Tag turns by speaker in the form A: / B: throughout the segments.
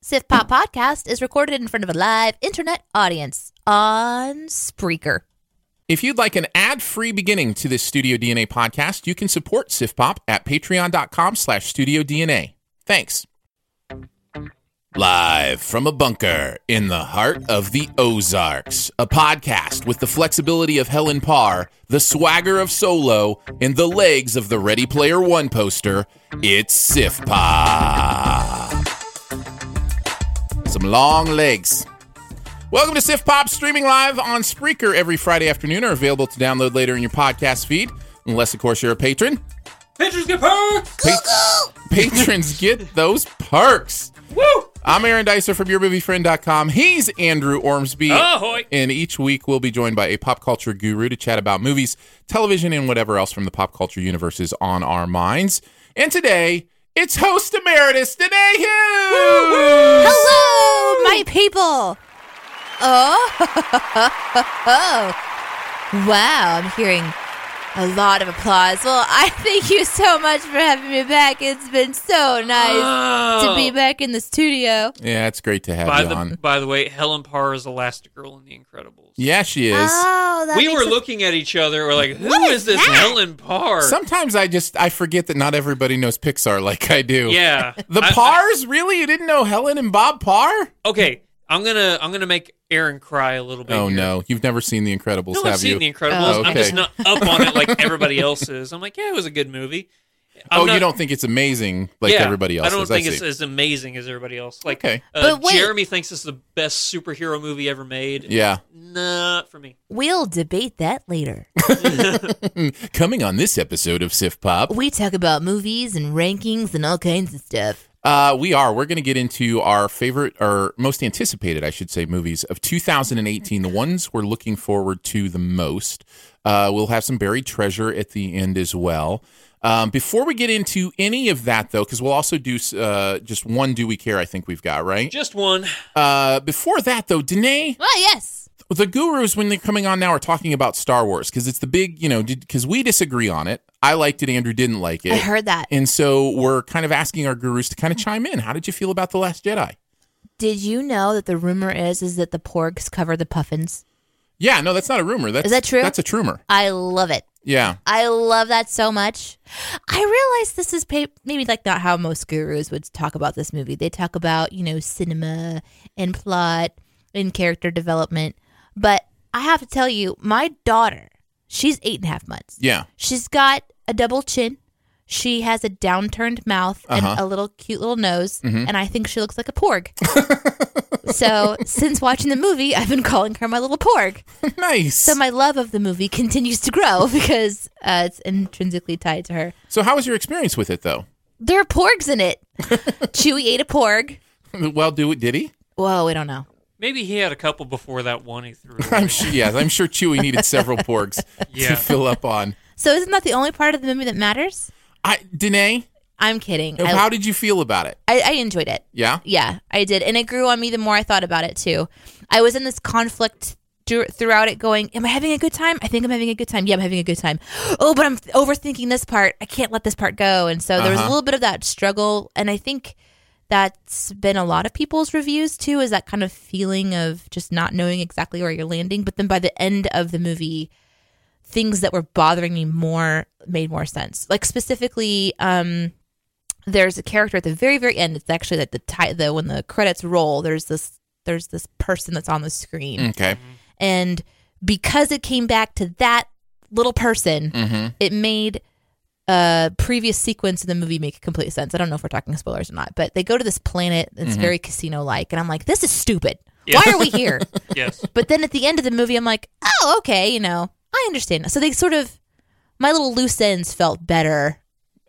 A: Sif Pop Podcast is recorded in front of a live internet audience on Spreaker.
B: If you'd like an ad-free beginning to this Studio DNA podcast, you can support SIFPOP at patreon.com slash Studio DNA. Thanks. Live from a bunker in the heart of the Ozarks, a podcast with the flexibility of Helen Parr, the swagger of Solo, and the legs of the Ready Player One poster, it's Sif Pop. Some long legs. Welcome to Sif Pop, streaming live on Spreaker every Friday afternoon, or available to download later in your podcast feed, unless, of course, you're a patron.
C: Pictures get perks!
B: Pa- patrons get those perks.
C: Woo!
B: I'm Aaron Dicer from YourMovieFriend.com. He's Andrew Ormsby.
C: Ahoy!
B: And each week we'll be joined by a pop culture guru to chat about movies, television, and whatever else from the pop culture universe is on our minds. And today, it's host emeritus, Danae Hughes!
A: Hello, my people. Oh, wow. I'm hearing a lot of applause. Well, I thank you so much for having me back. It's been so nice to be back in the studio.
B: Yeah, it's great to have
C: Ah. By
B: you
C: the,
B: on.
C: by the way, Helen Parr is Elastigirl in The Incredibles.
B: Yeah, she is.
A: Oh, that
C: we
A: makes
C: were
A: a-
C: looking at each other. We're like, who
A: What
C: is,
A: is
C: this
A: that?
C: Helen Parr?
B: Sometimes I just I forget that not everybody knows Pixar like I do.
C: yeah.
B: The
C: I- I-
B: Pars? really? You didn't know Helen and Bob Parr?
C: okay, I'm gonna I'm gonna make Aaron cry a little bit.
B: Oh
C: here.
B: no, you've never seen The Incredibles,
C: No,
B: have
C: I've seen
B: you?
C: The Incredibles.
B: Oh,
C: I'm just
B: okay.
C: not up on it like everybody else is. I'm like, yeah, it was a good movie. I'm
B: oh,
C: not-
B: you don't think it's amazing like
C: yeah,
B: everybody else
C: I don't
B: is.
C: think
B: I
C: it's
B: see.
C: as amazing as everybody else. Like,
B: Okay.
C: uh,
A: But wait.
C: Jeremy thinks it's the best superhero movie ever made.
B: yeah.
C: Not for me.
A: We'll debate that later.
B: Coming on this episode of Sif Pop,
A: We talk about movies and rankings and all kinds of stuff.
B: uh, we are we're going to get into our favorite or most anticipated, I should say, movies of 2018, the ones we're looking forward to the most. Uh, we'll have some buried treasure at the end as well. Um, before we get into any of that, though, because we'll also do uh, just one "Do We Care?" I think we've got right.
C: Just one.
B: Uh, before that, though, Danae,
A: Well, yes.
B: the gurus when they're coming on now are talking about Star Wars because it's the big, you know, because we disagree on it. I liked it. Andrew didn't like it.
A: I heard that.
B: And so we're kind of asking our gurus to kind of chime in. How did you feel about the Last Jedi?
A: Did you know that the rumor is is that the porgs cover the puffins?
B: Yeah, no, that's not a rumor. That's,
A: Is that true?
B: That's a trumor.
A: I love it.
B: Yeah,
A: I love that so much. I realize this is pa- maybe like not how most gurus would talk about this movie. They talk about, you know, cinema and plot and character development. But I have to tell you, my daughter, she's eight and a half months.
B: yeah.
A: She's got a double chin. She has a downturned mouth and a little cute little nose, and I think she looks like a porg. so, since watching the movie, I've been calling her my little porg.
B: nice.
A: So, my love of the movie continues to grow because uh, it's intrinsically tied to her.
B: so how was your experience with it though?
A: There are porgs in it. Chewie ate a porg.
B: Well, do it. Did he?
A: Whoa, we don't know.
C: Maybe he had a couple before that one he threw.
B: I'm
C: away.
B: sure. Yes, I'm sure Chewie needed several porgs
C: Yeah.
B: to fill up on.
A: So, isn't that the only part of the movie that matters?
B: I Danae,
A: I'm kidding.
B: And
A: I,
B: How did you feel about it?
A: I, I enjoyed it.
B: Yeah.
A: Yeah, I did. And it grew on me the more I thought about it, too. I was in this conflict dur- throughout it going, Am I having a good time? I think I'm having a good time. Yeah, I'm having a good time. Oh, but I'm th- overthinking this part. I can't let this part go. And so there was a
B: Uh-huh.
A: little bit of that struggle. And I think that's been a lot of people's reviews, too, is that kind of feeling of just not knowing exactly where you're landing. But then by the end of the movie, things that were bothering me more made more sense. Like specifically, um, there's a character at the very very end. It's actually like the ti- the when the credits roll. There's this there's this person that's on the screen,
B: Okay.
A: and because it came back to that little person,
B: Mm-hmm.
A: it made a previous sequence in the movie make complete sense. I don't know if we're talking spoilers or not, but they go to this planet that's very casino like, and I'm like, this is stupid.
C: Yeah.
A: Why are we here?
C: Yes.
A: But then at the end of the movie, I'm like, oh, okay, you know, I understand. So they sort of, my little loose ends felt better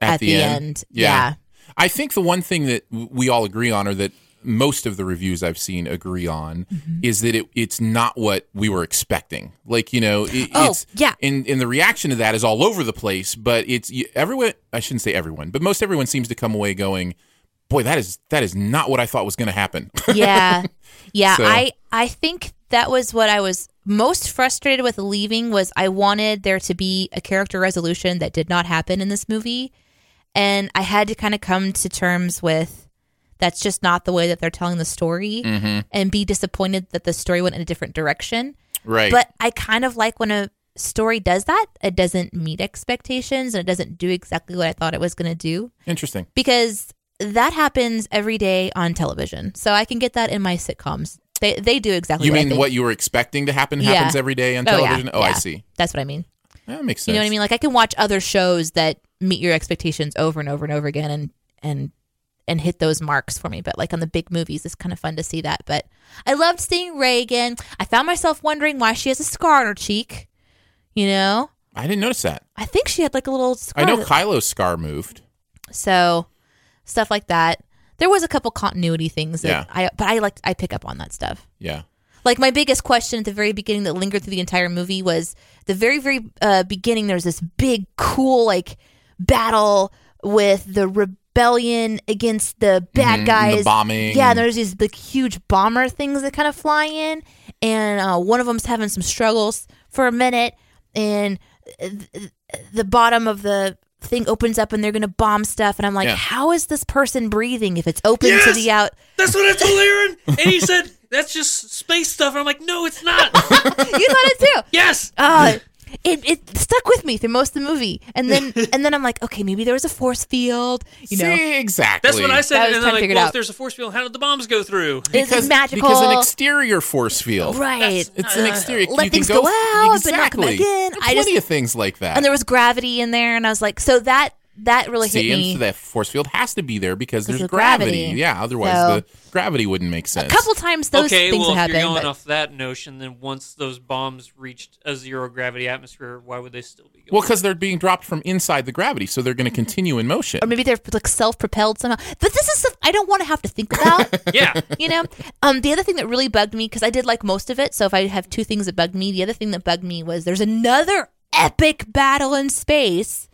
A: at, the, end. Yeah.
B: I think the one thing that w- we all agree on, or that most of the reviews I've seen agree on,
A: Mm-hmm.
B: is that it, it's not what we were expecting. Like you know, it,
A: Oh,
B: it's
A: yeah.
B: and and the reaction to that is all over the place. But it's y- everyone. I shouldn't say everyone, but most everyone seems to come away going, "Boy, that is that is not what I thought was going to happen."
A: yeah. Yeah.
B: So-
A: I, I think that was what I was most frustrated with leaving was I wanted there to be a character resolution that did not happen in this movie. And I had to kind of come to terms with that's just not the way that they're telling the story and be disappointed that the story went in a different direction.
B: right.
A: But I kind of like when a story does that. It doesn't meet expectations and it doesn't do exactly what I thought it was going to do
B: Interesting.
A: because that happens every day on television. So I can get that in my sitcoms. They they do exactly.
B: You
A: what I
B: mean
A: think.
B: what you were expecting to happen happens every day on
A: Oh, yeah.
B: television? Oh, I
A: Yeah.
B: see.
A: That's what I mean.
B: That makes sense.
A: You know what I mean? Like I can watch other shows that meet your expectations over and over and over again, and and and hit those marks for me. But like on the big movies, it's kind of fun to see that. But I loved seeing Ray again. I found myself wondering why she has a scar on her cheek. You know,
B: I didn't notice that.
A: I think she had like a little scar.
B: I know
A: that-
B: Kylo's scar moved.
A: So stuff like that. There was a couple continuity things that
B: Yeah.
A: I but I like I pick up on that stuff.
B: Yeah.
A: Like my biggest question at the very beginning that lingered through the entire movie was the very very uh, beginning there's this big cool like battle with the rebellion against the bad
B: Mhm, and the
A: guys
B: bombing
A: Yeah,
B: and-
A: there's these big huge bomber things that kind of fly in and uh, one of them's having some struggles for a minute and the bottom of the thing opens up and they're going to bomb stuff and I'm like
B: Yeah.
A: how is this person breathing if it's open to
C: Yes!
A: the out
C: That's what I told Aaron, and he said that's just space stuff. And I'm like, no, it's not.
A: you thought it too
C: yes.
A: uh, it, it stuck with me through most of the movie and then and then I'm like okay maybe there was a force field you know
B: See, exactly.
C: That's what I said.
A: That was trying
C: and I'm
A: to
C: like,
A: figure it
C: well,
A: out.
C: if there's a force field, how did the bombs go through?
A: it's magical
B: Because an exterior force field.
A: right
B: It's
C: Uh,
B: an exterior.
A: let
B: you
A: things
B: can go,
A: go out, but not come
B: exactly.
A: back in.
B: There's
A: I just-
B: plenty of things like that.
A: and there was gravity in there and I was like so that that really
B: See,
A: hit
B: and
A: me
B: so that force field has to be there because there's
A: of
B: gravity.
A: gravity.
B: Yeah, otherwise
A: So-
B: the gravity wouldn't make sense.
A: a couple times those
C: okay,
A: things
C: well, if
A: happened
C: you're going
A: but-
C: off that notion, then once those bombs reached a zero gravity atmosphere, why would they still be going?
B: well, because they're being dropped from inside the gravity, so they're going to continue in motion.
A: or maybe they're like self-propelled somehow but this is stuff I don't want to have to think about
C: yeah,
A: you know um the other thing that really bugged me because i did like most of it so if i have two things that bugged me the other thing that bugged me was there's another epic battle in space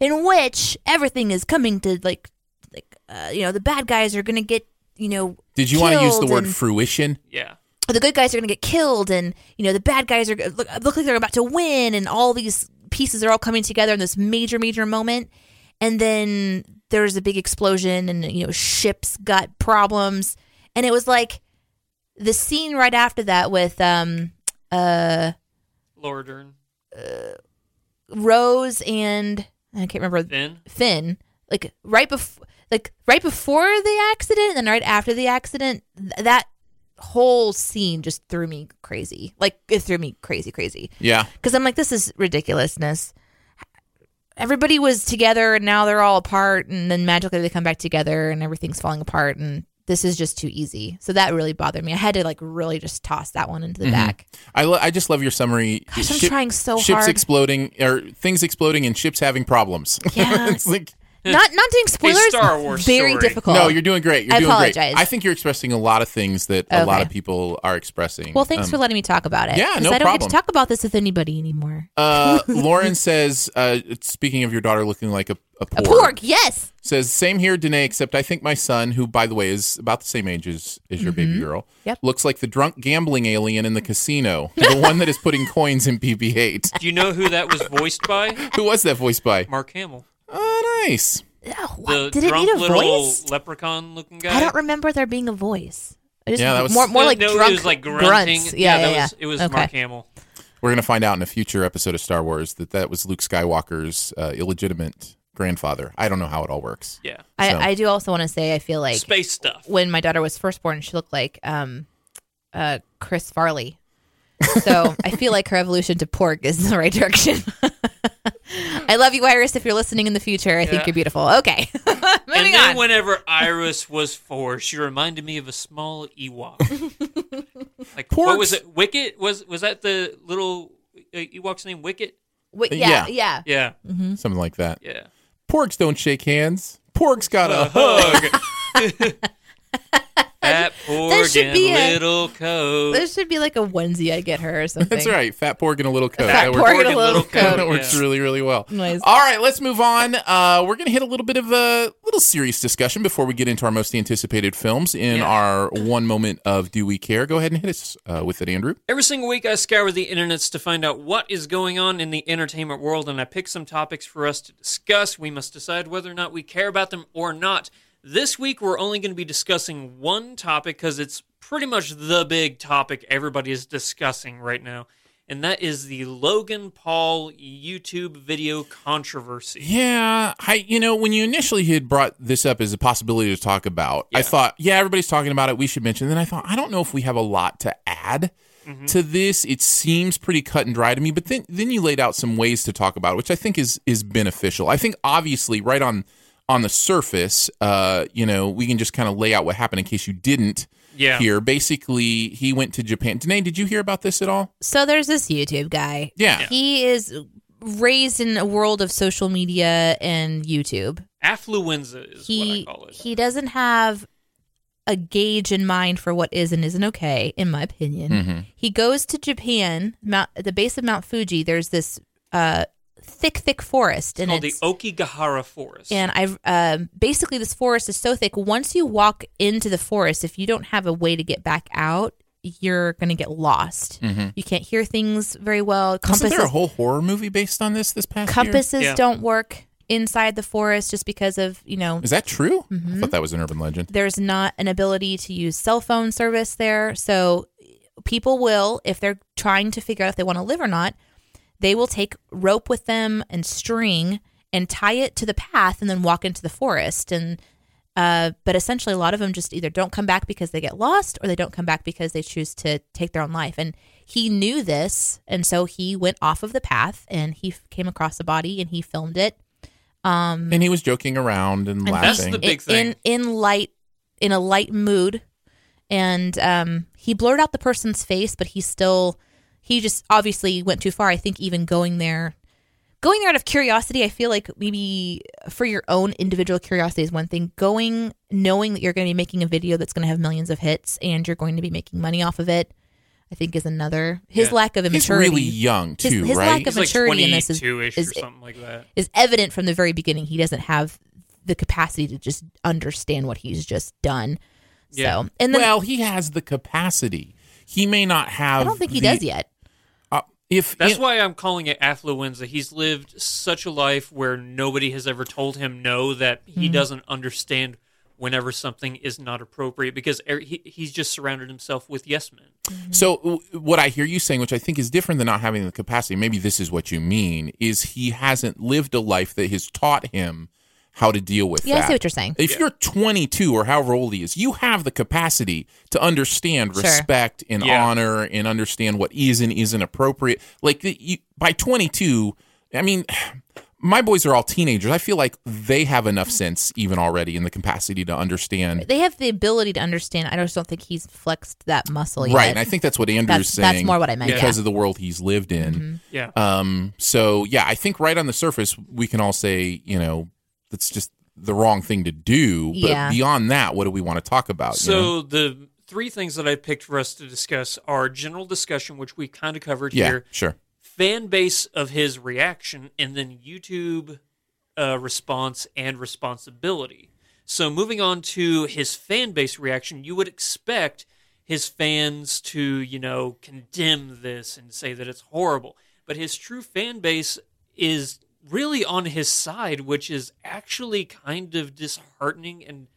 A: in which everything is coming to like like uh, you know the bad guys are gonna get you know
B: Did you want to use the
A: killed
B: word
A: and-
B: fruition?
C: yeah.
A: the good guys are going to get killed and you know the bad guys are look, look like they're about to win and all these pieces are all coming together in this major major moment and then there's a big explosion and you know ships got problems and it was like the scene right after that with um uh
C: Lower Dern,
A: Rose and I can't remember
C: then
A: Finn, like right before, like right before the accident and right after the accident, th- that whole scene just threw me crazy. Like it threw me crazy, crazy.
B: Yeah.
A: Because I'm like, this is ridiculousness. Everybody was together and now they're all apart, and then magically they come back together and everything's falling apart, and this is just too easy. So that really bothered me. I had to like really just toss that one into the
C: Mm-hmm.
A: back.
B: I, lo- I just love your summary.
A: Gosh, I'm trying so
B: ships
A: hard.
B: exploding or things exploding and ships having problems.
A: Yeah.
B: it's like
A: not not doing spoilers.
C: Star Wars
A: very
C: story.
A: difficult.
B: No, you're doing great. You're
A: I
B: doing
A: apologize.
B: great. I think you're expressing a lot of things that a lot
A: Okay.
B: of people are expressing.
A: Well, thanks
B: Um,
A: for letting me talk about it.
B: yeah,
A: 'cause
B: no
A: I don't get
B: problem.
A: to talk about this with anybody anymore.
B: Uh, Lauren says, uh, speaking of your daughter looking like a, a
A: A
B: pork,
A: pork, yes.
B: says, same here, Danae, except I think my son, who, by the way, is about the same age as, as your baby girl,
A: Mm-hmm. Yep.
B: looks like the drunk gambling alien in the casino, the one that is putting coins in BB 8.
C: Do you know who that was voiced by?
B: Who was that voiced by?
C: Mark Hamill,
B: Oh, nice.
A: Oh,
C: the
A: what? Did it
C: drunk
A: need a
C: little
A: voice?
C: leprechaun-looking guy.
A: I don't remember there being a voice. I just-
B: Yeah, that was-
A: more more
C: No,
A: like
C: no,
A: drunk
C: it was like grunting.
A: grunts. Yeah, yeah,
C: that
A: yeah.
C: was it was
A: okay.
C: Mark Hamill.
B: We're going to find out in a future episode of Star Wars that that was Luke Skywalker's uh, illegitimate grandfather. I don't know how it all works.
C: Yeah,
B: so.
A: I, I do also want to say I feel like
C: space stuff.
A: when my daughter was first born, she looked like um, uh, Chris Farley. So I feel like her evolution to pork is in the right direction. I love you, Iris. If you're listening in the future, I think
C: Yeah.
A: you're beautiful. Okay,
C: And
A: moving
C: then
A: on.
C: whenever Iris was four, she reminded me of a small Ewok. like
B: Porks.
C: what was it? Wicket was was that the little uh, Ewok's name? Wicket.
A: Wait, yeah,
B: Yeah.
A: yeah,
C: Yeah,
A: Mm-hmm.
B: Something like that.
C: yeah.
B: Porks don't shake hands. Porks got
C: Uh-huh.
B: a
C: Hug. that poor
A: should be a-
C: little coat.
A: There should be like a onesie I get her or something.
B: That's right. Fat pork and a little
A: Fat
B: coat. That
A: pork
B: works,
A: in a little
C: coat.
B: that works
C: Yeah.
B: really, really well.
A: Nice.
B: All right, let's move on. Uh, we're going to hit a little bit of a little serious discussion before we get into our most anticipated films in
C: Yeah.
B: our one moment of Do We Care? Go ahead and hit us uh, with it, Andrew.
C: Every single week, I scour the internets to find out what is going on in the entertainment world, and I pick some topics for us to discuss. We must decide whether or not we care about them or not. This week, we're only going to be discussing one topic because it's pretty much the big topic everybody is discussing right now, and that is the Logan Paul YouTube video controversy.
B: Yeah, I you know when you initially had brought this up as a possibility to talk about, I
C: Yeah.
B: thought, yeah, everybody's talking about it. We should mention. Then I thought, I don't know if we have a lot to add
C: Mm-hmm.
B: to this. It seems pretty cut and dry to me. But then then you laid out some ways to talk about it, which I think is is beneficial. I think obviously right on on the surface, uh, you know, we can just kind of lay out what happened in case you didn't.
C: Yeah.
B: Here, basically, he went to Japan. Danae, did you hear about this at all?
A: So there's this YouTube guy.
B: Yeah. Yeah.
A: He is raised in a world of social media and YouTube.
C: Affluenza is
A: he
C: what I call it.
A: he doesn't have a gauge in mind for what is and isn't okay, in my opinion.
C: Mm-hmm.
A: He goes to Japan, Mount, at the base of Mount Fuji. There's this uh, thick, thick forest, and
C: called the
A: it's-
C: Okigahara Forest.
A: and I've um, basically this forest is so thick. Once you walk into the forest, if you don't have a way to get back out, you're gonna get lost. You can't hear things very well.
B: Wasn't there a
A: Compasses-
B: whole horror movie based on this this past year?
A: compasses
C: Yeah.
A: don't work inside the forest just because of you know
B: Is that true?
C: Mm-hmm.
B: I thought that was an urban legend.
A: there's not an ability to use cell phone service there. So people will, if they're trying to figure out if they want to live or not, they will take rope with them and string and tie it to the path and then walk into the forest. And uh, but essentially, a lot of them just either don't come back because they get lost, or they don't come back because they choose to take their own life. And he knew this, and so he went off of the path and he f- came across a body and he filmed it.
B: And he was joking around and,
C: that's
B: laughing.
C: the big
A: in,
C: thing.
A: In, in light, in a light mood, and um, he blurred out the person's face, but he still, he just obviously went too far. I think even going there, going there out of curiosity, I feel like maybe for your own individual curiosity is one thing. Going knowing that you're going to be making a video that's going to have millions of hits and you're going to be making money off of it, I think is another. His
C: Yeah.
A: lack of
B: He's
A: immaturity.
B: really young
A: His-
B: too,
A: his
B: right?
A: lack of
C: He's like
A: maturity in this is-
C: 22-ish
A: is-
C: or something like that.
A: is evident from the very beginning. He doesn't have the capacity to just understand what he's just done.
C: Yeah.
A: So, and then
B: well, he has the capacity. He may not have.
A: I don't think he
B: the-
A: does yet.
B: Uh, if
C: That's
B: if-
C: why I'm calling it affluenza. He's lived such a life where nobody has ever told him no that he doesn't understand whenever something is not appropriate because er- he, he's just surrounded himself with yes men.
B: So w- what I hear you saying, which I think is different than not having the capacity, maybe this is what you mean, is he hasn't lived a life that has taught him how to deal with
A: Yeah, I
B: that.
A: see what you're saying.
B: If you're 22 or however old he is, you have the capacity to understand
A: Sure.
B: respect and
C: Yeah.
B: honor and understand what is and isn't appropriate. Like the- you, by 22, I mean, my boys are all teenagers. I feel like they have enough sense even already in the capacity to understand.
A: They have the ability to understand. I just don't think he's flexed that muscle yet.
B: Right, and I think that's what Andrew's
A: That's-
B: saying.
A: that's more what I meant,
B: because
A: yeah.
B: of the world he's lived in.
C: Yeah.
B: Um, so yeah, I think right on the surface we can all say you know that's just the wrong thing to do. But
A: Yeah.
B: beyond that, what do we want to talk about? Uh, you know?
C: So the three things that I picked for us to discuss are general discussion, which we kind of covered
B: yeah,
C: here,
B: sure.
C: fan base of his reaction, and then YouTube uh, response and responsibility. So moving on to his fan base reaction, you would expect his fans to, you know, condemn this and say that it's horrible. But his true fan base is really on his side, which is actually kind of disheartening and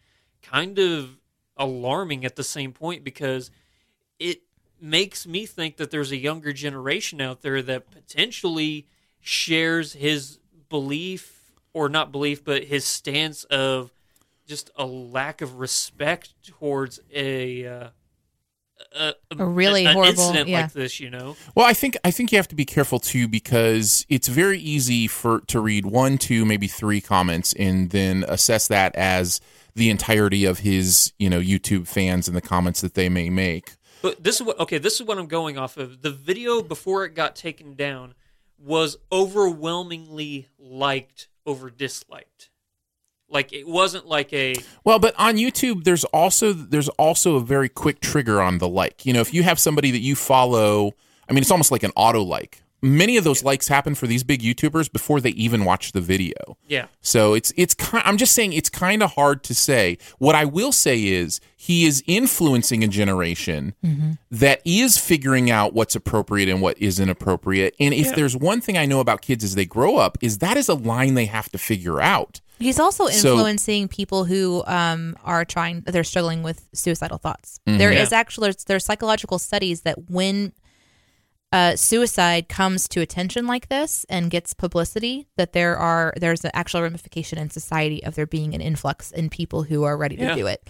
C: kind of alarming at the same point because it makes me think that there's a younger generation out there that potentially shares his belief or not belief but his stance of just a lack of respect towards a uh, a,
A: A really
C: an
A: horrible-
C: incident
A: yeah.
C: like this you know
B: Well, I think I think you have to be careful too because it's very easy for to read one, two, maybe three comments and then assess that as the entirety of his, you know, YouTube fans and the comments that they may make.
C: But this is what okay, this is what I'm going off of. The video before it got taken down was overwhelmingly liked over disliked. Like it wasn't like a
B: Well, but on YouTube, there's also there's also a very quick trigger on the like. You know, if you have somebody that you follow, I mean, it's almost like an auto like. Many of those likes happen for these big YouTubers before they even watch the video.
C: yeah.
B: So it's it's kind. I'm just saying it's kind of hard to say. What I will say is he is influencing a generation that is figuring out what's appropriate and what isn't appropriate. And if there's one thing I know about kids as they grow up is that is a line they have to figure out.
A: He's also
B: So-
A: influencing people who um, are trying. They're struggling with suicidal thoughts. There is
C: Yeah.
A: actually there's, there's psychological studies that when uh, suicide comes to attention like this and gets publicity, that there are there's an actual ramification in society of there being an influx in people who are ready to
C: Yeah.
A: do it.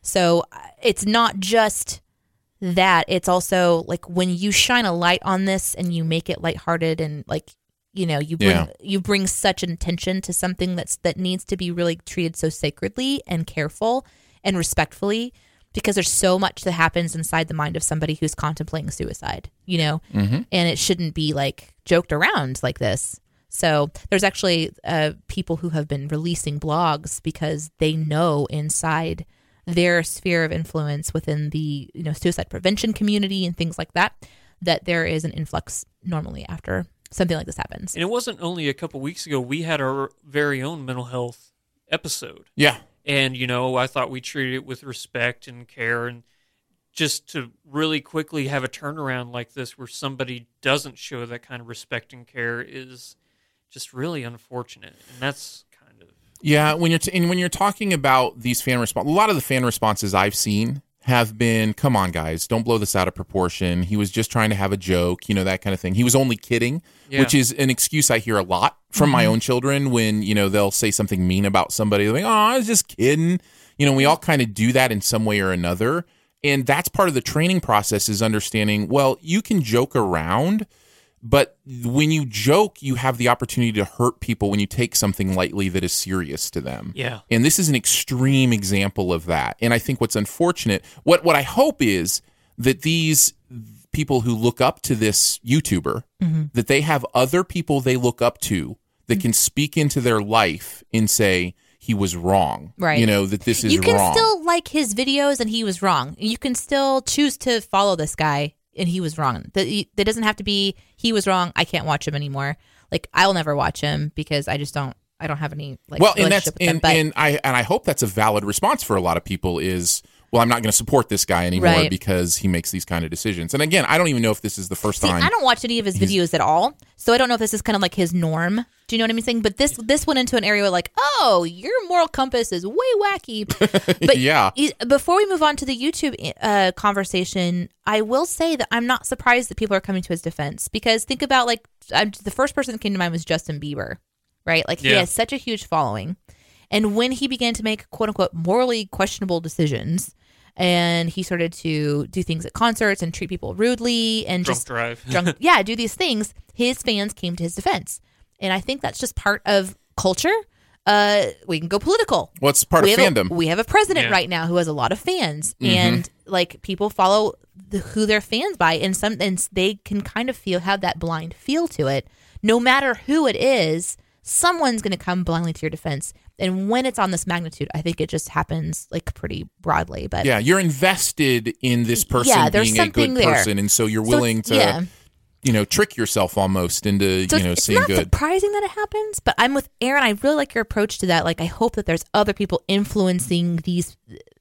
A: So uh, it's not just that; it's also like when you shine a light on this and you make it lighthearted and like you know you bring
B: Yeah.
A: you bring such an attention to something that's that needs to be really treated so sacredly and careful and respectfully because there's so much that happens inside the mind of somebody who's contemplating suicide you know and it shouldn't be like joked around like this so there's actually uh, people who have been releasing blogs because they know inside their sphere of influence within the you know suicide prevention community and things like that that there is an influx normally after something like this happens.
C: And it wasn't only a couple weeks ago we had our very own mental health episode.
B: Yeah,
C: and you know i thought we treated it with respect and care and just to really quickly have a turnaround like this where somebody doesn't show that kind of respect and care is just really unfortunate and that's kind of
B: Yeah, when you're t- and when you're talking about these fan response, a lot of the fan responses I've seen have been, "Come on, guys, don't blow this out of proportion. He was just trying to have a joke, you know that kind of thing. He was only kidding,"
C: Yeah.
B: which is an excuse I hear a lot from my own children when you know they'll say something mean about somebody, They're like, "Oh, I was just kidding." You know, we all kind of do that in some way or another, and that's part of the training process is understanding. Well, you can joke around. But when you joke, you have the opportunity to hurt people when you take something lightly that is serious to them.
C: Yeah.
B: And this is an extreme example of that. And I think what's unfortunate, what what I hope is that these people who look up to this YouTuber,
A: Mm-hmm.
B: that they have other people they look up to that can speak into their life and say he was wrong.
A: Right.
B: You know that this is
A: you can
B: wrong.
A: still like his videos and he was wrong. You can still choose to follow this guy and he was wrong. That that doesn't have to be he was wrong. I can't watch him anymore. Like I'll never watch him because I just don't. I don't have any like
B: well, and that's
A: relationship with him.
B: and,
A: But
B: and I and I hope that's a valid response for a lot of people is well, I'm not going to support this guy anymore
A: Right.
B: because he makes these kind of decisions. And again, I don't even know if this is the first
A: see,
B: time.
A: I don't watch any of his videos at all, so I don't know if this is kind of like his norm. Do you know what I'm saying? But this this went into an area where like, oh, your moral compass is way wacky. But
B: yeah,
A: Is- Before we move on to the YouTube uh, conversation, I will say that I'm not surprised that people are coming to his defense because think about like I'm, the first person that came to mind was Justin Bieber, right? Like he
C: Yeah.
A: has such a huge following, and when he began to make quote unquote morally questionable decisions, and he started to do things at concerts and treat people rudely and
C: drunk
A: just
C: drive
A: drunk, yeah, do these things. His fans came to his defense, and I think that's just part of culture. Uh, we can go political
B: well, it's part
A: we
B: of
A: have
B: fandom. Mm-hmm.
A: A, we have a president
C: Yeah.
A: right now who has a lot of fans, and like people follow the, who they're fans by, and some and s- they can kind of feel have that blind feel to it. No matter who it is, someone's going to come blindly to your defense. And when it's on this magnitude, I think it just happens like pretty broadly. But
B: Yeah, you're invested in this person
A: Yeah, there's
B: being a
A: something
B: good
A: there.
B: person, and so you're
A: So
B: willing
A: it's-
B: to,
A: yeah.
B: you know, trick yourself almost into
A: So
B: you know
A: it's
B: seeing
A: not
B: good.
A: surprising that it happens, but I'm with Aaron. I really like your approach to that. Like, I hope that there's other people influencing these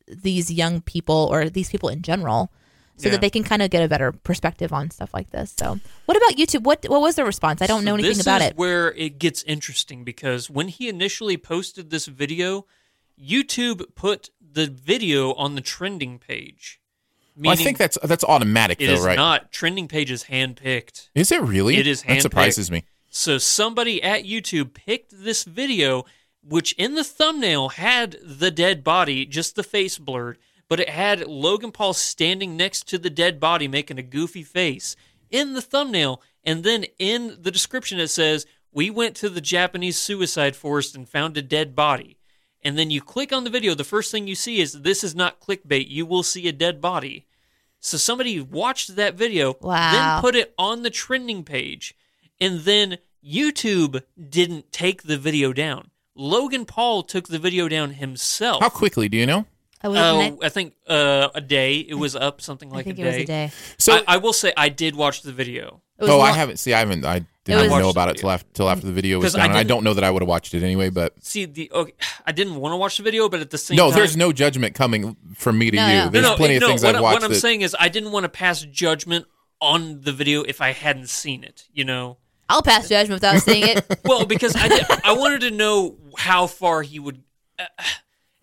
A: these young people or these people in general, so
C: Yeah.
A: that they can kind of get a better perspective on stuff like this. So, what about YouTube? What what was the response? I don't know
C: So
A: anything
C: this
A: about
C: is
A: it.
C: Where it gets interesting because when he initially posted this video, YouTube put the video on the trending page.
B: Well, I
C: meaning
B: think that's that's automatic
C: it
B: though,
C: is
B: right?
C: not trending page is handpicked.
B: is it really?
C: It is
B: That surprises
C: handpicked.
B: me.
C: So somebody at YouTube picked this video, which in the thumbnail had the dead body, just the face blurred, but it had Logan Paul standing next to the dead body making a goofy face in the thumbnail. And then in the description, it says, We went to the Japanese suicide forest and found a dead body. And then you click on the video, the first thing you see is this is not clickbait. You will see a dead body. So somebody watched that video,
A: Wow.
C: then put it on the trending page, and then YouTube didn't take the video down. Logan Paul took the video down himself.
B: How quickly do you know?
A: I was
C: Oh, I think uh, a day. It was up something
A: I
C: like
A: think
C: a
A: it
C: day.
A: was a day.
B: So
C: I, I will say I did watch the video.
A: It was
B: oh, I
A: long-
B: haven't. See, I haven't. I
A: was-
B: didn't
C: Watched
B: know
C: the
B: about it
C: video.
B: till after, till after the video was
C: 'Cause I
B: done. and I
C: didn't-
B: don't know that I would have watched it anyway. But
C: See the okay, I didn't want to watch the video, but at the same
B: no,
C: time,
B: there's no judgment coming from me to
A: No,
B: you.
A: no. No,
B: There's
C: no, no,
B: plenty
C: no,
B: of things
C: what,
B: I've
C: I-
B: watched.
C: What I'm
B: that,
C: saying is I didn't want to pass judgment on the video if I hadn't seen it. You know.
A: I'll pass judgment without seeing it.
C: Well, because I, did- I wanted to know how far he would, uh,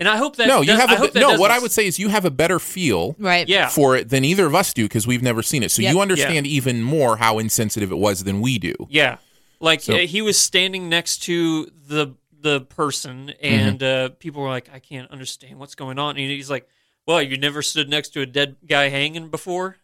C: and I hope that
B: no, you
C: does-
B: have
C: I
B: a,
C: hope
B: bit-
C: that
B: no.
C: doesn't-
B: What I would say is you have a better feel
A: Right.
C: yeah
B: for it than either of us do because we've never seen it. So
A: Yep.
B: you understand even more how insensitive it was than we do.
C: yeah like
B: So-
C: uh, he was standing next to the the person and
B: Mm-hmm.
C: uh, people were like I can't understand what's going on and he's like well you never stood next to a dead guy hanging before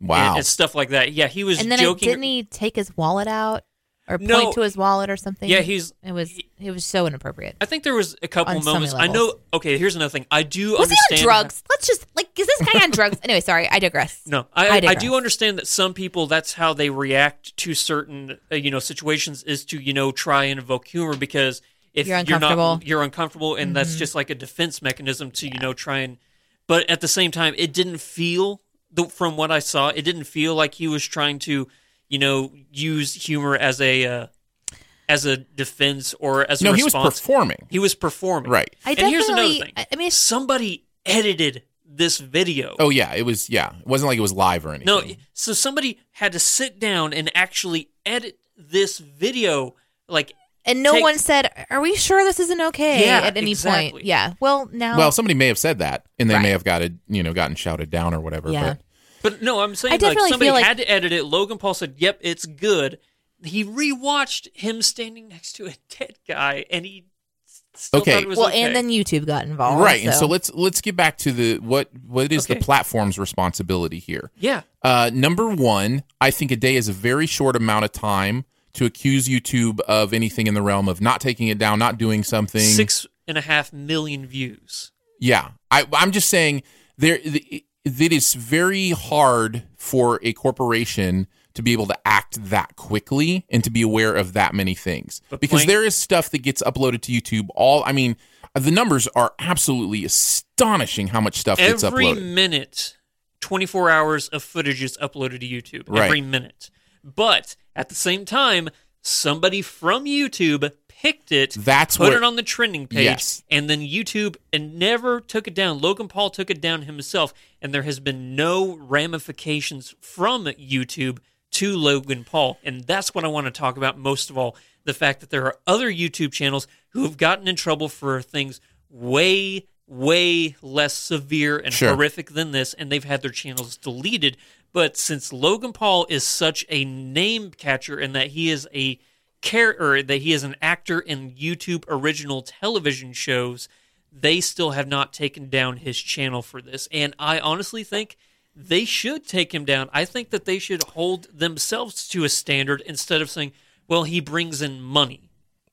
B: Wow.
C: and, and stuff like that yeah he was
A: And then I-
C: joking
A: didn't he take his wallet out or point
C: No.
A: to his wallet or something?
C: yeah he's
A: It was it was so inappropriate.
C: I think there was a couple
A: On so many
C: moments I know
A: levels.
C: okay here's another thing I do
A: Was he
C: understand
A: on drugs? Let's just like is this guy on drugs? Anyway, sorry, I digress.
C: No, I, I,
A: digress.
C: do understand that some people that's how they react to certain uh, you know situations is to you know try and evoke humor because if
A: You're
C: you're,
A: uncomfortable. Mm-hmm.
C: not you're uncomfortable and that's just like a defense mechanism to you know try and but at the same time it didn't feel the, from what I saw it didn't feel like he was trying to you know use humor as a uh, as a defense or as
B: no,
C: a
B: he was
C: response.
B: performing.
C: He was performing
B: Right.
A: I
C: and here's another
A: definitely-
C: thing.
A: I- I mean, it's-
C: somebody edited this video.
B: Oh yeah, it was. Yeah, it wasn't like it was live or anything.
C: No, so somebody had to sit down and actually edit this video. Like,
A: And no
C: Take-
A: one said, "Are we sure this isn't okay?"
C: Yeah,
A: at any
C: exactly.
A: point. Yeah. Well, now
B: Well, somebody may have said that, and they
A: Right.
B: may have got it, you know, gotten shouted down or whatever.
A: Yeah.
B: But
C: but no, I'm
A: I
C: saying like
A: definitely
C: somebody
A: feel like-
C: had to edit it. Logan Paul said, "Yep, it's good." He rewatched him standing next to a dead guy, and he s- still
B: Okay.
C: thought it was
A: well,
C: okay.
A: and then YouTube got involved.
B: right, and
A: so-
B: so let's let's get back to the what what is the
C: Okay.
B: platform's responsibility here?
C: yeah,
B: Uh, number one, I think a day is a very short amount of time to accuse YouTube of anything in the realm of not taking it down, not doing something.
C: six and a half million views.
B: Yeah, I, I'm just saying there. th- It is very hard for a corporation to be able to act that quickly and to be aware of that many things
C: But
B: because
C: playing-
B: there is stuff that gets uploaded to YouTube. All I mean, the numbers are absolutely astonishing. How much stuff gets
C: Every
B: uploaded?
C: minute, 24 hours of footage is uploaded to YouTube. Every
B: Right.
C: minute, but at the same time, somebody from YouTube picked it.
B: That's
C: put
B: where-
C: it on the trending page,
B: Yes.
C: and then YouTube and never took it down. Logan Paul took it down himself, and there has been no ramifications from YouTube to Logan Paul, and that's what I want to talk about most of all: the fact that there are other YouTube channels who have gotten in trouble for things way, way less severe and
B: Sure.
C: horrific than this, and they've had their channels deleted. But since Logan Paul is such a name catcher, and that he is a character that he is an actor in YouTube original television shows, they still have not taken down his channel for this. And I honestly think they should take him down. I think that they should hold themselves to a standard instead of saying, well, he brings in money.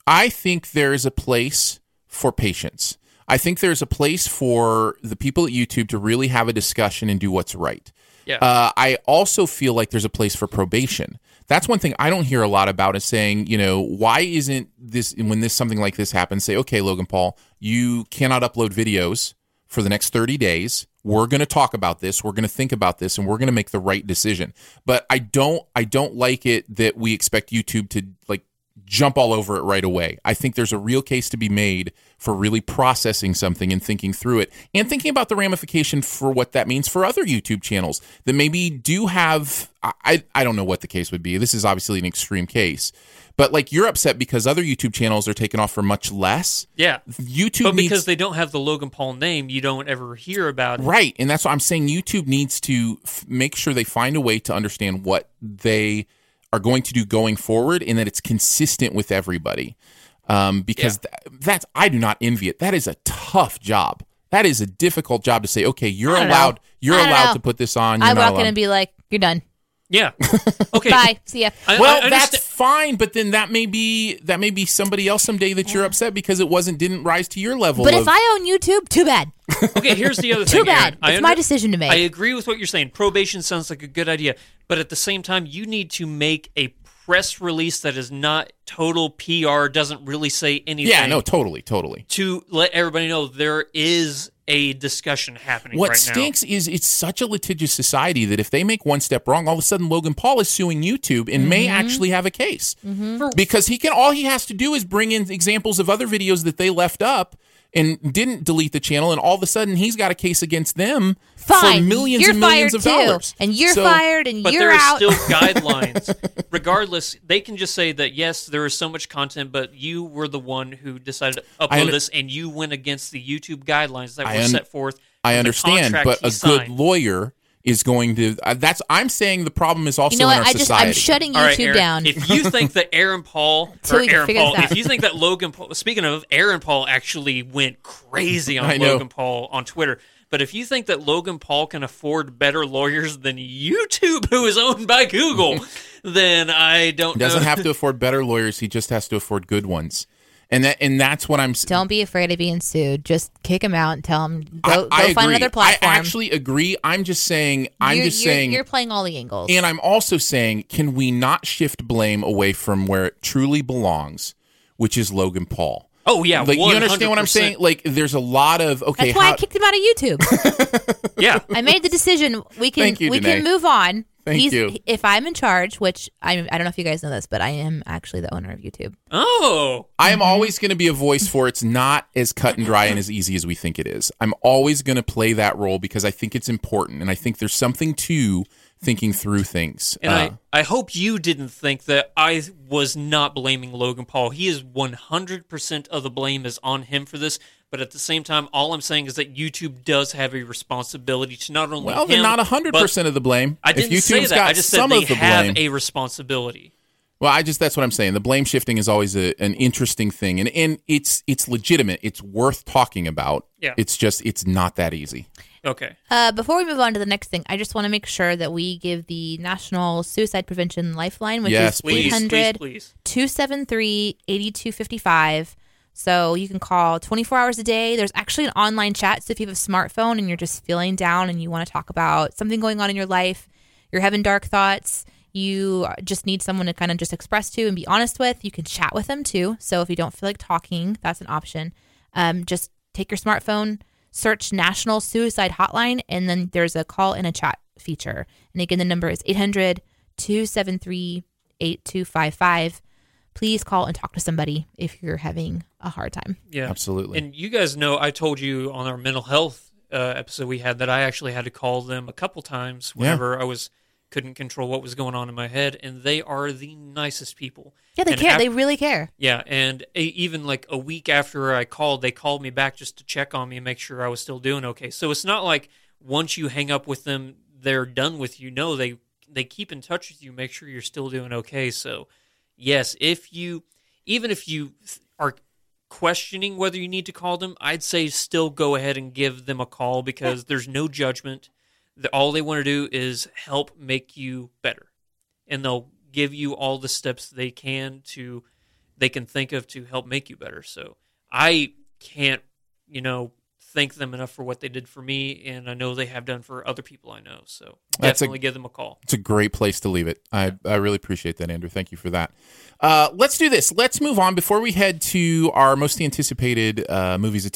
B: I think there is a place for patience. I think there's a place for the people at YouTube to really have a discussion and do what's right.
C: Yeah.
B: Uh, I also feel like there's a place for probation. that's one thing I don't hear a lot about is saying, you know, why isn't this when this something like this happens, say, okay, Logan Paul, you cannot upload videos for the next 30 days. We're going to talk about this. We're going to think about this and we're going to make the right decision. But I don't I don't like it that we expect YouTube to like jump all over it right away. I think there's a real case to be made for really processing something and thinking through it and thinking about the ramification for what that means for other YouTube channels that maybe do have I I don't know what the case would be. This is obviously an extreme case. But like you're upset because other YouTube channels are taking off for much less.
C: Yeah.
B: YouTube
C: But
B: needs
C: because they don't have the Logan Paul name, you don't ever hear about it.
B: Right. And that's what I'm saying. YouTube needs to f- make sure they find a way to understand what they are going to do going forward and that it's consistent with everybody. Um, because tha- that's, I do not envy it. That is a tough job. That is a difficult job to say, okay, you're
A: I don't know.
B: allowed, you're
A: I don't
B: allowed
A: know.
B: to put this on. You're
A: I
B: not
A: walk in
B: allowed.
A: and be like, "You're done.
C: Yeah. Okay.
A: Bye. See ya."
C: I- I
B: well,
C: understand-
B: that's fine, but then that may be that may be somebody else someday that you're upset because it wasn't didn't rise to your level.
A: but
B: of,
A: if I own YouTube, too bad.
C: Okay, here's the other
A: Too
C: thing.
A: bad.
C: Aaron. I
A: It's my
C: under-
A: decision to make.
C: I agree with what you're saying. Probation sounds like a good idea, but at the same time, you need to make a press release that is not total PR, doesn't really say anything.
B: yeah, no, totally, totally.
C: To let everybody know there is a discussion happening
B: What
C: right
B: stinks is it's such a litigious society that if they make one step wrong, all of a sudden Logan Paul is suing YouTube and may
A: Mm-hmm.
B: actually have a case because he can. All he has to do is bring in examples of other videos that they left up and didn't delete the channel, and all of a sudden he's got a case against them
A: Fine.
B: for 1000000s
A: you're
B: and millions
A: fired
B: of
A: too,
B: dollars.
A: and you're
B: So-
A: fired, and
C: now. But
A: you're
C: there are
A: out.
C: still guidelines. Regardless, they can just say that yes, there is so much content, but you were the one who decided to upload
B: I under-
C: this, and you went against the YouTube guidelines that
B: I
C: were
B: un-
C: set forth.
B: I
C: in the
B: understand,
C: contract
B: but
C: he
B: a good
C: signed.
B: lawyer is going to. Uh, that's I'm saying the problem is also
A: you know what?
B: in our
A: I just
B: society.
A: I'm shutting YouTube
C: All right, Aaron,
A: down.
C: If you think that Aaron Paul
A: Till
C: or
A: we can
C: Aaron
A: figure
C: Paul,
A: this out.
C: if you think that Logan Paul, speaking of Aaron Paul, actually went crazy
B: I
C: on
B: know.
C: Logan Paul on Twitter. But if you think that Logan Paul can afford better lawyers than YouTube, who is owned by Google, then I don't
B: He doesn't
C: know.
B: have to afford better lawyers. He just has to afford good ones. And that and that's what I'm s-
A: Don't be afraid of being sued. Just kick him out and tell him go, go find
B: agree.
A: another platform.
B: I actually agree. I'm just saying. I'm
A: you're,
B: just
A: you're-
B: saying.
A: you're playing all the angles.
B: and I'm also saying, can we not shift blame away from where it truly belongs, which is Logan Paul?
C: Oh yeah,
B: like you understand what I'm
C: 100%.
B: saying? Like, there's a lot of okay.
A: That's why
B: how-
A: I kicked him out of YouTube.
C: Yeah,
A: I made the decision. We can
B: Thank you,
A: we can
B: Danae.
A: move on.
B: Thank
A: He's,
B: you.
A: If I'm in charge, which I I don't know if you guys know this, but I am actually the owner of YouTube.
C: oh,
B: I
A: Mm-hmm.
B: am always going to be a voice for it's not as cut and dry and as easy as we think it is. I'm always going to play that role because I think it's important and I think there's something to thinking through things.
C: and
B: Uh,
C: I I hope you didn't think that I was not blaming Logan Paul. He is 100 percent of the blame is on him for this. But at the same time, all I'm saying is that YouTube does have a responsibility to not only
B: well,
C: him,
B: they're not 100
C: but
B: percent of the blame.
C: I didn't
B: if YouTube's
C: say that.
B: got
C: I just said
B: some
C: they
B: of the
C: have
B: blame,
C: a responsibility.
B: Well, I just that's what I'm saying. The blame shifting is always a, an interesting thing, and and it's it's legitimate. It's worth talking about.
C: Yeah.
B: It's just it's not that easy.
C: Okay.
A: Uh, before we move on to the next thing, I just want to make sure that we give the National Suicide Prevention Lifeline, which
B: Yes,
A: is
C: Please,
A: 800
C: please,
A: 273 8255. So you can call 24 hours a day. There's actually an online chat. So if you have a smartphone and you're just feeling down and you want to talk about something going on in your life, you're having dark thoughts, you just need someone to kind of just express to and be honest with, you can chat with them too. So if you don't feel like talking, that's an option. Um, just take your smartphone, search National Suicide Hotline, and then there's a call and a chat feature. And again, the number is 800 273 8255 please call and talk to somebody if you're having a hard time.
C: please. Yeah.
B: Absolutely.
C: And you guys know, I told you on our mental health uh, episode we had that I actually had to call them a couple times whenever I was couldn't control what was going on in my head, and they are the nicest people.
A: Yeah, they
C: And
A: care.
C: af-
A: they really care.
C: Yeah, and a, even like a week after I called, they called me back just to check on me and make sure I was still doing okay. So it's not like once you hang up with them, they're done with you. No, they they keep in touch with you, make sure you're still doing okay. So yes, if you even if you th- are questioning whether you need to call them, I'd say still go ahead and give them a call because there's no judgment. The- All they want to do is help make you better, and they'll give you all the steps they can to they can think of to help make you better. So I can't, you know, thank them enough for what they did for me, and I know they have done for other people I know. So
B: That's a-
C: definitely give them a call.
B: It's a great place to leave it. I, I really appreciate that, Andrew. Thank you for that. Uh, let's do this. Let's move on before we head to our most anticipated uh, movies of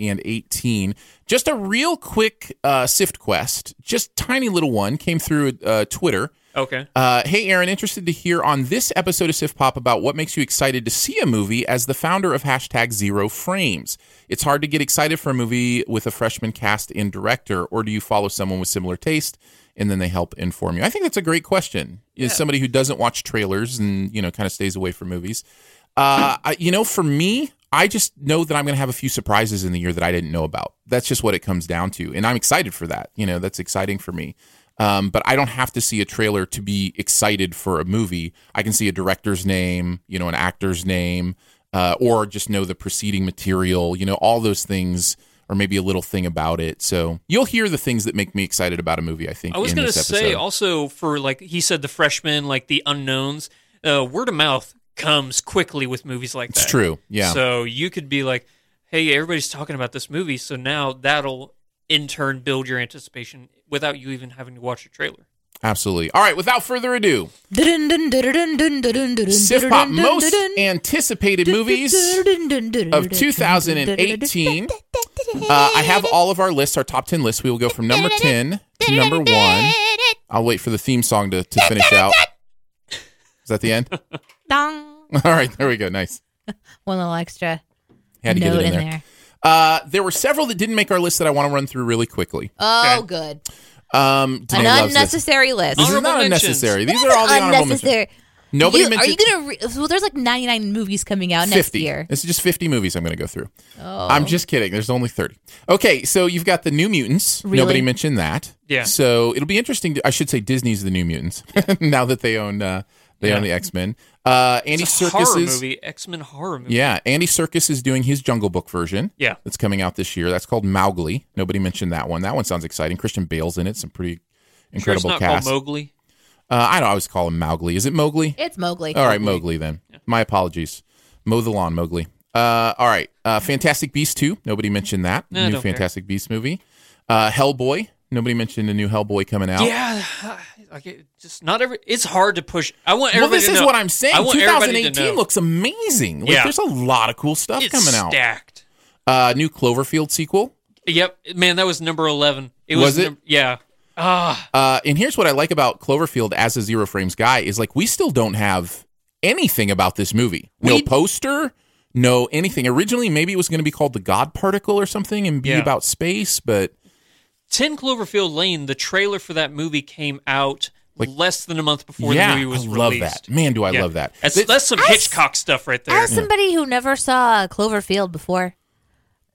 B: 2018. Just a real quick uh, sift quest, just tiny little one came through uh, Twitter.
C: Okay.
B: Uh, hey, Aaron, interested to hear on this episode of Sif Pop about what makes you excited to see a movie as the founder of hashtag Zero Frames. It's hard to get excited for a movie with a freshman cast and director, or do you follow someone with similar taste and then they help inform you? I think that's a great question. Is somebody who doesn't watch trailers and, you know, kind of stays away from movies. Uh, I, you know, for me, I just know that I'm going to have a few surprises in the year that I didn't know about. That's just what it comes down to, and I'm excited for that. You know, that's exciting for me. Um, but I don't have to see a trailer to be excited for a movie. I can see a director's name, you know, an actor's name, uh, or just know the preceding material. You know, all those things, or maybe a little thing about it. So you'll hear the things that make me excited about a movie. I think.
C: I was
B: in
C: going to
B: this
C: say
B: episode.
C: also for like he said the freshmen, like the unknowns, uh, word of mouth comes quickly with movies like that.
B: it's true. Yeah.
C: So you could be like, hey, everybody's talking about this movie, so now that'll in turn build your anticipation without you even having to watch a trailer.
B: Absolutely. All right. Without further ado, Sif Pop
A: Sifpop
B: most anticipated movies. of 2018. Uh, I have all of our lists, our top 10 lists. We will go from number 10 to number one. I'll wait for the theme song to, to finish out. Is that the end?
A: Dong.
B: All right, there we go. Nice.
A: One little extra
B: Had to
A: note
B: get it in,
A: in
B: there. Uh, there were several that didn't make our list that I want to run through really quickly.
A: Oh, good.
B: Um, Danae
A: An
B: loves this.
A: unnecessary list.
B: This is
C: Honorable
B: not
C: mentions.
B: unnecessary. These are all the honorable mentions.
A: unnecessary.
B: Nobody
A: you, are
B: mentioned
A: you gonna? Re- well, there's like 99 movies coming out Uh, next
B: 50.
A: year. Oh.
B: This is just 50 movies I'm going to go through. I'm just kidding. There's only 30. Okay, so you've got the New Mutants.
A: Really?
B: Nobody mentioned that.
C: Yeah.
B: So it'll be interesting. To, I should say Disney's the New Mutants now that they own uh, they own the X Men. Uh, Andy
C: It's a
B: Circus
C: horror
B: is
C: movie, X Men horror movie.
B: yeah. Andy Circus is doing his Jungle Book version.
C: Yeah.
B: That's coming out this year. That's called Mowgli. Nobody mentioned that one. That one sounds exciting. Christian Bale's in it. Some pretty
C: Sure it's
B: incredible
C: not
B: cast.
C: called Mowgli.
B: uh, I don't always call him Mowgli. Is it Mowgli?
A: It's Mowgli.
B: All right, Mowgli then. My apologies. Mow the lawn, Mowgli. Uh, all right. Uh, Fantastic Beasts 2. Nobody mentioned that.
C: No, I
B: new
C: don't care.
B: Fantastic Beasts movie. Uh, Hellboy. Nobody mentioned the new Hellboy coming out.
C: Yeah, like it just not every. It's hard to push. I want
B: Well,
C: everybody.
B: this
C: to
B: is
C: know-
B: what I'm saying.
C: I want everybody to
B: 2018
C: know.
B: looks amazing. Like,
C: Yeah.
B: There's a lot of cool stuff
C: it's
B: coming out.
C: stacked.
B: Uh, new Cloverfield sequel.
C: Yep, man, that was number eleven. It
B: Was
C: was,
B: it?
C: num- yeah. Ah,
B: Uh, and here's what I like about Cloverfield as a zero frames guy is like we still don't have anything about this movie. No
C: We-
B: poster, no anything. Originally, maybe it was going to be called The God Particle or something and be
C: Yeah.
B: about space, but
C: Ten Cloverfield Lane. The trailer for that movie came out less than a month before
B: yeah,
C: the movie
B: I
C: was released.
B: love that. Man, do I
C: Yeah.
B: love that.
C: That's,
B: This-
C: that's some Hitchcock stuff right there.
A: As somebody who never saw Cloverfield before,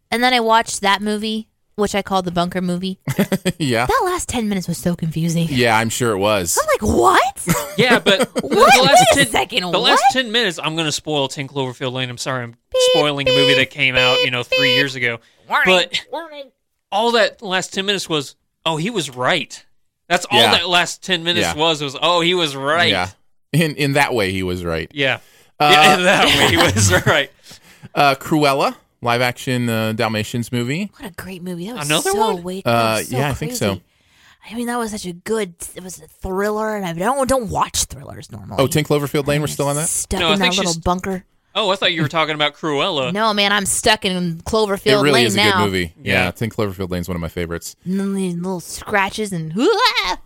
A: and then I watched that movie, which I called the Bunker movie.
B: yeah.
A: That last 10 minutes was so confusing.
B: Yeah, I'm sure it was.
A: I'm like, what?
C: Yeah, but
A: What?
C: The last
A: Wait a
C: 10,
A: second,
C: The
A: what?
C: last ten minutes, I'm going to spoil Ten Cloverfield Lane. I'm sorry, I'm spoiling a movie that came out, you know, three years ago. But all that last ten minutes was, oh, he was right. That's all
B: Yeah.
C: that last ten minutes
B: Yeah.
C: was. Was oh, he was right.
B: Yeah. In in that way he was right.
C: yeah, Yeah, that way he was right.
B: Uh Cruella, live action uh, Dalmatians movie.
A: what a great movie. That was
C: Another
A: so
C: one?
A: wake
B: Uh,
A: that was so
B: yeah, I think so.
A: crazy. I mean, that was such a good. It was a thriller, and I don't don't watch thrillers normally.
B: Oh, 10 Cloverfield Lane, we're still on that?
A: Stuck
C: No, I
A: in that
C: think
A: little
C: she's- Uh,
A: bunker.
C: Oh, I thought you were talking about Cruella.
A: No, man, I'm stuck in
B: It
A: Cloverfield
B: really
A: Lane
B: is a
A: now.
B: good movie. Yeah.
C: Yeah.
B: 10 Cloverfield Lane's one of my favorites.
A: And then these little scratches and hoo-ah!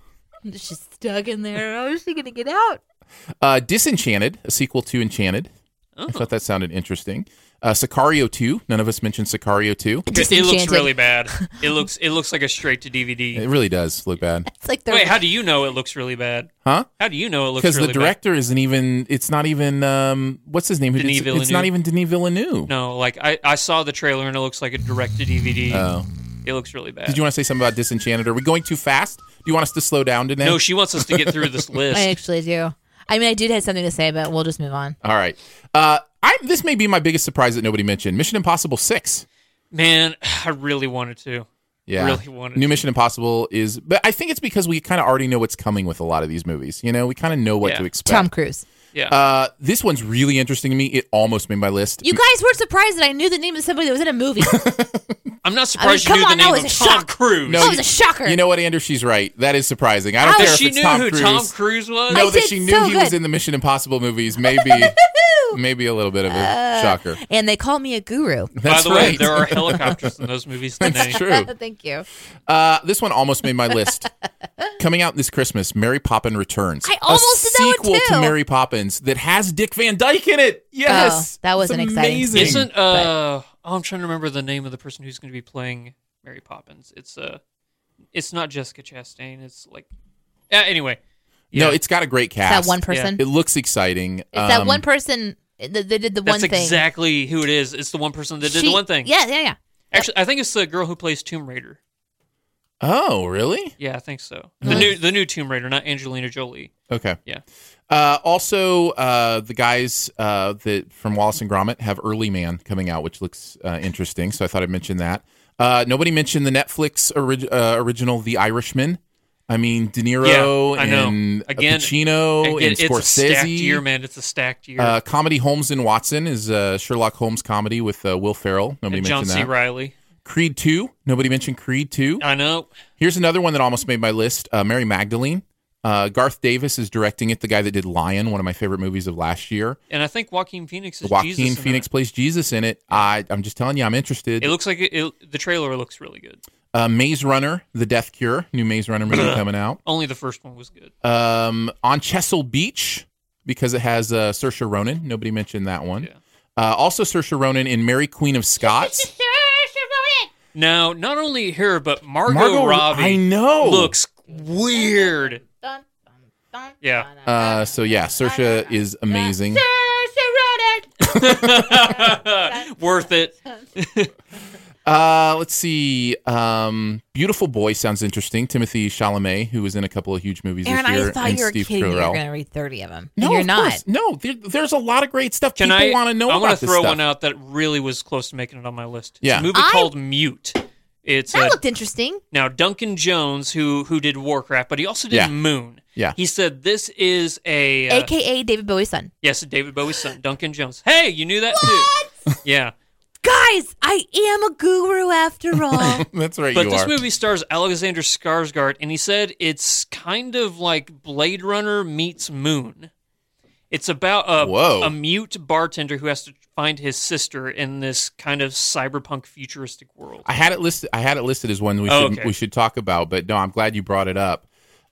A: I'm just stuck in there. How is she gonna get out?
B: Uh Disenchanted, a sequel to Enchanted.
C: Oh.
B: I thought that sounded interesting. Uh Sicario 2, none of us mentioned Sicario 2.
C: It, it looks
A: Disenchanted.
C: really bad. It looks it looks like a straight to DVD.
B: It really does look bad.
A: It's like they're
C: Wait, how do you know it looks really bad?
B: Huh?
C: How do you know it looks
B: Because
C: really
B: the director isn't even it's not even um what's his name? Who did-
C: Denis
B: it's, not
C: Villeneuve.
B: even Denis Villeneuve.
C: bad? No, like I, I saw the trailer and it looks like a direct to DVD.
B: Oh.
C: It looks really bad.
B: Did you want to say something about Disenchanted? Are we going too fast? Do you want us to slow down today?
C: No, she wants us to get through this list.
A: I actually do. I mean, I did have something to say, but we'll just move on.
B: All right. Uh, I, this may be my biggest surprise that nobody mentioned. Mission Impossible Six.
C: Man, I really wanted to.
B: Yeah,
C: Really wanted
B: new
C: to.
B: Mission Impossible is, but I think it's because we kind of already know what's coming with a lot of these movies. You know, we kind of know what
C: Yeah.
B: to expect.
A: Tom Cruise.
C: Yeah.
B: Uh, this one's really interesting to me. It almost made my list.
A: You guys were surprised that I knew the name of somebody that was in a movie.
C: I'm not surprised
A: come
C: you knew
A: on,
C: the
A: that
C: name
A: was a
C: of Tom
A: shock.
C: Cruise.
A: No, That was a shocker.
B: You know what, Andrew? She's right. That is surprising. I don't
C: How
B: care if
C: she
B: it's
C: knew
B: Tom
C: who
B: Cruise.
C: Tom Cruise was.
B: No,
A: I
B: that
A: did
B: she knew
A: so
B: he was
A: good.
B: in the Mission Impossible movies. Maybe, maybe a little bit of a
A: Uh,
B: shocker.
A: and they call me a guru.
C: By
B: That's
C: the way,
B: right.
C: there are helicopters in those movies today.
B: That's true.
A: Thank you.
B: Uh, this one almost made my list. Coming out this Christmas, Mary Poppins Returns.
A: I almost
B: a
A: did that
B: sequel
A: one,
B: to
A: too.
B: Mary Poppins that has Dick Van Dyke in it. Yes,
A: Oh, that was
B: It's
A: an exciting
B: amazing.
A: thing.
C: Isn't uh? Oh, I'm trying to remember the name of the person who's going to be playing Mary Poppins. It's uh, it's not Jessica Chastain. It's like, uh, anyway.
B: No,
C: Yeah.
B: it's got a great
A: That
B: cast.
A: one person.
B: It looks exciting.
A: It's that
B: Um,
A: one person that that did the
C: That's
A: one thing.
C: exactly who it is. It's the one person that did the
A: She-
C: one thing.
A: Yeah, yeah, yeah.
C: Actually, I think it's the girl who plays Tomb Raider.
B: Oh, really?
C: Yeah, I think so.
A: Uh-huh.
C: The new the new Tomb Raider, not Angelina Jolie.
B: Okay.
C: Yeah.
B: Uh, also, uh, the guys uh, that from Wallace and Gromit have Early Man coming out, which looks uh, interesting. So I thought I'd mention that. Uh, nobody mentioned the Netflix orig- uh, original, The Irishman. I mean, De Niro
C: Yeah, I know.
B: and
C: Again,
B: Pacino
C: Again,
B: Oh, and
C: it's a stacked
B: Scorsese.
C: year, man. It's a stacked year.
B: Uh, comedy Holmes and Watson is a Sherlock Holmes comedy with uh, Will Ferrell. Nobody mentioned
C: and John C.
B: that.
C: Riley.
B: Creed 2. Nobody mentioned Creed 2.
C: I know.
B: Here's another one that almost made my list uh, Mary Magdalene. Uh, Garth Davis is directing it, the guy that did Lion, one of my favorite movies of last year.
C: And I think Joaquin Phoenix is
B: Joaquin
C: Jesus in
B: Phoenix
C: It.
B: plays Jesus in it. I, I'm just telling you, I'm interested.
C: It looks like it, it- the trailer looks really good.
B: uh, Maze Runner, The Death Cure, new Maze Runner movie coming out.
C: Only the first one was good.
B: Um, on Chesil Beach, because it has uh, Saoirse Ronan. Nobody mentioned that one.
C: Yeah.
B: Uh, also, Saoirse Ronan in Mary Queen of Scots.
C: Now, not only her, but Margot,
B: Margot-
C: Robbie.
B: I know.
C: Looks weird. Yeah.
B: Uh, so yeah, Saoirse is amazing.
C: Worth it.
B: Uh, let's see. Um, Beautiful Boy sounds interesting. Timothy Chalamet, who was in a couple of huge movies
A: Aaron,
B: this year,
A: I thought
B: and
A: you were
B: Steve
A: kidding. me. You
B: Carell.
A: were going to read thirty of them.
B: no,
A: you're
B: of
A: not.
B: course. No, there, there's a lot of great stuff.
C: Can
B: People
C: I
B: want to know
C: I
B: about
C: want to
B: this
C: throw
B: stuff.
C: one out that really was close to making it on my list.
B: Yeah.
C: It's a movie
A: I-
C: called Mute. It's
A: That
C: a,
A: looked interesting.
C: now Duncan Jones who who did Warcraft, but he also did
B: Yeah.
C: Moon.
B: Yeah.
C: He said this is a uh,
A: AKA David Bowie's son.
C: yes, David Bowie's son, Duncan Jones. Hey, you knew that too. Yeah.
A: Guys, I am a guru after all.
B: That's right.
C: But
B: you
C: this
B: are.
C: movie stars Alexander Skarsgård, and he said it's kind of like Blade Runner meets Moon. It's about a,
B: Whoa.
C: a mute bartender who has to find his sister in this kind of cyberpunk futuristic world.
B: I had it listed. I had it listed as one we
C: Oh,
B: should
C: okay.
B: we should talk about. But no, I'm glad you brought it up.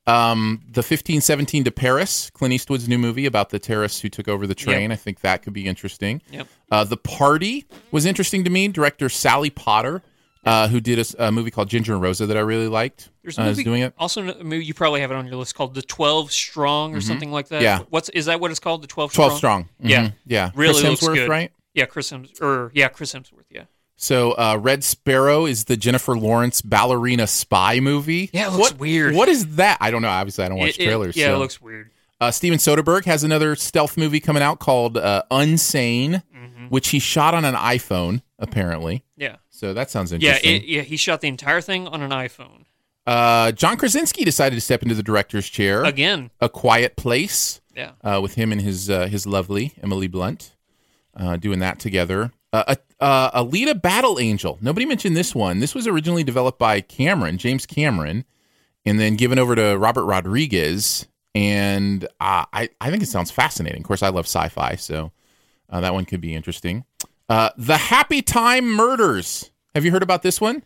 B: Um, the 1517 to Paris, Clint Eastwood's new movie about the terrorists who took over the train. I think that could be interesting.
C: Yep.
B: Uh, the Party was interesting to me. Director Sally Potter, uh, who did a, s- a movie called Ginger and Rosa that I really liked,
C: There's
B: uh,
C: a movie,
B: is doing it.
C: Also, a movie you probably have it on your list called The Twelve Strong or something like that.
B: Mm-hmm. Yeah.
C: What's is that? What it's called? The Twelve.
B: 12 Strong. Mhm.
C: Yeah.
B: yeah.
C: Really
B: Chris
C: looks
B: Hemsworth,
C: good.
B: right?
C: Yeah, Chris Hemsworth. Or yeah, Chris Hemsworth. Yeah.
B: So, uh, Red Sparrow is the Jennifer Lawrence ballerina spy movie.
C: Yeah, it looks
B: what,
C: weird.
B: What is that? I don't know. Obviously, I don't watch
C: It- it-
B: trailers.
C: yeah,
B: so.
C: it looks weird.
B: Uh, Steven Soderbergh has another stealth movie coming out called uh, Unsane,
C: Mm-hmm.
B: which he shot on an iPhone, apparently.
C: Yeah.
B: So that sounds
C: Yeah.
B: interesting.
C: It, yeah. He shot the entire thing on an iPhone.
B: uh, John Krasinski decided to step into the director's chair.
C: Again.
B: A Quiet Place
C: Yeah.
B: uh, with him and his uh, his lovely Emily Blunt uh, doing that together. Uh, a- uh, Alita Battle Angel. Nobody mentioned this one. This was originally developed by Cameron, James Cameron, and then given over to Robert Rodriguez. And uh, I, I think it sounds fascinating. Of course, I love sci fi, so uh, that one could be interesting. Uh, the Happy Time Murders. Have you heard about this one?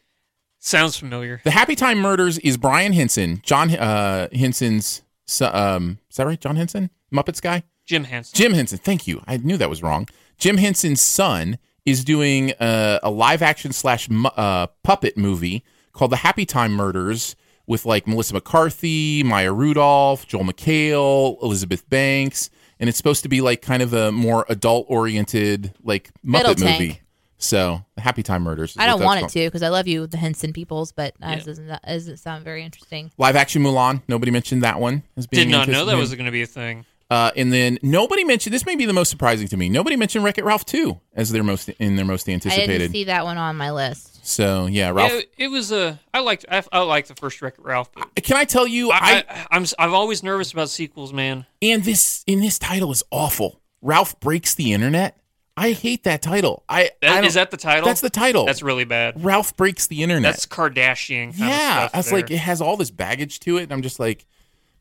C: Sounds familiar.
B: The Happy Time Murders is Brian Henson, John uh, Henson's. so- Um, is that right? John Henson, Muppets guy.
C: Jim Henson.
B: Jim Henson. Thank you. I knew that was wrong. Jim Henson's son is doing uh, a live action slash mu- uh, puppet movie called The Happy Time Murders with like Melissa McCarthy, Maya Rudolph, Joel McHale, Elizabeth Banks, and it's supposed to be like kind of a more adult oriented like
A: Fiddle
B: Muppet
A: tank.
B: movie. So The Happy Time Murders. is
A: I
B: what
A: don't
B: that's
A: want
B: called.
A: it to because I love you, the Henson peoples, but uh,
C: Yeah.
A: it doesn't, that doesn't sound very interesting.
B: Live action Mulan. Nobody mentioned that one. As being
C: Did not know that
B: anticipated.
C: was going to be a thing.
B: Uh, and then nobody mentioned this. May be the most surprising to me. Nobody mentioned Wreck It Ralph two as their most in their most
A: I
B: anticipated.
A: didn't see that one on my list.
B: So yeah, Ralph.
C: Yeah, it was a. I liked. I, I liked the first Wreck-It Ralph, but
B: Can I tell you?
C: I, I, I'm. s- I'm always nervous about sequels, man.
B: and this in this title is awful. Ralph breaks the internet. I hate that title. I, I
C: That,
B: don't-
C: is that the title?
B: That's the title.
C: That's really bad.
B: Ralph breaks the internet.
C: That's Kardashian. Kind
B: yeah.
C: of stuff
B: That's
C: there.
B: like it has all this baggage to it, and I'm just like,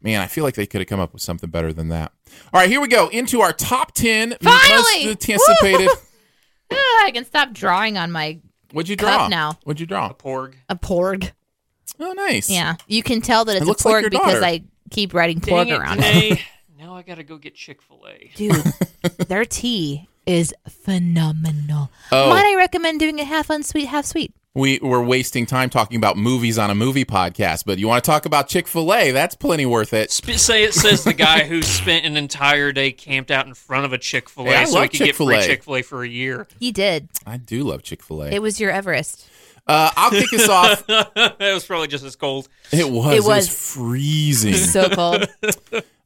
B: man, I feel like they could have come up with something better than that. All right, here we go into our top ten
A: Finally!
B: most anticipated.
A: Ugh, I can stop drawing on my
B: What'd you
A: Cup
B: draw?
A: now.
B: What'd you draw?
C: Porg.
A: a porg.
B: Oh, nice.
A: Yeah, you can tell that it's a
B: looks like
A: porg
B: your
A: because
B: daughter.
A: I keep writing
C: Dang
A: porg
C: it,
A: around. it.
C: Danae. now I gotta go get Chick Fil A.
A: Dude, their tea is phenomenal.
B: Oh.
A: Might I recommend doing a half unsweet, half sweet?
B: We were wasting time talking about movies on a movie podcast, but you want to talk about Chick Fil A? That's plenty worth it.
C: Sp- say it says the guy who spent an entire day camped out in front of a Chick Fil A
B: Hey, I
C: so he
B: love
C: could get free
B: Chick-fil-A.
C: Chick Fil A for a year.
A: You did.
B: I do love Chick Fil A.
A: It was your Everest.
B: uh, I'll kick us off.
C: that was probably just as cold.
B: It was.
A: It
B: It was,
A: was.
B: freezing.
A: So cold.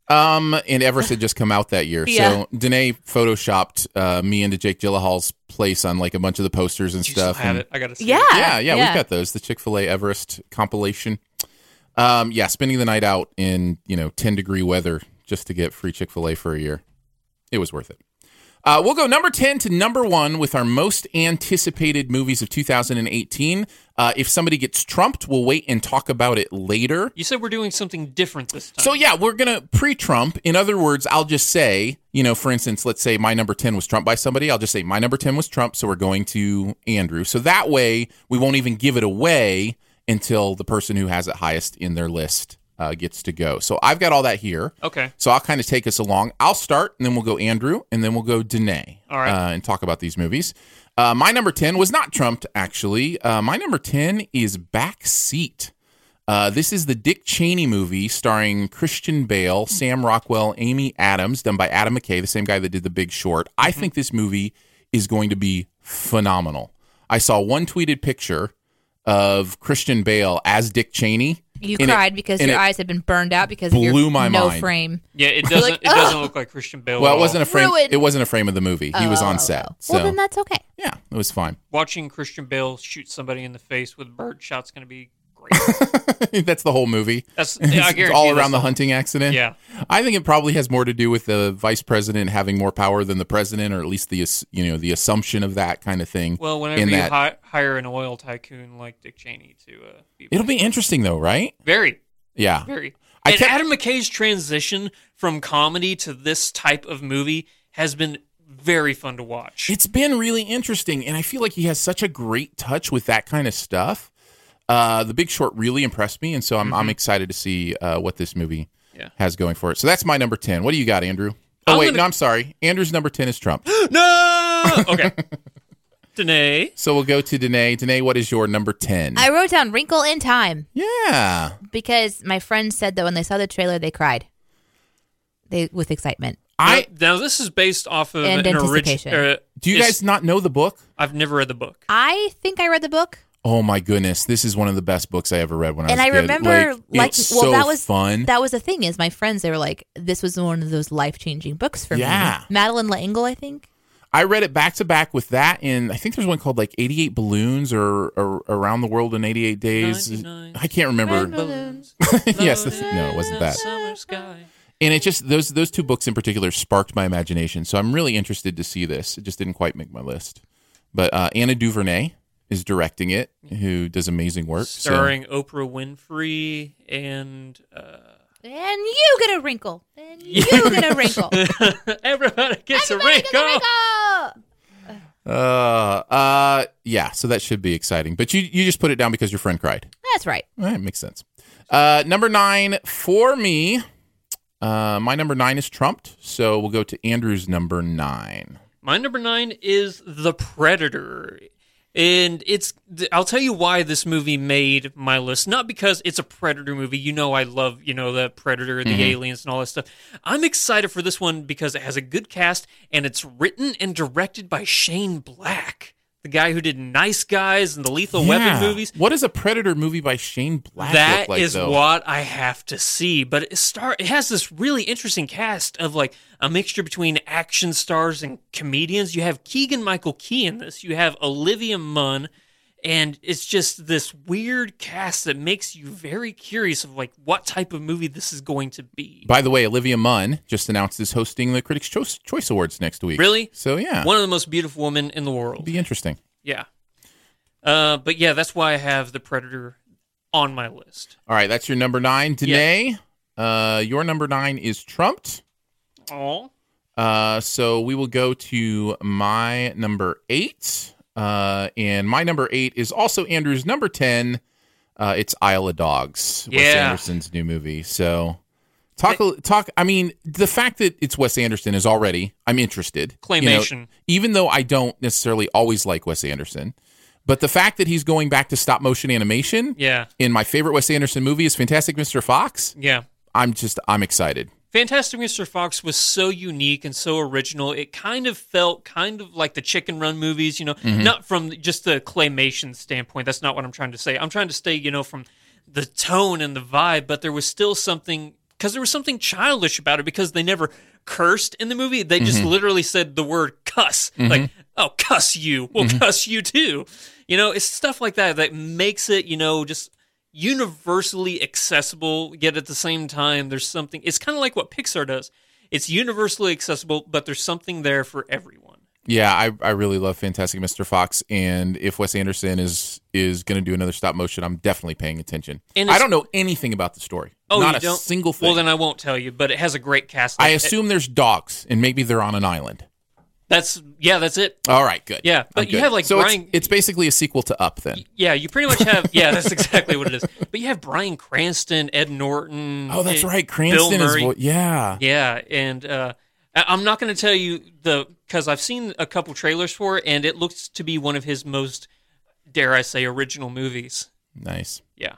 B: um, and Everest had just come out that year,
A: Yeah.
B: so Danae photoshopped uh, me into Jake Gyllenhaal's place on like a bunch of the posters and
C: Do you still
B: stuff.
C: have
B: and-
C: it? I gotta see.
A: Yeah.
C: it.
B: yeah, yeah, we've got those. The Chick Fil A Everest compilation. Um, yeah, spending the night out in you know ten degree weather just to get free Chick Fil A for a year, it was worth it. Uh, we'll go number ten to number one with our most anticipated movies of 2018. Uh, if somebody gets trumped, we'll wait and talk about it later.
C: You said we're doing something different this time.
B: So yeah, we're gonna pre-Trump. In other words, I'll just say, you know, for instance, let's say my number ten was Trump by somebody. I'll just say my number ten was Trump, so we're going to Andrew. So that way, we won't even give it away until the person who has it highest in their list uh, gets to go. So I've got all that here.
C: okay.
B: So I'll kind of take us along. I'll start, and then we'll go Andrew, and then we'll go Danae.
C: All right.
B: uh, and talk about these movies. Uh, my number ten was not trumped, actually. Uh, my number ten is Backseat. Uh, this is the Dick Cheney movie starring Christian Bale,
A: Hmm.
B: Sam Rockwell, Amy Adams, done by Adam McKay, the same guy that did The Big Short. I
A: Mm-hmm.
B: think this movie is going to be phenomenal. I saw one tweeted picture of Christian Bale as Dick Cheney.
A: You
B: and it-
A: cried because
B: and
A: your
B: it-
A: eyes had been burned out because of
B: blew
A: your
B: my
A: no
B: mind.
A: frame.
C: Yeah, it doesn't.
A: like,
C: it doesn't look like Christian Bale.
B: Well,
C: at
B: it
C: all.
B: wasn't a frame.
A: Ruined.
B: It wasn't a frame of the movie. He was
A: Oh,
B: on
A: oh,
B: set.
A: oh.
B: So
A: Well, then that's okay.
B: yeah, it was fine.
C: Watching Christian Bale shoot somebody in the face with bird shots going to be great.
B: that's the whole movie.
C: That's
B: It's-
C: I
B: it's
C: guarantee
B: all
C: that's
B: around the hunting accident.
C: Yeah.
B: I think it probably has more to do with the vice president having more power than the president, or at least the ass- you know the assumption of that kind of thing.
C: Well, whenever
B: in
C: you
B: that.
C: hi- hire an oil tycoon like Dick Cheney to uh, be
B: it'll be interesting though, right?
C: very,
B: Yeah,
C: very.
B: I
C: and
B: kept-
C: Adam McKay's transition from comedy to this type of movie has been very fun to watch.
B: it's been really interesting, and I feel like he has such a great touch with that kind of stuff. Uh, the Big Short really impressed me, and so I'm I'm excited to see uh, what this movie
C: Mm-hmm. Yeah.
B: has going for it. So that's my number ten. What do you got, Andrew? Oh
C: I'm
B: wait,
C: gonna-
B: no, I'm sorry. Andrew's number ten is Trump.
C: no, okay. Danae,
B: so we'll go to Danae. Danae, what is your number ten?
A: I wrote down Wrinkle in Time
B: yeah.
A: because my friends said that when they saw the trailer, they cried. They with excitement.
B: I
C: now, now this is based off of
A: And
C: an
A: anticipation.
C: original.
B: do you guys not know the book?
C: I've never read the book.
A: I think I read the book.
B: Oh my goodness, this is one of the best books I ever read when I
A: and
B: was
A: I
B: a kid.
A: remember
B: like,
A: like,
B: it's
A: well
B: so
A: that was
B: fun.
A: that was the thing is my friends they were like this was one of those life changing books for
B: Yeah.
A: me. Madeline L'Engle I think.
B: I read it back to back with that, and I think there's one called like 88 Balloons or, or Around the World in 88 Days.
C: 99.
B: I can't remember.
C: Balloons.
B: yes, that's, no, it wasn't that.
C: Summer sky.
B: And it just those those two books in particular sparked my imagination. So I'm really interested to see this. It just didn't quite make my list, but uh, Anna DuVernay is directing it, who does amazing work. So-
C: starring Oprah Winfrey and uh,
A: And you get a wrinkle. And you get a wrinkle.
C: everybody gets
A: Everybody
C: a
A: get a
C: wrinkle.
A: wrinkle.
B: Uh, uh, yeah. So that should be exciting. But you you just put it down because your friend cried.
A: That's right.
B: All right, makes sense. Uh, number nine for me. Uh, my number nine is trumped, so we'll go to Andrew's number nine.
C: My number nine is The Predator. And it's, th- I'll tell you why this movie made my list. Not because it's a Predator movie. You know, I love, you know, the Predator, the aliens, and all that stuff. I'm excited for this one because it has a good cast and it's written and directed by Shane Black, the guy who did Nice Guys and the Lethal Weapon movies.
B: What does a Predator movie by Shane Black
C: That is
B: look like? though?
C: what I have to see. But it star it has this really interesting cast of like a mixture between action stars and comedians. You have Keegan Michael Key in this. You have Olivia Munn and it's just this weird cast that makes you very curious of like what type of movie this is going to be.
B: By the way, Olivia Munn just announced is hosting the Critics' Choice, Choice Awards next week.
C: Really?
B: So yeah,
C: One of the most beautiful women in the world.
B: be interesting.
C: Yeah. Uh, but yeah, that's why I have the Predator on my list.
B: All right, that's your number nine, Danae. Uh, your number nine is trumped.
C: Oh,
B: Uh, so we will go to my number eight. Uh, and my number eight is also Andrew's number 10. Uh, it's Isle of Dogs, Wes
C: Yeah.
B: Anderson's new movie. So talk, a- talk. I mean, the fact that it's Wes Anderson is already, I'm interested. You know,
C: Claymation.
B: even though I don't necessarily always like Wes Anderson, but the fact that he's going back to stop motion animation
C: yeah,
B: in my favorite Wes Anderson movie is Fantastic Mr. Fox.
C: yeah.
B: I'm just, I'm excited.
C: Fantastic Mr. Fox was so unique and so original. It kind of felt kind of like the Chicken Run movies, you know, not from just the claymation standpoint. That's not what I'm trying to say. I'm trying to stay, you know, from the tone and the vibe, but there was still something because there was something childish about it because they never cursed in the movie. They just literally said the word cuss. Like, oh, cuss you. Well, cuss you too. You know, it's stuff like that that makes it, you know, just universally accessible, yet at the same time, there's something. It's kind of like what Pixar does. It's universally accessible, but there's something there for everyone.
B: Yeah, I, I really love Fantastic Mr. Fox, and if Wes Anderson is is going to do another stop motion, I'm definitely paying attention.
C: And
B: I
C: it's-
B: don't know anything about the story.
C: Oh,
B: not
C: you
B: a
C: don't?
B: single thing.
C: Well, then I won't tell you. But it has a great cast.
B: I
C: It-
B: assume there's dogs, and maybe they're on an island.
C: that's yeah, that's it.
B: All right, good.
C: Yeah,
B: I'm
C: but you
B: good.
C: have, like,
B: so it's-
C: Brian-
B: It's, basically a sequel to Up. Then
C: Yeah, you pretty much have. Yeah, that's exactly what it is. But you have Brian Cranston, Ed Norton.
B: oh, that's
C: eh,
B: right.
C: Bill
B: Cranston is
C: Murray.
B: vo- yeah.
C: Yeah, and uh, I- I'm not going to tell you the because I've seen a couple trailers for it, and it looks to be one of his most, dare I say, original movies.
B: Nice.
C: Yeah.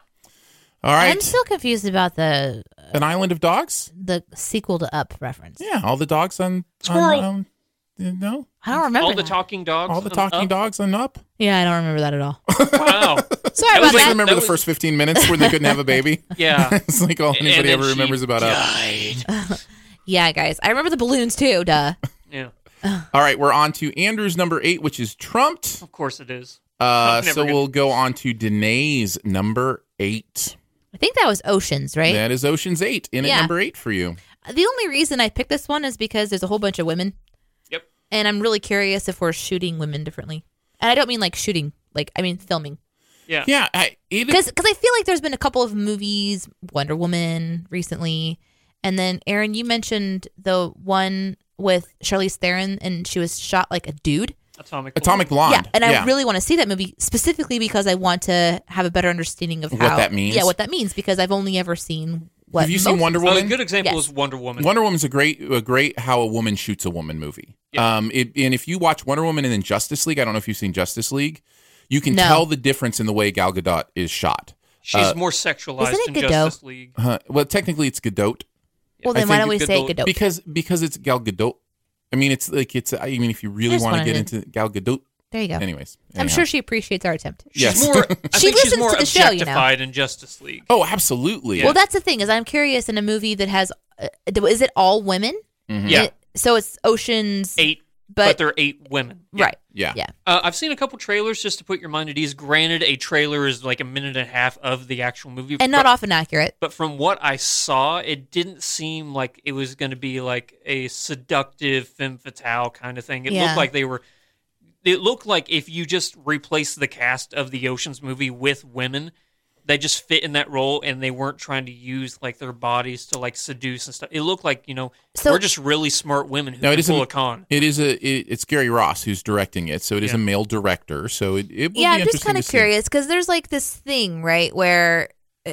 B: All right,
A: I'm still confused about the
B: an island of dogs.
A: the sequel to Up reference.
B: Yeah, all the dogs on
C: Squirrel.
B: On, um, no,
A: I don't remember
C: all the
A: that.
C: talking dogs.
B: all the
C: on
B: talking
C: Up.
B: dogs on Up.
A: Yeah, I don't remember that at all.
C: Wow.
A: Sorry
C: That was
A: about that.
B: I
C: like
B: just remember
C: that
B: the
C: was-
B: first 15 minutes where they couldn't have a baby.
C: Yeah.
B: it's like all
C: And
B: anybody
C: then
B: ever
C: she
B: remembers about Up.
C: died.
A: yeah, guys, I remember the balloons too. Duh.
C: yeah.
B: All right, we're on to Andrew's number eight, which is trumped.
C: Of course it is.
B: Uh,
C: Never
B: so
C: gonna-
B: we'll go on to Danae's number eight.
A: I think that was Oceans, right?
B: That is Ocean's Eight in at
A: Yeah.
B: number eight for you.
A: The only reason I picked this one is because there's a whole bunch of women,
C: Yep.
A: and I'm really curious if we're shooting women differently. And I don't mean like shooting, like I mean filming,
C: Yeah.
B: Yeah, I, it is.
A: because I feel like there's been a couple of movies, Wonder Woman recently, and then Aaron, you mentioned the one with Charlize Theron, and she was shot like a dude.
C: Atomic.
B: Atomic
C: Blonde.
B: Blonde.
A: Yeah, and I really want to see that movie specifically because I want to have a better understanding of
B: What
A: how
B: that means?
A: Yeah, what that means because I've only ever seen what.
B: have you seen
A: most-
B: Wonder Woman?
C: Oh, A good example
A: Yes.
C: is Wonder Woman.
B: Wonder Woman's a great, a great how a woman shoots a woman movie.
C: Yeah.
B: Um, it, and if you watch Wonder Woman and then Justice League, I don't know if you've seen Justice League, you can
A: No.
B: tell the difference in the way Gal Gadot is shot.
C: She's
B: uh,
C: more sexualized
A: Isn't
C: in
A: it Godot?
C: Justice League.
B: Uh, well, technically, it's Gadot
A: Well,
B: I
A: then why
B: think
A: don't we
C: it's
A: say
C: Godot.
A: Godot?
B: because because it's Gal Gadot. I mean, it's like it's. I mean, if you really
A: just
B: want to
A: wanted
B: get
A: to-
B: into Gal Gadot,
A: There you go.
B: anyways,
A: I'm
B: anyhow.
A: sure she appreciates our attempt.
C: She's
B: Yes.
C: more.
A: She
C: I think she's
A: listens
C: more
A: to the show, you know.
C: objectified in Justice League.
B: Oh, absolutely.
C: Yeah.
A: Well, that's the thing is I'm curious in a movie that has uh, is it all women?
B: Mm-hmm.
C: Yeah.
A: It- so it's oceans
C: Eight, but,
A: but,
C: they're eight women. Yeah.
A: right.
B: Yeah.
A: Yeah.
C: Uh, I've seen a couple trailers just to put your mind at ease. Granted, a trailer is like a minute and a half of the actual movie,
A: And not
C: but,
A: often accurate.
C: But from what I saw, it didn't seem like it was going to be like a seductive femme fatale kind of thing. It
A: Yeah.
C: looked like they were. It looked like if you just replace the cast of the Ocean's movie with women, they just fit in that role, and they weren't trying to use like their bodies to like seduce and stuff. It looked like you know
A: So-
C: we're just really smart women who
B: No, it
C: can
B: is a-
C: pull a con.
B: It is a it, it's Gary Ross who's directing it, so it is
C: Yeah.
B: a male director. So it, it will
A: yeah, I'm just
B: be interesting
A: kind of
B: to see.
A: curious because there's like this thing, right, where uh,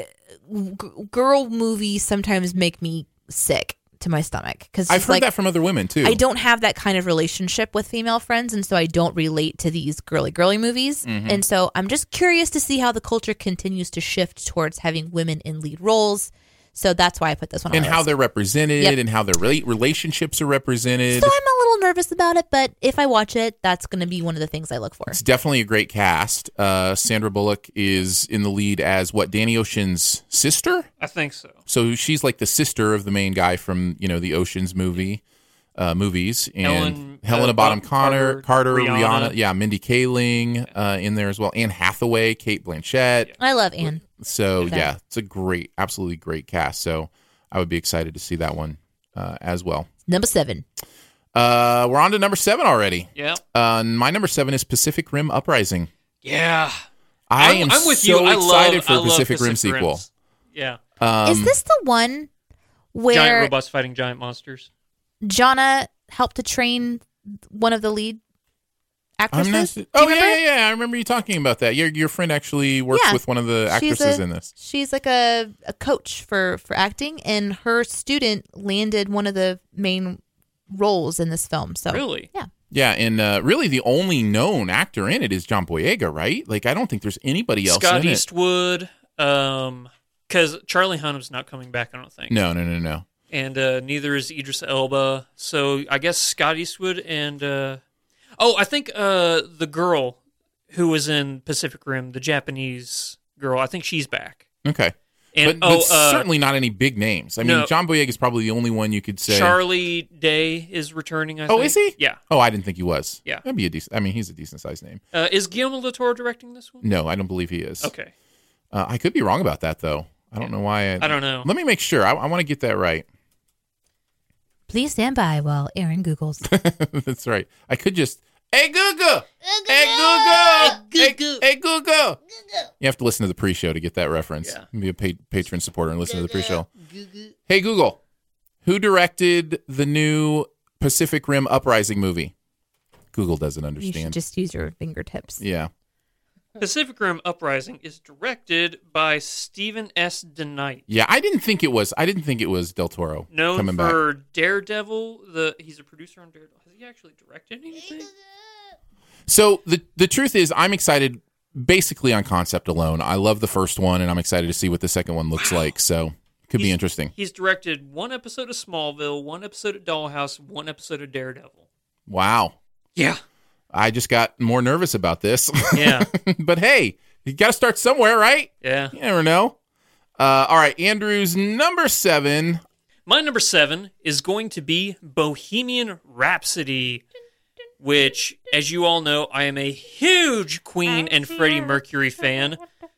A: g- girl movies sometimes make me sick to my stomach because
B: I've heard
A: like,
B: that from other women too.
A: I don't have that kind of relationship with female friends, and so I don't relate to these girly girly movies.
B: Mm-hmm.
A: And so I'm just curious to see how the culture continues to shift towards having women in lead roles. So that's why I put this one.
B: and
A: on
B: how
A: the list.
B: they're represented,
A: Yep.
B: and how their rela- relationships are represented.
A: So I'm a little nervous about it, but if I watch it, that's going to be one of the things I look for.
B: it's definitely a great cast. Uh, Sandra Bullock is in the lead as what Danny Ocean's sister.
C: I think so.
B: So she's like the sister of the main guy from you know the Ocean's movie. uh, movies and
C: Helen,
B: Helen,
C: uh,
B: Bottom
C: Bonham
B: Connor,
C: Carter,
B: Carter,
C: Rihanna.
B: Rihanna. yeah, Mindy Kaling uh, in there as well, Anne Hathaway, Kate Blanchett.
A: I love Anne.
B: So
A: Okay.
B: yeah, it's a great, absolutely great cast. So I would be excited to see that one uh, as well.
A: Number seven.
B: Uh, we're on to number seven already.
C: Yeah.
B: Uh, my number seven is Pacific Rim Uprising.
C: Yeah.
B: I
C: I'm,
B: am
C: I'm with
B: so
C: you. I
B: excited
C: love,
B: for
C: I
B: a
C: love
B: Pacific, Rim
C: Pacific
B: sequel.
C: Rims. Yeah.
B: Um,
A: Is this the one
C: giant
A: where
C: robots fighting giant monsters.
A: Jonna helped to train one of the lead
B: I'm not.
A: actresses? Do you
B: Oh yeah,
A: remember?
B: yeah, yeah. I remember you talking about that. Your your friend actually works
A: Yeah.
B: with one of the
A: She's
B: actresses
A: a-
B: in this.
A: She's like a, a coach for, for acting, and her student landed one of the main roles in this film. So
C: Really?
A: Yeah.
B: Yeah, and uh, really the only known actor in it is John Boyega, right? Like I don't think there's anybody else
C: Scott
B: in
C: Eastwood. Um, because Charlie Hunnam's not coming back, I don't think.
B: it. No, no, no, no.
C: And uh, neither is Idris Elba. So I guess Scott Eastwood and uh, oh, I think uh, the girl who was in Pacific Rim, the Japanese girl, I think she's back.
B: Okay,
C: And
B: but,
C: oh,
B: but
C: uh,
B: certainly not any big names. I mean,
C: no.
B: John Boyega is probably the only one you could say.
C: Charlie Day is returning. I
B: Oh,
C: think.
B: is he?
C: Yeah.
B: Oh, I didn't think he was.
C: Yeah.
B: that'd be a decent. I mean, he's a decent sized name.
C: Uh, is Guillermo del Toro directing this one?
B: No, I don't believe he is.
C: Okay.
B: uh, I could be wrong about that though. I don't know why.
C: I don't know.
B: Let me make sure. I, I want to get that right.
A: please stand by while Aaron Googles.
B: That's right. I could just hey Google, hey Google, hey Google, hey Google. You have to listen to the pre-show to get that reference.
C: Yeah.
B: Be a pa- patron supporter and listen to the pre-show. Hey Google, who directed the new Pacific Rim Uprising movie? Google doesn't
A: you should
B: understand.
A: just use your fingertips.
B: yeah.
C: Pacific Rim Uprising is directed by Stephen S. DeKnight.
B: Yeah, I didn't think it was. I didn't think it was Del Toro
C: Known
B: coming back.
C: for Daredevil, the he's a producer on Daredevil. Has he actually directed anything?
B: So the the truth is, I'm excited basically on concept alone. I love the first one, and I'm excited to see what the second one looks like. So could be
C: He's-
B: interesting.
C: He's directed one episode of Smallville, one episode of Dollhouse, one episode of Daredevil.
B: Wow,
C: Yeah,
B: I just got more nervous about this.
C: yeah,
B: but hey, you got to start somewhere, right?
C: yeah.
B: You never know. Uh, all right, Andrew's number seven.
C: My number seven is going to be Bohemian Rhapsody, which, as you all know, I am a huge Queen and Freddie Mercury fan.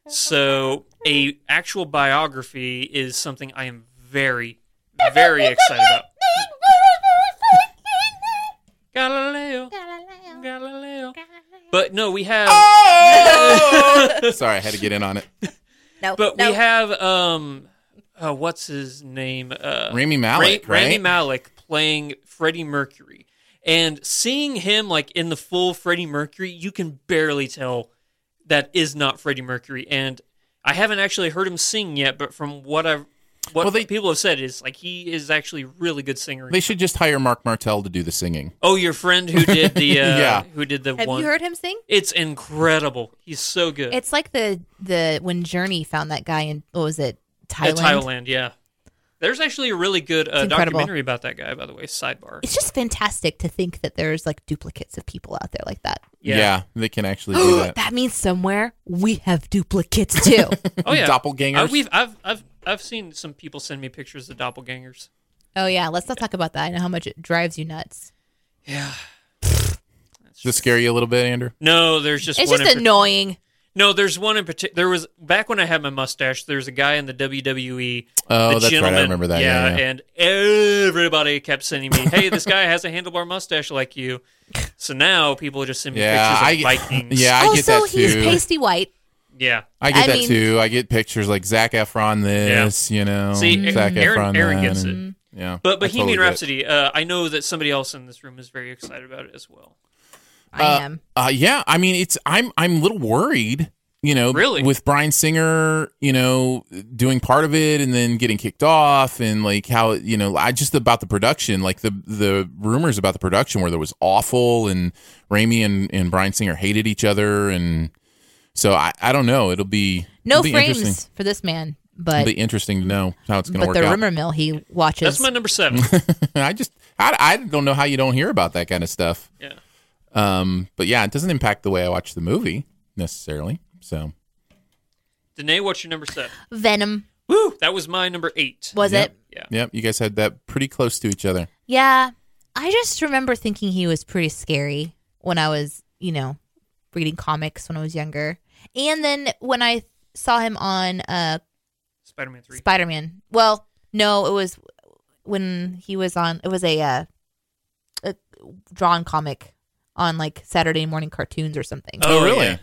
C: So, a actual biography is something I am very, very excited about. Galileo, Galileo. But no, we have.
B: Oh! Sorry, I had to get in on it.
A: No,
C: But
A: no.
C: we have um, uh, what's his name? Uh,
B: Rami Malek,
C: Ra- Rami
B: right?
C: Malek playing Freddie Mercury, and seeing him like in the full Freddie Mercury, you can barely tell that is not Freddie Mercury. And I haven't actually heard him sing yet, but from what I've what
B: Well, they-
C: people have said is like he is actually a really good singer.
B: They should just hire Mark Martel to do the singing.
C: oh, your friend who did the uh,
B: Yeah.
C: who did the
A: Have
C: one?
A: you heard him sing?
C: It's incredible. He's so good.
A: It's like the the when Journey found that guy in what was it Thailand?
C: At Thailand, yeah. There's actually a really good uh,
A: incredible.
C: documentary about that guy, by the way. Sidebar.
A: It's just fantastic to think that there's like duplicates of people out there like that.
C: Yeah.
B: they can actually do
A: that.
B: that.
A: means somewhere we have duplicates too.
C: Oh yeah,
B: Doppelgangers.
C: I, we've I've I've I've seen some people send me pictures of doppelgangers.
A: oh yeah, let's not talk about that. I know how much it drives you nuts.
C: Yeah.
B: Does this scare you a little bit, Andrew?
C: No, there's just
A: It's
C: one.
A: just
C: in par-
A: annoying.
C: no, there's one in particular. There was back when I had my mustache. There was a guy in the WWE.
B: Oh,
C: the
B: that's right. I
C: gentleman-
B: remember that.
C: Yeah,
B: yeah.
C: and everybody kept sending me, "Hey, this guy has a handlebar mustache like you." So now people just send me
B: Yeah, I
C: pictures of
B: get,
C: Vikings.
B: yeah, I get
A: also,
B: that too.
A: he's pasty white.
C: yeah.
B: I get
A: I
B: that
A: mean-
B: too. I get pictures like Zach Efron this, you know,
C: See,
B: Zac
C: Aaron-
B: Efron
C: Aaron
B: that,
C: gets
B: and- Yeah, I
C: But
B: totally
C: Bohemian
B: get it.
C: Rhapsody, uh, I know that somebody else in this room is very excited about it as well.
A: I am.
B: Uh, yeah, I mean, it's I'm I'm a little worried, you know,
C: Really?
B: with Brian Singer, you know, doing part of it and then getting kicked off, and like how you know, I just about the production, like the the rumors about the production where there was awful, and Rami and and Brian Singer hated each other, and so I I don't know. It'll be
A: No
B: it'll be interesting.
A: frames for this man, but
B: It'll be interesting to know how it's going
A: but
B: to work
A: the
B: out.
A: rumor mill he watches.
C: That's my number seven.
B: I just I, I don't know how you don't hear about that kind of stuff.
C: yeah.
B: Um, but yeah, it doesn't impact the way I watch the movie necessarily. So
C: Danae, what's your number seven?
A: Venom
C: Woo! That was my number eight.
A: was
B: Yep.
A: it?
C: Yeah.
B: yep, you guys had that pretty close to each other.
A: Yeah. I just remember thinking he was pretty scary when I was, you know, reading comics when I was younger. And then when I saw him on uh
C: Spider-Man Three.
A: Spider-Man. Well, no, it was when he was on it was a uh a drawn comic on like Saturday morning cartoons or something.
C: Oh, yeah.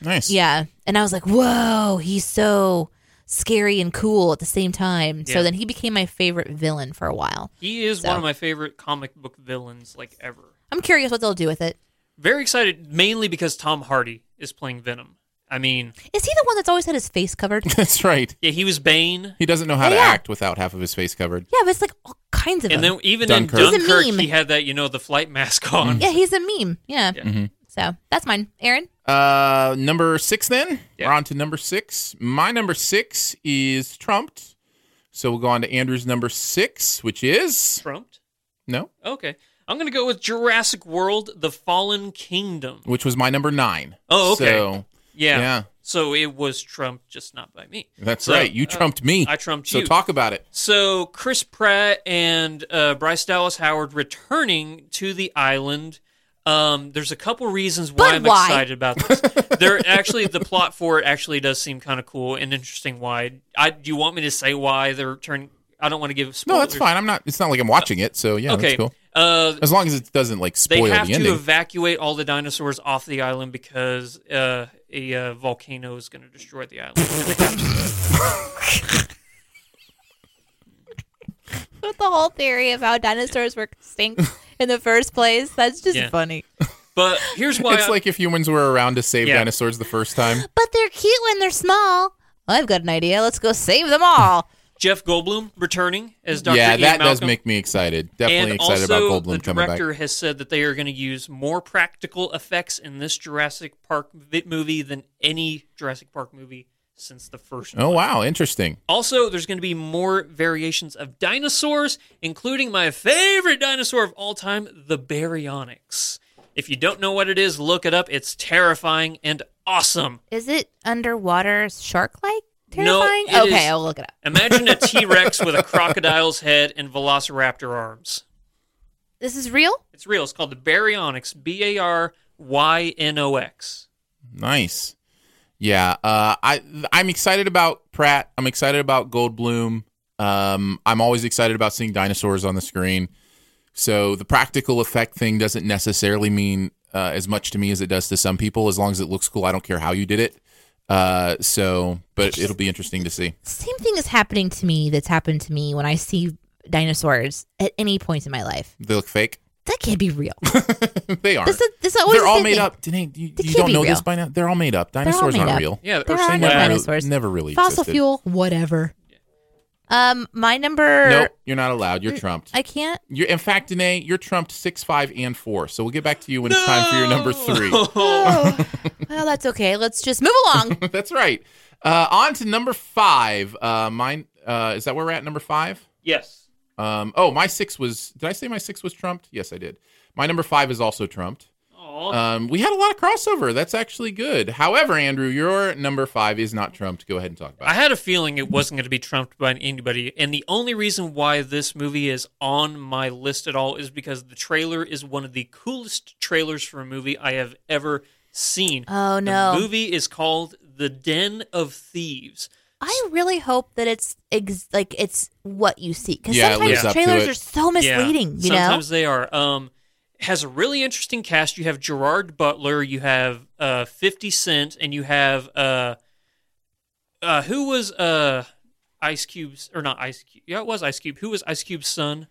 B: Nice.
A: Yeah. And I was like, "Whoa, he's so scary and cool at the same time."
C: Yeah.
A: So then he became my favorite villain for a while.
C: he is one
A: So.
C: of my favorite comic book villains, like ever.
A: I'm curious what they'll do with it.
C: Very excited, mainly because Tom Hardy is playing Venom. I mean,
A: Is he the one that's always had his face covered? yeah,
B: That's right.
C: yeah, he was Bane,
B: He doesn't know how to
A: Yeah.
B: act without half of his face covered.
A: but it's like all kinds of
C: and
A: them.
C: then even
B: Dunkirk.
C: in
B: He's
A: a
C: Dunkirk,
A: meme. Mm.
C: he had that you know the flight mask on.
A: yeah, he's a meme. Yeah.
C: Yeah.
A: So that's mine. Aaron?
B: Uh, number six, then.
C: Yeah.
B: We're on to number six. My number six is trumped. So we'll go on to Andrew's number six, which is
C: Trumped.
B: no,
C: Okay, I'm gonna go with Jurassic World: The Fallen Kingdom.
B: which was my number nine.
C: Oh, okay.
B: So
C: Yeah.
B: Yeah.
C: So it was Trump, just not by me.
B: that's
C: So,
B: right. You
C: uh,
B: trumped me.
C: I trumped
B: so
C: you.
B: talk about it.
C: So Chris Pratt and uh, Bryce Dallas Howard returning to the island. Um, there's a couple reasons why
A: But
C: I'm
A: why?
C: excited about this. there actually the plot for it actually does seem kind of cool and interesting. Why? I do you want me to say why they're returning? I don't want to give
B: No,
C: spoilers.
B: that's fine. I'm not. It's not like I'm watching it. So yeah, that's
C: okay.
B: cool.
C: Uh,
B: As long as it doesn't like
C: they
B: spoil
C: have
B: the
C: to
B: ending.
C: evacuate all the dinosaurs off the island because uh, a uh, volcano is going to destroy the island.
A: With the whole theory of how dinosaurs were extinct in the first place, that's just
C: Yeah.
A: funny.
C: but here's why
B: it's
C: I-
B: like if humans were around to save
C: Yeah.
B: dinosaurs the first time.
A: But they're cute when they're small. I've got an idea. Let's go save them all.
C: Jeff Goldblum returning as Dr.
B: yeah,
C: Ian
B: that does
C: E. Malcolm.
B: make me excited. Definitely
C: and
B: excited
C: also,
B: about Goldblum
C: the
B: coming back.
C: director has said that they are going to use more practical effects in this Jurassic Park vi- movie than any Jurassic Park movie since the first.
B: Oh
C: one.
B: wow, interesting.
C: Also, there's going to be more variations of dinosaurs, including my favorite dinosaur of all time, the Baryonyx. If you don't know what it is, look it up. It's terrifying and awesome.
A: Is it underwater shark like?
C: No,
A: Terrifying?
C: it
A: okay,
C: is-
A: I'll look it up.
C: Imagine a T Rex with a crocodile's head and velociraptor arms.
A: This is real?
C: It's real. It's called the Baryonyx. B A R Y N O X.
B: Nice. Yeah, uh, I I'm excited about Pratt. I'm excited about Goldblum. Um, I'm always excited about seeing dinosaurs on the screen. So the practical effect thing doesn't necessarily mean uh, as much to me as it does to some people. As long as it looks cool, I don't care how you did it. Uh, so, but it'll be interesting to see.
A: Same thing is happening to me that's happened to me when I see dinosaurs at any point in my life.
B: They look fake.
A: That can't be real.
B: they are.
A: This is, this is always
B: They're
A: the
B: all
A: same
B: made
A: thing.
B: up. Danae, you,
A: They
B: you
A: can't
B: don't
A: be
B: know this
A: real.
B: by now. They're all made up.
A: all
B: Dinosaurs
A: made
B: aren't
A: up.
B: real.
C: Yeah,
A: There
C: or
A: are
C: saying
A: no
C: that-
B: Never-
A: dinosaurs.
B: Never really.
A: Fossil
B: existed.
A: fuel, whatever. Um, my number.
B: Nope, you're not allowed. You're trumped.
A: I can't.
B: You're, in fact, Danae, you're trumped six, five, and four. So we'll get back to you when it's time for your number three.
A: Oh, well, that's okay. Let's just move along.
B: That's right. Uh, on to number five. Uh, mine uh, is that where we're at? Number five.
C: Yes.
B: Um, oh, my six was. Did I say my six was trumped? Yes, I did. My number five is also trumped.
C: Aw.
B: Um, we had a lot of crossover. That's actually good. However, Andrew, your number five is not trumped. Go ahead and talk about it.
C: I had a feeling it wasn't going to be trumped by anybody, and the only reason why this movie is on my list at all is because the trailer is one of the coolest trailers for a movie I have ever seen.
A: Oh, no.
C: The movie is called The Den of Thieves.
A: I really hope that it's ex- like it's what you see because
B: Yeah, it lives
A: sometimes
B: up to
A: trailers
B: it.
A: are so
C: Yeah,
A: misleading. you know,
C: sometimes they are. Um, has a really interesting cast. You have Gerard Butler, you have uh, Fifty Cent, and you have uh, uh, who was uh, Ice Cube's or not Ice Cube? Yeah, it was Ice Cube. Who was Ice Cube's son?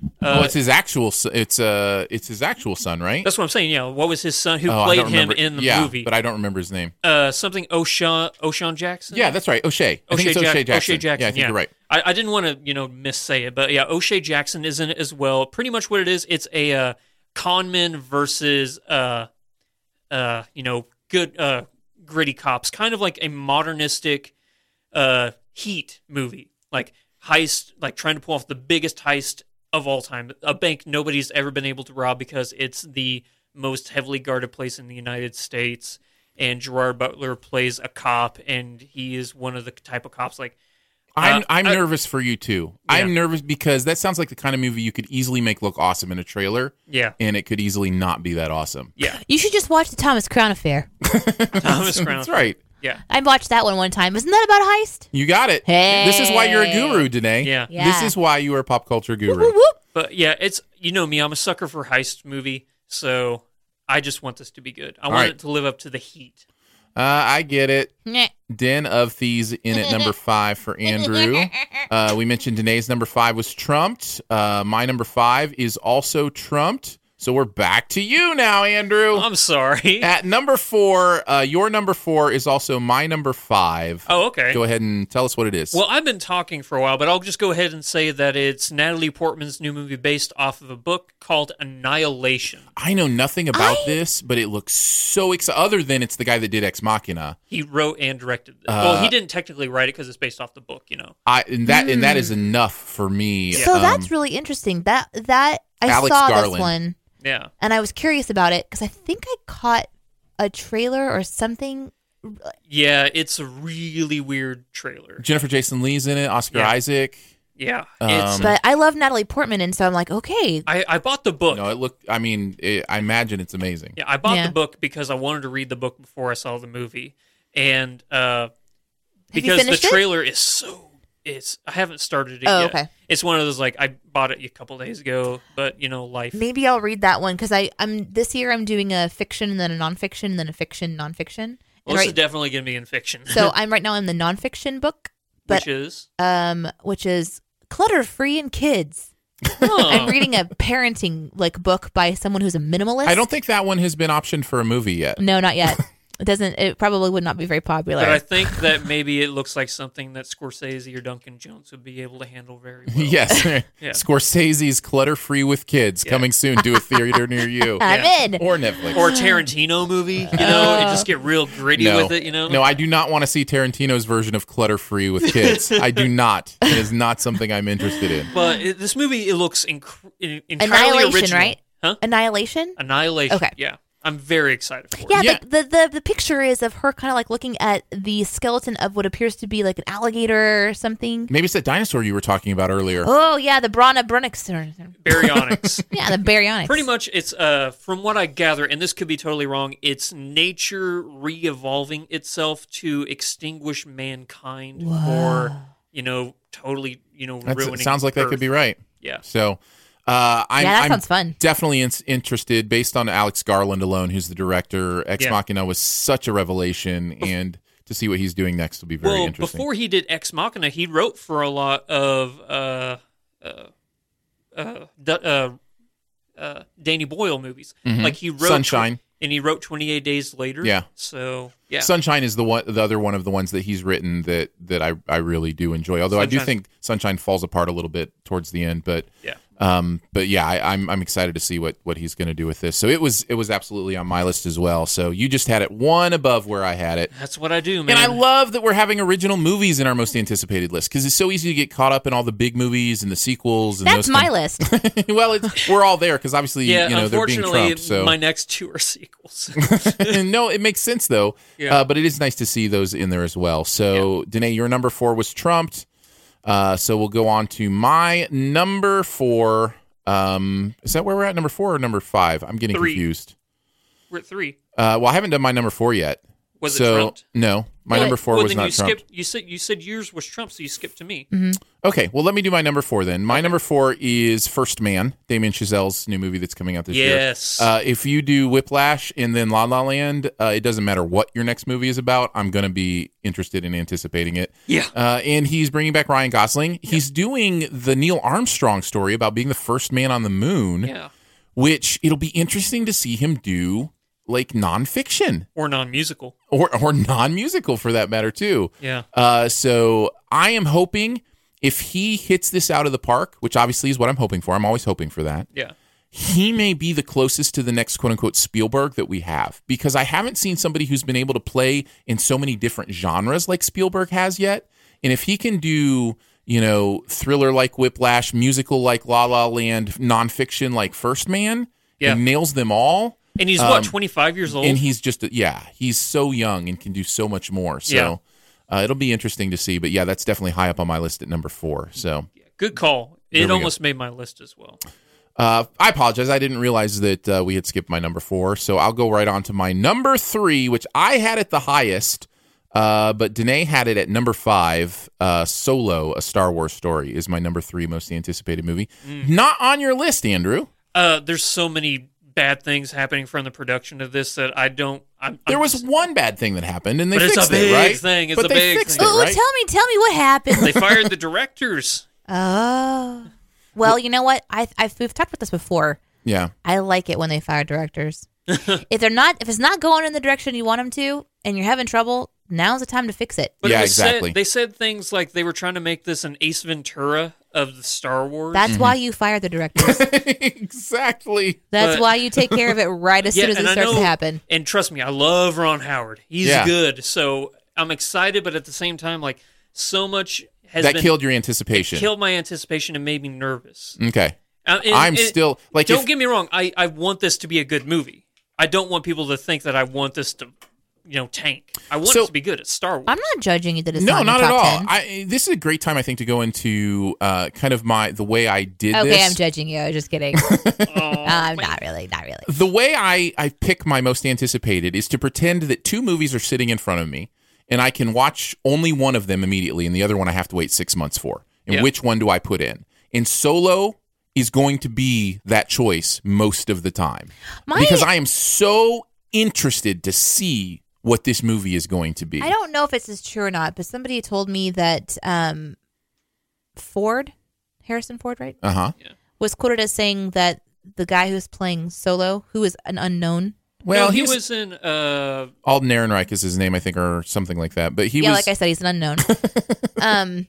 C: Uh,
B: well, it's his actual. s- It's uh, it's his actual son, right?
C: that's what I'm saying. Yeah, what was his son? Who
B: Oh, I
C: played
B: don't
C: him
B: remember-
C: in the
B: yeah,
C: movie?
B: But I don't remember his name.
C: uh, something O'Shawn O'Shawn Jackson.
B: Yeah, that's right. O'Shea. I think it's O'Shea
C: Jack-
B: Jackson.
C: O'Shea Jackson.
B: Yeah, I think you're right.
C: I, I didn't want to, you know, missay it, but yeah, O'Shea Jackson is in it as well. Pretty much what it is, it's a uh, conman versus, uh, uh, you know, good uh, gritty cops, kind of like a modernistic uh, Heat movie, like heist, like trying to pull off the biggest heist of all time, a bank nobody's ever been able to rob because it's the most heavily guarded place in the United States. And Gerard Butler plays a cop, and he is one of the type of cops like
B: I'm
C: Uh,
B: I'm
C: I-
B: nervous for you too. I'm nervous because that sounds like the kind of movie you could easily make look awesome in a trailer,
C: Yeah.
B: and it could easily not be that awesome.
C: Yeah.
A: You should just watch the Thomas Crown Affair.
C: Thomas Crown.
B: That's right.
C: Yeah.
A: I watched that one one time. Isn't that about a heist?
B: You got it. This is why you're a guru, Danae.
C: Yeah.
A: Yeah.
B: This is why you are a pop culture guru.
A: Whoop, whoop.
C: But yeah, it's you know me, I'm a sucker for heist movie, so I just want this to be good. I want
B: right.
C: it to live up to the heat.
B: Uh, I get it.
A: Nyeh.
B: Den of Thieves in at number five for Andrew. Uh, we mentioned Danae's number five was trumped. Uh, my number five is also trumped. So we're back to you now, Andrew.
C: I'm sorry.
B: At number four, uh, your number four is also my number five.
C: Oh, okay.
B: Go ahead and tell us what it is.
C: Well, I've been talking for a while, but I'll just go ahead and say that it's Natalie Portman's new movie based off of a book called Annihilation.
B: I know nothing about this, but it looks so exciting. Other than it's the guy that did Ex Machina,
C: He wrote and directed this.
B: Uh,
C: well, he didn't technically write it because it's based off the book, you know.
B: I and that and that is
C: Mm.
B: enough for me.
A: So
B: Um,
A: that's really interesting. That that I
B: Alex
A: saw
B: Garland.
A: this one
C: Yeah.
A: and I was curious about it because I think I caught a trailer or something.
C: Yeah, it's a really weird trailer.
B: Jennifer Jason Lee's in it. Oscar
C: Yeah.
B: Isaac.
C: Yeah. It's
B: Um,
A: But I love Natalie Portman, and so I'm like, okay,
C: I, I bought the book.
B: No, it looked. I mean, it, I imagine it's amazing.
C: Yeah, I bought
A: Yeah.
C: the book because I wanted to read the book before I saw the movie, and uh,
A: you
C: because the
A: finished it?
C: trailer is so it's I haven't started it
A: Oh,
C: yet.
A: okay.
C: It's one of those like I bought it a couple days ago, but you know life.
A: maybe I'll read that one because I I'm this year I'm doing a fiction and then a nonfiction and then a fiction nonfiction.
C: well,
A: And
C: this is
A: right-
C: definitely gonna be in fiction.
A: so I'm right now in the nonfiction book, but
C: which is
A: um, which is clutter free and kids. I'm reading a parenting like book by someone who's a minimalist.
B: I don't think that one has been optioned for a movie yet.
A: No, not yet. It doesn't. It probably would not be very popular.
C: But I think that maybe it looks like something that Scorsese or Duncan Jones would be able to handle very well.
B: yes,
C: Yeah.
B: Scorsese's Clutter Free with Kids coming soon to a theater near you
A: I'm
C: Yeah.
A: in.
B: or Netflix.
C: Or a Tarantino movie, you know, and just get real gritty
B: no,
C: with it, you know.
B: no, I do not want to see Tarantino's version of Clutter Free with Kids. I do not. It is not something I'm interested in.
C: but it, this movie it looks inc- in- entirely
A: Annihilation,
C: original.
A: right?
C: Huh?
A: Annihilation.
C: Annihilation.
A: Okay.
C: Yeah. I'm very excited for
A: Yeah,
C: it.
B: Yeah.
A: The, the the the picture is of her kind of like looking at the skeleton of what appears to be like an alligator or something.
B: Maybe it's that dinosaur you were talking about earlier.
A: Oh yeah, the Brana Brunix. or-
C: Baryonyx.
A: Yeah, the baryonyx.
C: Pretty much it's uh from what I gather, and this could be totally wrong, it's nature re evolving itself to extinguish mankind or you know, totally, you know,
B: That's-
C: ruining
B: it sounds like that could
C: Earth.
B: be right.
C: Yeah.
B: So, uh, I'm,
A: Yeah, that
B: I'm
A: sounds fun.
B: definitely in- interested based on Alex Garland alone, who's the director. Ex
C: Yeah.
B: Machina was such a revelation, and to see what he's doing next will be very
C: Well,
B: interesting.
C: before he did Ex Machina, he wrote for a lot of uh uh uh, du- uh, uh Danny Boyle movies. Like he wrote
B: Mm-hmm. Sunshine.
C: and he wrote 28 Days Later.
B: Yeah.
C: So, yeah.
B: Sunshine is the one, the other one of the ones that he's written that that I, I really do enjoy. Although I do
C: Sunshine.
B: think Sunshine falls apart a little bit towards the end, but
C: Yeah.
B: um, but yeah, I, I'm I'm excited to see what what he's going to do with this. So it was it was absolutely on my list as well. So you just had it one above where I had it.
C: That's what I do, man.
B: And I love that we're having original movies in our most anticipated list because it's so easy to get caught up in all the big movies and the sequels. And
A: That's
B: those
A: my
B: kind-
A: list.
B: well, it's, we're all there because obviously,
C: yeah,
B: you know, they're being
C: unfortunately,
B: trumped. So
C: my next two are sequels.
B: no, it makes sense though.
C: Yeah.
B: Uh, but it is nice to see those in there as well. So, Danae, your number four was trumped. Uh, so we'll go on to my number four. Um, is that where we're at? Number four or number five? I'm getting
C: Three.
B: confused.
C: We're at three.
B: Uh, well, I haven't done my number four yet.
C: Was it
B: so,
C: trumped?
B: No, my
A: Well,
B: number four
C: well,
B: was
C: then
B: not
C: you
B: trumped.
C: skipped. You said you said yours was Trump, so you skipped to me.
B: Okay, well, let me do my number four then. My number four is First Man, Damien Chazelle's new movie that's coming out this year.
C: Yes.
B: Uh, if you do Whiplash and then La La Land, uh, it doesn't matter what your next movie is about. I'm going to be interested in anticipating it.
C: Yeah.
B: Uh, and he's bringing back Ryan Gosling. He's doing the Neil Armstrong story about being the first man on the moon,
C: yeah.
B: which it'll be interesting to see him do like nonfiction
C: Or non-musical.
B: or, or non musical for that matter, too.
C: Yeah.
B: Uh, so I am hoping if he hits this out of the park, which obviously is what I'm hoping for, I'm always hoping for that,
C: Yeah.
B: he may be the closest to the next quote unquote Spielberg that we have because I haven't seen somebody who's been able to play in so many different genres like Spielberg has yet. And if he can do, you know, thriller like Whiplash, musical like La La Land, nonfiction like First Man,
C: Yeah.
B: and nails them all, Um,
C: And he's what 25 years old.
B: and he's just yeah he's so young and can do so much more so Uh, it'll be interesting to see, but yeah, that's definitely high up on my list at number four. So
C: Yeah, good call.
B: There we
C: It
B: go.
C: almost made my list as well.
B: uh, I apologize. I didn't realize that uh, we had skipped my number four. So I'll go right on to my number three, which I had at the highest, uh, but Danae had it at number five. Uh, Solo, a Star Wars story, is my number three most anticipated movie.
C: Mm.
B: Not on your list, Andrew.
C: Uh, there's so many bad things happening from the production of this that I don't. I'm,
B: There
C: I'm
B: was
C: just-
B: one bad thing that happened, and they
C: But it's a
B: fixed it,
C: big
B: right?
C: thing. It's
B: but
C: a
B: they
C: big
B: fixed
C: thing.
B: it,
A: Ooh,
B: right?
A: tell me, tell me what happened.
C: they fired the directors.
A: oh, well, you know what? I I've, we've talked about this before.
B: yeah,
A: I like it when they fire directors. if they're not, if it's not going in the direction you want them to, and you're having trouble, now's the time to fix it.
C: But
B: Yeah,
C: it was said-
B: exactly.
C: they said things like they were trying to make this an Ace Ventura of the Star Wars.
A: That's why you fire the directors.
B: exactly.
A: That's
C: But-
A: why you take care of it right as soon as it
C: and I
A: starts
C: know-
A: to happen.
C: And trust me, I love Ron Howard. He's
B: Yeah.
C: good. So I'm excited, but at the same time, like so much has
B: That
C: been
B: killed your anticipation.
C: killed my anticipation and made me nervous.
B: okay,
C: Uh, and-
B: I'm
C: and-
B: still like
C: don't
B: if-
C: get me wrong. I, I want this to be a good movie. I don't want people to think that I want this to, you know, tank. I want
B: So-
C: it to be good at Star Wars.
A: I'm not judging you that it's not,
B: no,
A: in
B: not
A: the
B: at
A: top
B: all.
A: 10.
B: I, this is a great time, I think, to go into uh, kind of my the way I did
A: okay,
B: this.
A: I'm judging you. I was just kidding.
C: Oh,
A: I'm
C: man.
A: not really, not really.
B: the way I, I pick my most anticipated is to pretend that two movies are sitting in front of me and I can watch only one of them immediately and the other one I have to wait six months for. And
C: Yeah.
B: which one do I put in? And solo is going to be that choice most of the time.
A: My-
B: because I am so interested to see what this movie is going to be.
A: I don't know if this is true or not, but somebody told me that um, Ford, Harrison Ford, right,
B: uh huh.
A: was quoted as saying that the guy who's playing Solo, who is an unknown,
B: Well,
C: No, he
B: he's-
C: was in. Uh,
B: Alden Ehrenreich is his name, I think, or something like that. But he
A: yeah,
B: was
A: like I said, he's an unknown. Oh, um,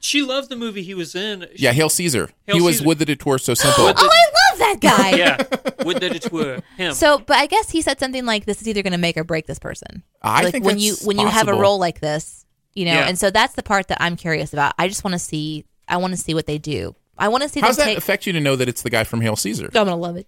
C: she loved the movie he was in. She-
B: yeah, Hail Caesar.
C: Hail
B: he was
C: Caesar.
B: with the Detour So Simple.
A: oh, I love that guy.
C: yeah. Would that it were him.
A: So, but I guess he said something like, "This is either going to make or break this person."
B: I
A: like
B: think
A: when
B: that's
A: you when you have a
B: possible.
A: role like this, you know.
C: Yeah.
A: And so that's the part that I'm curious about. I just want to see. I want to see what they do. I want to see
B: How does
A: them
B: that
A: take.
B: affect you to know that it's the guy from Hail Caesar?
A: I'm gonna love it.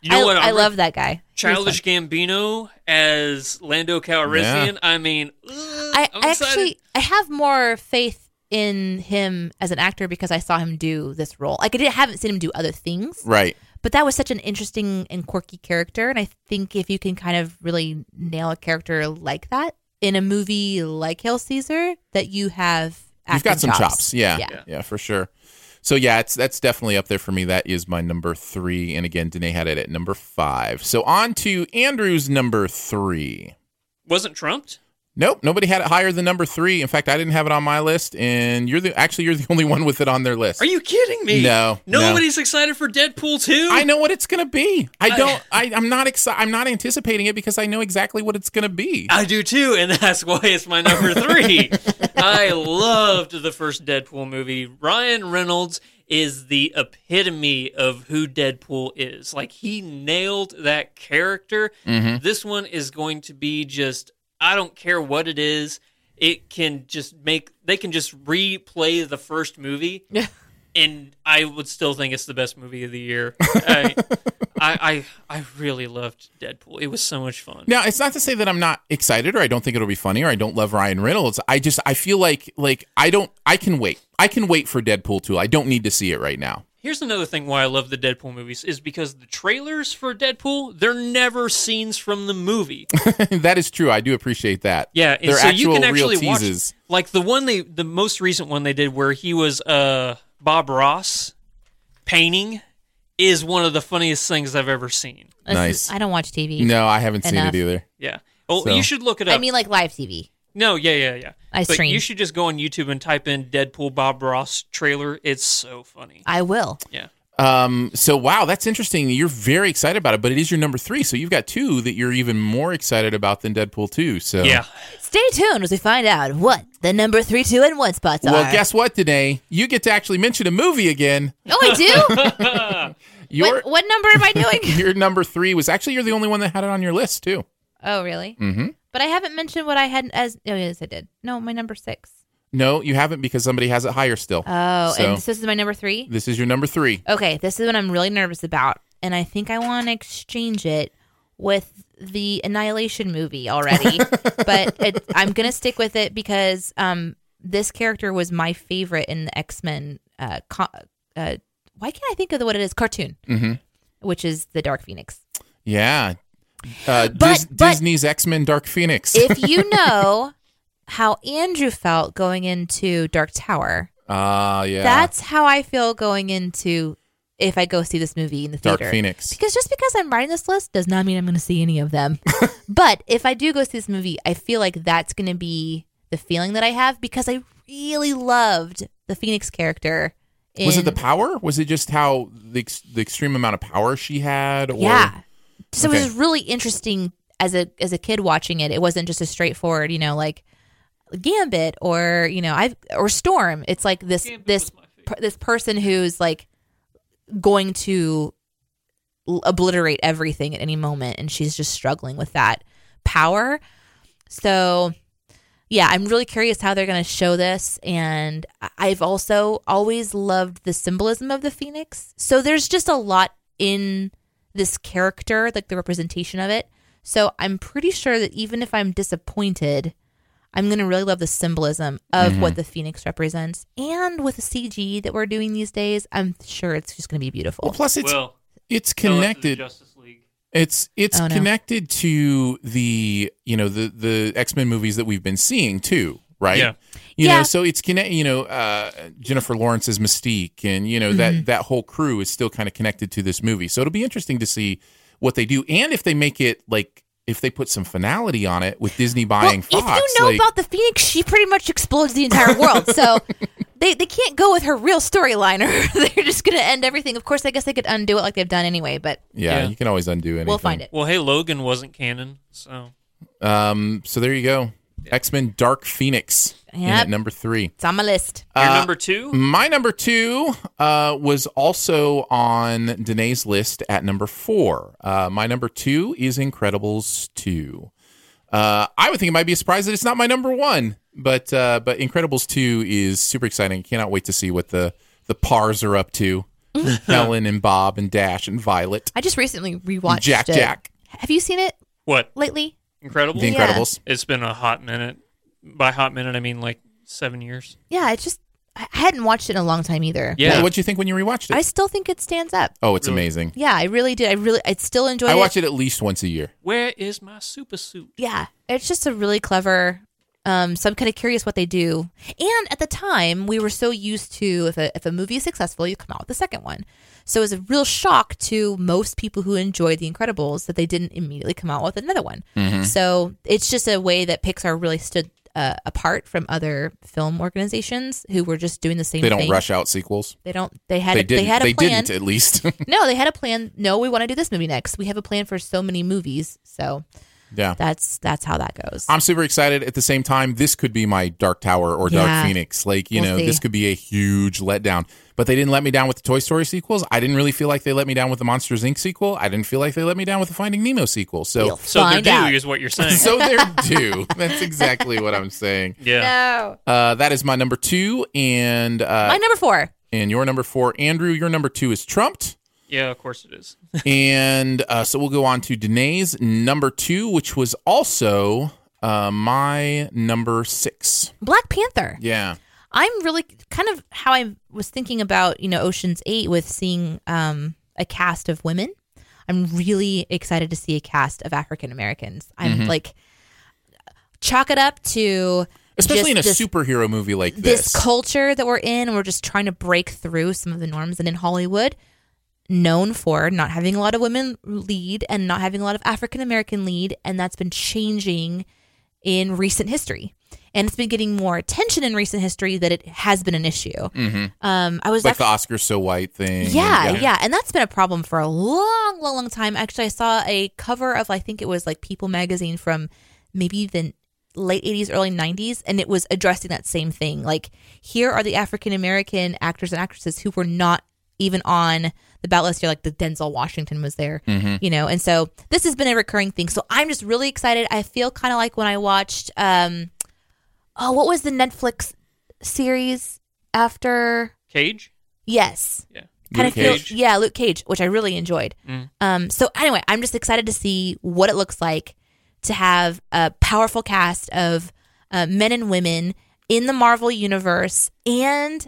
C: you know
A: I,
C: what?
A: I
C: I'm-
A: love that guy. He was
C: Childish Gambino as Lando Calrissian. I mean, ugh,
A: I
C: I'm
A: I
C: excited.
A: actually I have more faith in him as an actor because I saw him do this role. Like I didn't, haven't seen him do other things,
B: Right.
A: but that was such an interesting and quirky character. And I think if you can kind of really nail a character like that in a movie like Hail Caesar, that you have
B: You've got
A: acting
B: some chops. Yeah.
A: Yeah.
B: yeah. for sure. So yeah, it's that's definitely up there for me. That is my number three. And again, Danae had it at number five. So on to Andrew's number three.
C: wasn't trumped.
B: Nope, nobody had it higher than number three. In fact, I didn't have it on my list, and you're the actually you're the only one with it on their list.
C: Are you kidding me?
B: No, no.
C: Nobody's excited for Deadpool 2?
B: I know what it's gonna be. I don't. I, I'm not excited. I'm not anticipating it because I know exactly what it's gonna be.
C: I do too, and that's why it's my number three. I loved the first Deadpool movie. Ryan Reynolds is the epitome of who Deadpool is. Like, he nailed that character. This one is going to be just, I don't care what it is. It can just make, they can just replay the first movie.
A: Yeah.
C: And I would still think it's the best movie of the year. I, I, I, I really loved Deadpool. It was so much fun.
B: Now, it's not to say that I'm not excited or I don't think it'll be funny or I don't love Ryan Reynolds. I just I feel like like I don't I can wait. I can wait for Deadpool 2. I don't need to see it right now.
C: Here's another thing why I love the Deadpool movies is because the trailers for Deadpool, they're never scenes from the movie.
B: that is true. I do appreciate that.
C: Yeah, and
B: They're
C: so
B: actual
C: you can actually
B: real teases.
C: watch like the one they the most recent one they did where he was uh Bob Ross painting is one of the funniest things I've ever seen.
A: This
B: Nice.
A: is- I don't watch TV.
B: No, I haven't seen
A: Enough.
B: it either.
C: Yeah. Well,
B: So-
C: you should look it up.
A: I mean like live TV.
C: no, yeah, yeah, yeah.
A: I
C: but
A: stream.
C: you should just go on YouTube and type in Deadpool Bob Ross trailer. It's so funny.
A: I will.
C: Yeah.
B: Um so wow, that's interesting. You're very excited about it, but it is your number 3. So you've got two that you're even more excited about than Deadpool 2. So
C: Yeah.
A: Stay tuned as we find out what the number three, two, and one spots are.
B: Well, guess what today? You get to actually mention a movie again.
A: Oh, I do.
B: Your
A: what, what number am I doing?
B: your number 3 was actually you're the only one that had it on your list too.
A: oh, really?
B: Mhm.
A: But I haven't mentioned what I had as. Oh, yes, I did. No, my number six.
B: No, you haven't because somebody has it higher still.
A: Oh,
B: So-
A: and so this is my number three.
B: This is your number three.
A: Okay, this is what I'm really nervous about, and I think I want to exchange it with the Annihilation movie already, but it, I'm gonna stick with it because um, this character was my favorite in the X Men. Uh, co- uh, why can't I think of the, what it is? Cartoon,
B: Mhm.
A: which is the Dark Phoenix.
B: Yeah. Uh,
A: But-
B: Dis-
A: but-
B: Disney's X Men Dark Phoenix.
A: If you know how Andrew felt going into Dark Tower,
B: Ah, yeah.
A: that's how I feel going into if I go see this movie in the
B: Dark
A: theater.
B: Phoenix.
A: Because just because I'm writing this list does not mean I'm going to see any of them. but if I do go see this movie, I feel like that's going to be the feeling that I have because I really loved the Phoenix character. In,
B: Was it the power? Was it just how the, ex- the extreme amount of power she had? Or,
A: yeah? So it
B: Okay.
A: was really interesting as a as a kid watching it. It wasn't just a straightforward, you know, like Gambit or you know, I or Storm. It's like this
C: Gambit
A: this
C: was my favorite.
A: per, this person who's like going to l- obliterate everything at any moment and she's just struggling with that power so yeah i'm really curious how they're going to show this and I- i've also always loved the symbolism of the phoenix so there's just a lot in this character like the representation of it so i'm pretty sure that even if i'm disappointed I'm gonna really love the symbolism of what the phoenix represents, and with the CG that we're doing these days, I'm sure it's just gonna be beautiful.
B: Well, plus it's
C: well,
B: it's
C: so is the
B: connected.
C: Justice League.
B: It's it's
A: Oh, no.
B: connected to the you know the the X Men movies that we've been seeing too, right?
C: Yeah.
B: You
A: Yeah.
B: know, so it's connect. You know, uh, Jennifer Lawrence's Mystique, and you know
A: Mm-hmm.
B: that that whole crew is still kind of connected to this movie. So it'll be interesting to see what they do, and if they make it like if they put some finality on it with Disney buying
A: well,
B: Fox.
A: if you know
B: like,
A: about the Phoenix, she pretty much explodes the entire world. So they, they can't go with her real storyline, or they're just going to end everything. Of course, I guess they could undo it like they've done anyway, but
B: yeah,
C: Yeah.
B: you can always undo anything.
A: we'll find it.
C: Well, hey, Logan wasn't canon, so
B: Um, so there you go, X Men Dark Phoenix in
A: Yep.
B: at number three.
A: It's on my list.
C: your
B: Uh,
C: number two.
B: My number two uh, was also on Danae's list at number four. Uh, my number two is Incredibles two. Uh, I would think it might be a surprise that it's not my number one, but uh, but Incredibles two is super exciting. Cannot wait to see what the the pars are up to. Helen and Bob and Dash and Violet,
A: I just recently rewatched
B: Jack,
A: it.
B: Jack,
A: Have you seen it
C: What?
A: lately?
C: Incredible.
B: the
A: Yeah.
B: Incredibles.
C: It's been a hot minute. By hot minute, I mean like seven years.
A: Yeah, it's just, I I hadn't watched it in a long time either.
C: Yeah.
B: What would you think when you rewatched it?
A: I still think it stands up.
B: oh, it's
C: Really?
B: amazing.
A: Yeah, I really did. I really, I still enjoyed
B: I
A: it.
B: watch it at least once a year.
C: Where is my super suit?
A: yeah it's just a really clever um so i'm kind of curious what they do and at the time we were so used to if a, if a movie is successful you come out with the second one so it was a real shock to most people who enjoyed the incredibles that they didn't immediately come out with another one
B: Mm-hmm.
A: so it's just a way that pixar really stood uh, apart from other film organizations who were just doing the same
B: They don't
A: thing
B: rush out sequels.
A: they don't they had
B: they
A: a, they
B: didn't.
A: had a plan
B: didn't at least.
A: no they had a plan no we want to do this movie next we have a plan for so many movies so
B: yeah.
A: that's that's how that goes
B: I'm super excited. At the same time, this could be my Dark Tower or Dark
A: Yeah.
B: Phoenix. Like, you
A: We'll
B: know,
A: see.
B: this could be a huge letdown. But they didn't let me down with the Toy Story sequels. I didn't really feel like they let me down with the Monsters Inc. sequel. I didn't feel like they let me down with the Finding Nemo sequel. So,
A: We'll
C: So
A: find
C: they're
A: out.
C: due, is what you're saying.
B: so they're due. That's exactly what I'm saying.
C: yeah.
B: Uh, that is my number two, and uh,
A: My number four.
B: and your number four, Andrew. Your number two is trumped.
C: Yeah, of course it is.
B: and uh, so we'll go on to Danae's number two, which was also uh, my number six.
A: Black Panther.
B: Yeah.
A: I'm really kind of how I was thinking about, you know, Ocean's 8 with seeing um, a cast of women. I'm really excited to see a cast of African Americans. I'm like, chalk it up to
B: especially in a
A: just this-
B: superhero movie like
A: this
B: this.
A: culture that we're in. We're just trying to break through some of the norms. And in Hollywood, known for not having a lot of women lead and not having a lot of African American lead. And that's been changing in recent history. And it's been getting more attention in recent history that it has been an issue. Um, I was
B: Mm-hmm. like
A: actually-
B: the Oscars so white thing.
A: yeah, yeah, And that's been a problem for a long, long, long time. Actually, I saw a cover of, I think it was like People magazine from maybe the late 80s, early 90s, and it was addressing that same thing. Like, here are the African American actors and actresses who were not even on the ballot list. You're like, the Denzel Washington was there, you know? And so this has been a recurring thing. So I'm just really excited. I feel kind of like when I watched, um, oh, what was the Netflix series after?
C: Cage.
A: Yes. kind of
B: Luke
A: feel
B: Cage. Mm.
A: yeah luke cage which i really enjoyed um so anyway i'm just excited to see what it looks like to have a powerful cast of uh, men and women in the marvel universe and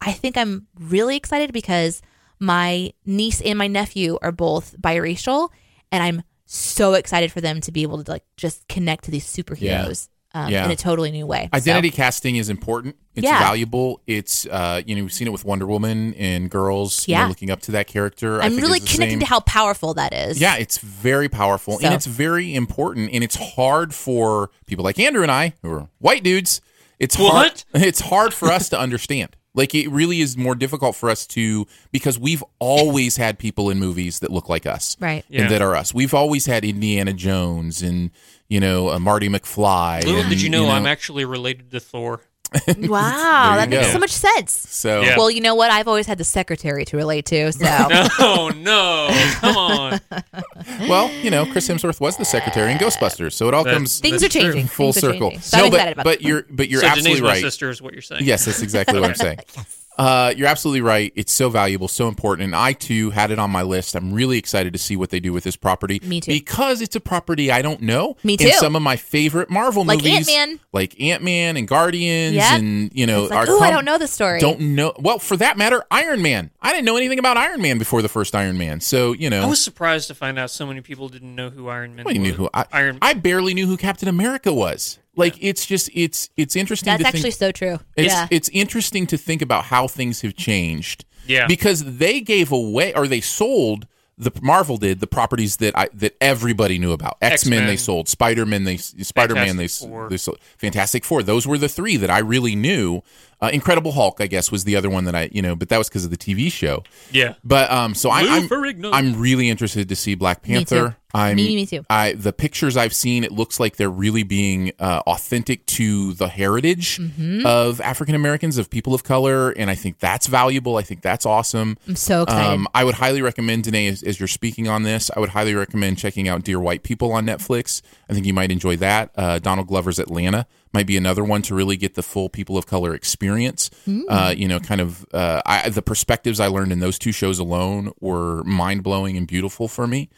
A: i think i'm really excited because my niece and my nephew are both biracial and i'm so excited for them to be able to like just connect to these superheroes Um,
B: Yeah.
A: in a totally new way So-
B: Identity casting is important. It's
A: Yeah.
B: valuable. It's uh, you know we've seen it with Wonder Woman and girls. You
A: Yeah.
B: know, looking up to that character. I
A: i'm
B: think
A: really
B: it's the
A: connecting
B: same.
A: to how powerful that is
B: Yeah, it's very powerful and
A: So-
B: it's very important and it's hard for people like Andrew and I who are white dudes. It's
C: What?
B: hard. It's hard for us to understand. Like it really is more difficult for us to because we've always had people in movies that look like us,
A: Right.
C: Yeah.
B: And that are us. We've always had Indiana Jones and you know uh, Marty McFly.
C: Little
B: and,
C: did you know, I'm actually related to Thor.
A: Wow,
B: There
A: that
B: you
A: makes
B: go.
A: so much sense.
B: so
C: Yeah.
A: Well, you know what? I've always had the secretary to relate to, so
C: No, no, come on.
B: well, you know, Chris Hemsworth was the secretary in Ghostbusters, so it all
C: That-
B: comes
A: things are
C: That's true.
A: changing.
B: full
A: Things are
B: circle.
A: changing. So I'm
B: but,
A: excited about
B: but
A: that.
B: you're but you're
C: so Janae's
B: absolutely
C: my
B: right.
C: sister is what you're saying.
B: Yes, that's exactly what I'm saying. Uh, you're absolutely right. It's so valuable, so important. And I too had it on my list. I'm really excited to see what they do with this property.
A: Me too.
B: Because it's a property I don't know.
A: Me
B: In
A: too.
B: some of my favorite Marvel
A: Like
B: movies,
A: Ant-Man.
B: like Ant Man and Guardians,
A: Yeah.
B: and you know,
A: It's like,
B: are
A: ooh, I
B: com-
A: don't know the story.
B: Don't know. Well, for that matter, Iron Man. I didn't know anything about Iron Man before the first Iron Man. So you know,
C: I was surprised to find out so many people didn't know who Iron Man.
B: I knew
C: was.
B: who I,
C: Iron.
B: I barely knew who Captain America was. Like it's just it's it's interesting.
A: That's
B: to think-
A: actually so true.
B: It's
A: yeah.
B: it's interesting to think about how things have changed.
C: Yeah.
B: Because they gave away or they sold the Marvel did the properties that I that everybody knew about. X-Men, they
C: X-Men.
B: sold. Spider-Man they Spider-Man they,
C: Fantastic Four.
B: they sold. Fantastic Four. Those were the 3 that I really knew. Uh, Incredible Hulk I guess was the other one that I, you know, but that was because of the TV show.
C: yeah.
B: But um, so I,
C: Lou
B: I'm
C: Ferrigno.
B: I'm really interested to see Black Panther.
A: too.
B: I'm
A: Me- me too.
B: I the pictures I've seen, it looks like they're really being uh, authentic to the heritage
A: Mm-hmm.
B: of African Americans, of people of color, and I think that's valuable. I think that's awesome.
A: I'm so excited.
B: Um, I would highly recommend, Danae, as, as you're speaking on this, I would highly recommend checking out Dear White People on Netflix. I think you might enjoy that. Uh, Donald Glover's Atlanta might be another one to really get the full people of color experience. Uh, you know, kind of uh, I, the perspectives I learned in those two shows alone were mind blowing and beautiful for me.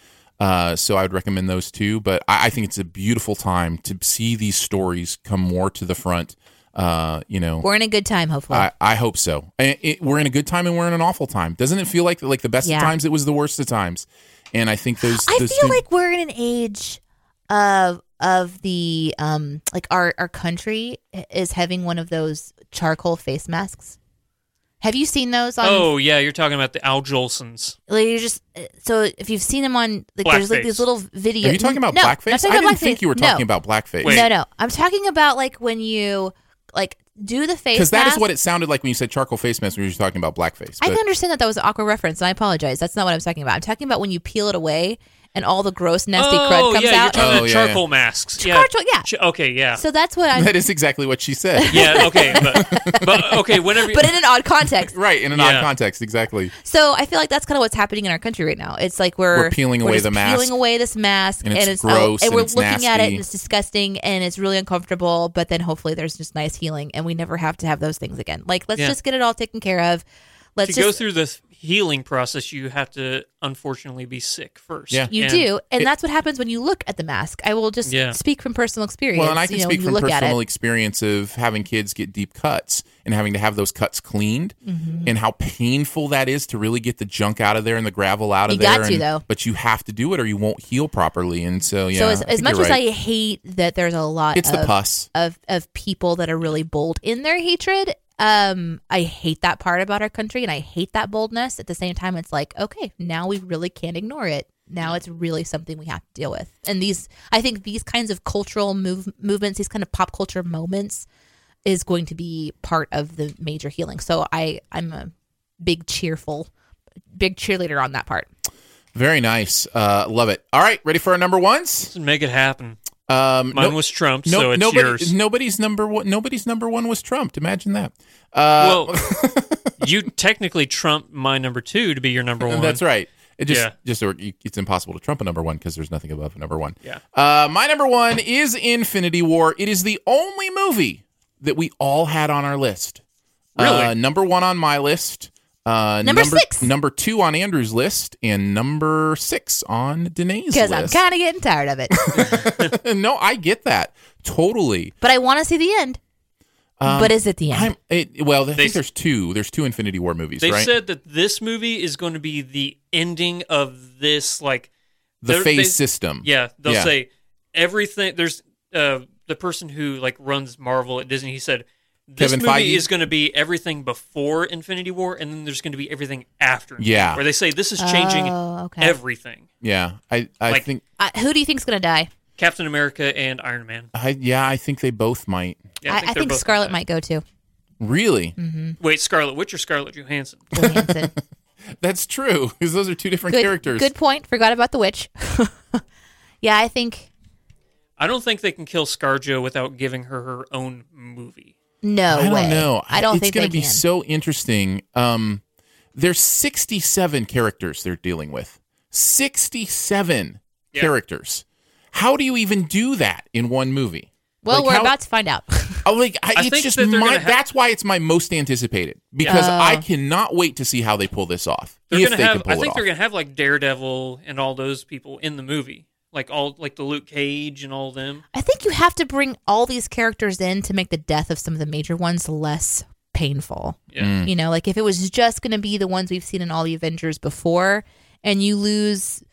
B: Uh, so I would recommend those two. But I, I think it's a beautiful time to see these stories come more to the front. Uh, you know,
A: We're in a good time, hopefully.
B: I, I hope so. I it, we're in a good time and we're in an awful time. Doesn't it feel like like the best
A: Yeah.
B: of times? It was the worst of times, and I think those.
A: I feel
B: those two-
A: like we're in an age of of the um like our our country is having one of those charcoal face masks. Have you seen those on
C: Oh yeah, you're talking about the Al Jolsons.
A: like you just uh, so if you've seen them on like there's like
C: Blackface.
A: these little videos.
B: Are you talking about
A: no, not
B: blackface?
A: talking
B: I
A: about
B: didn't think
A: blackface.
B: you were talking
A: No.
B: about blackface.
C: Wait.
A: No, no. I'm talking about like when you like do the face
B: Because that is
A: mask.
B: what it sounded like when you said charcoal face mask. When you were talking about blackface.
A: I
B: But-
A: can understand that that was an awkward reference, and I apologize. That's not what I'm talking about. I'm talking about when you peel it away and all the gross, nasty crud
C: oh
A: comes out.
C: yeah, you're talking
B: Oh,
C: about
B: yeah, yeah.
C: charcoal masks. Yeah.
A: Charcoal- yeah.
C: Ch- okay, yeah.
A: so that's what I'm.
B: that is exactly what she said.
C: yeah. Okay, but, but okay. Whenever.
A: but in an odd context.
B: Right in an
C: Yeah.
B: odd context, exactly.
A: So I feel like that's kind of what's happening in our country right now. It's like we're,
B: We're peeling away
A: just
B: the mask.
A: peeling away this mask,
B: And it's
A: out-
B: gross
A: and
B: and
A: we're
B: it's
A: looking at it,
B: nasty.
A: and it's disgusting, and it's really uncomfortable. But then hopefully there's just nice healing, and we never have to have those things again. Like let's
C: Yeah.
A: just get it all taken care of. Let's
C: to
A: just
C: go through the healing process, you have to unfortunately be sick first.
B: Yeah.
A: You
C: And-
A: do, and that's what happens when you look at the mask. I will just
C: Yeah.
A: speak from personal experience.
B: Well, and I can
A: you know,
B: speak
A: you
B: from
A: look at
B: personal
A: it.
B: experience of having kids get deep cuts and having to have those cuts cleaned,
A: Mm-hmm.
B: and how painful that is to really get the junk out of there and the gravel out of
A: You
B: there.
A: got to,
B: and-
A: though.
B: But you have to do it, or you won't heal properly. And so, yeah.
A: so as,
B: I
A: as
B: think
A: much
B: you're
A: as uh,
B: right.
A: I hate that, there's a lot
B: it's the
A: of,
B: pus.
A: of of people that are really bold in their hatred. Um, I hate that part about our country, and I hate that boldness. At the same time, it's like okay, now we really can't ignore it. Now it's really something we have to deal with. And these, I think, these kinds of cultural move, movements, these kind of pop culture moments, is going to be part of the major healing. So I, I'm a big cheerful, big cheerleader on that part.
B: Very nice. Uh, love it. All right, ready for our number ones?
C: Let's Make it happen.
B: Um,
C: Mine
B: no-
C: was Trump,
B: no-
C: so it's
B: nobody-
C: yours.
B: Nobody's number one. Nobody's number one was trumped. Imagine that. Uh,
C: well, you technically trump my number two to be your number one.
B: that's right. It just,
C: Yeah.
B: just it's impossible to trump a number one because there's nothing above number one.
C: Yeah.
B: Uh, my number one is Infinity War. It is the only movie that we all had on our list.
C: Really?
B: Uh, number one on my list. Uh,
A: Number six.
B: Number two on Andrew's list and number six on Danae's
A: because I'm
B: list.
A: kind of getting tired of it.
B: no, I get that. Totally.
A: but I want to see the end.
B: Um,
A: but is it the end?
B: I'm, it, well, I
C: They-
B: think there's two. There's two Infinity War movies,
C: They
B: right?
C: said that this movie is going to be the ending of this, like
B: the
C: they're-
B: phase
C: they-
B: system.
C: Yeah, they'll
B: Yeah.
C: say everything. There's uh, the person who like runs Marvel at Disney. He said this
B: Kevin
C: movie
B: Feige?
C: is going to be everything before Infinity War, and then there's going to be everything after.
B: Yeah.
C: where they say this is changing
A: Oh, okay.
C: everything.
B: Yeah. I, I
C: Like-
B: think.
A: I, who do you think's gonna die?
C: Captain America and Iron Man.
B: I, yeah, I think they both might.
C: Yeah,
A: I, I
C: they're
A: think,
C: both gonna
A: Scarlet
C: die.
A: might go too.
B: Really?
C: Wait, Scarlet Witch or Scarlet Johansson?
A: Johansson.
B: That's true. Because those are two different
A: good,
B: characters.
A: good point. Forgot about the witch. yeah, I think
C: I don't think they can kill ScarJo without giving her her own movie.
A: no
B: I don't
A: way.
B: know.
A: I don't
B: it's
A: think
B: gonna
A: they
B: be
A: can.
B: so interesting. Um, there's 67 characters they're dealing with. 67
C: Yeah.
B: characters. How do you even do that in one movie?
A: well,
B: Like,
A: we're
B: how-
A: about to find out.
B: Oh, like I,
C: I
B: it's
C: think
B: just
C: that they're
B: my.
C: gonna have-
B: that's why it's my most anticipated because
A: Yeah.
B: I cannot wait to see how they pull this off.
C: They're
B: if
C: gonna
B: they
C: have.
B: can pull
C: I think
B: it
C: they're
B: off.
C: gonna have like Daredevil and all those people in the movie, like all like the Luke Cage and all them.
A: I think you have to bring all these characters in to make the death of some of the major ones less painful.
C: Yeah.
B: Mm.
A: You know, like if it was just going to be the ones we've seen in all the Avengers before, and you lose,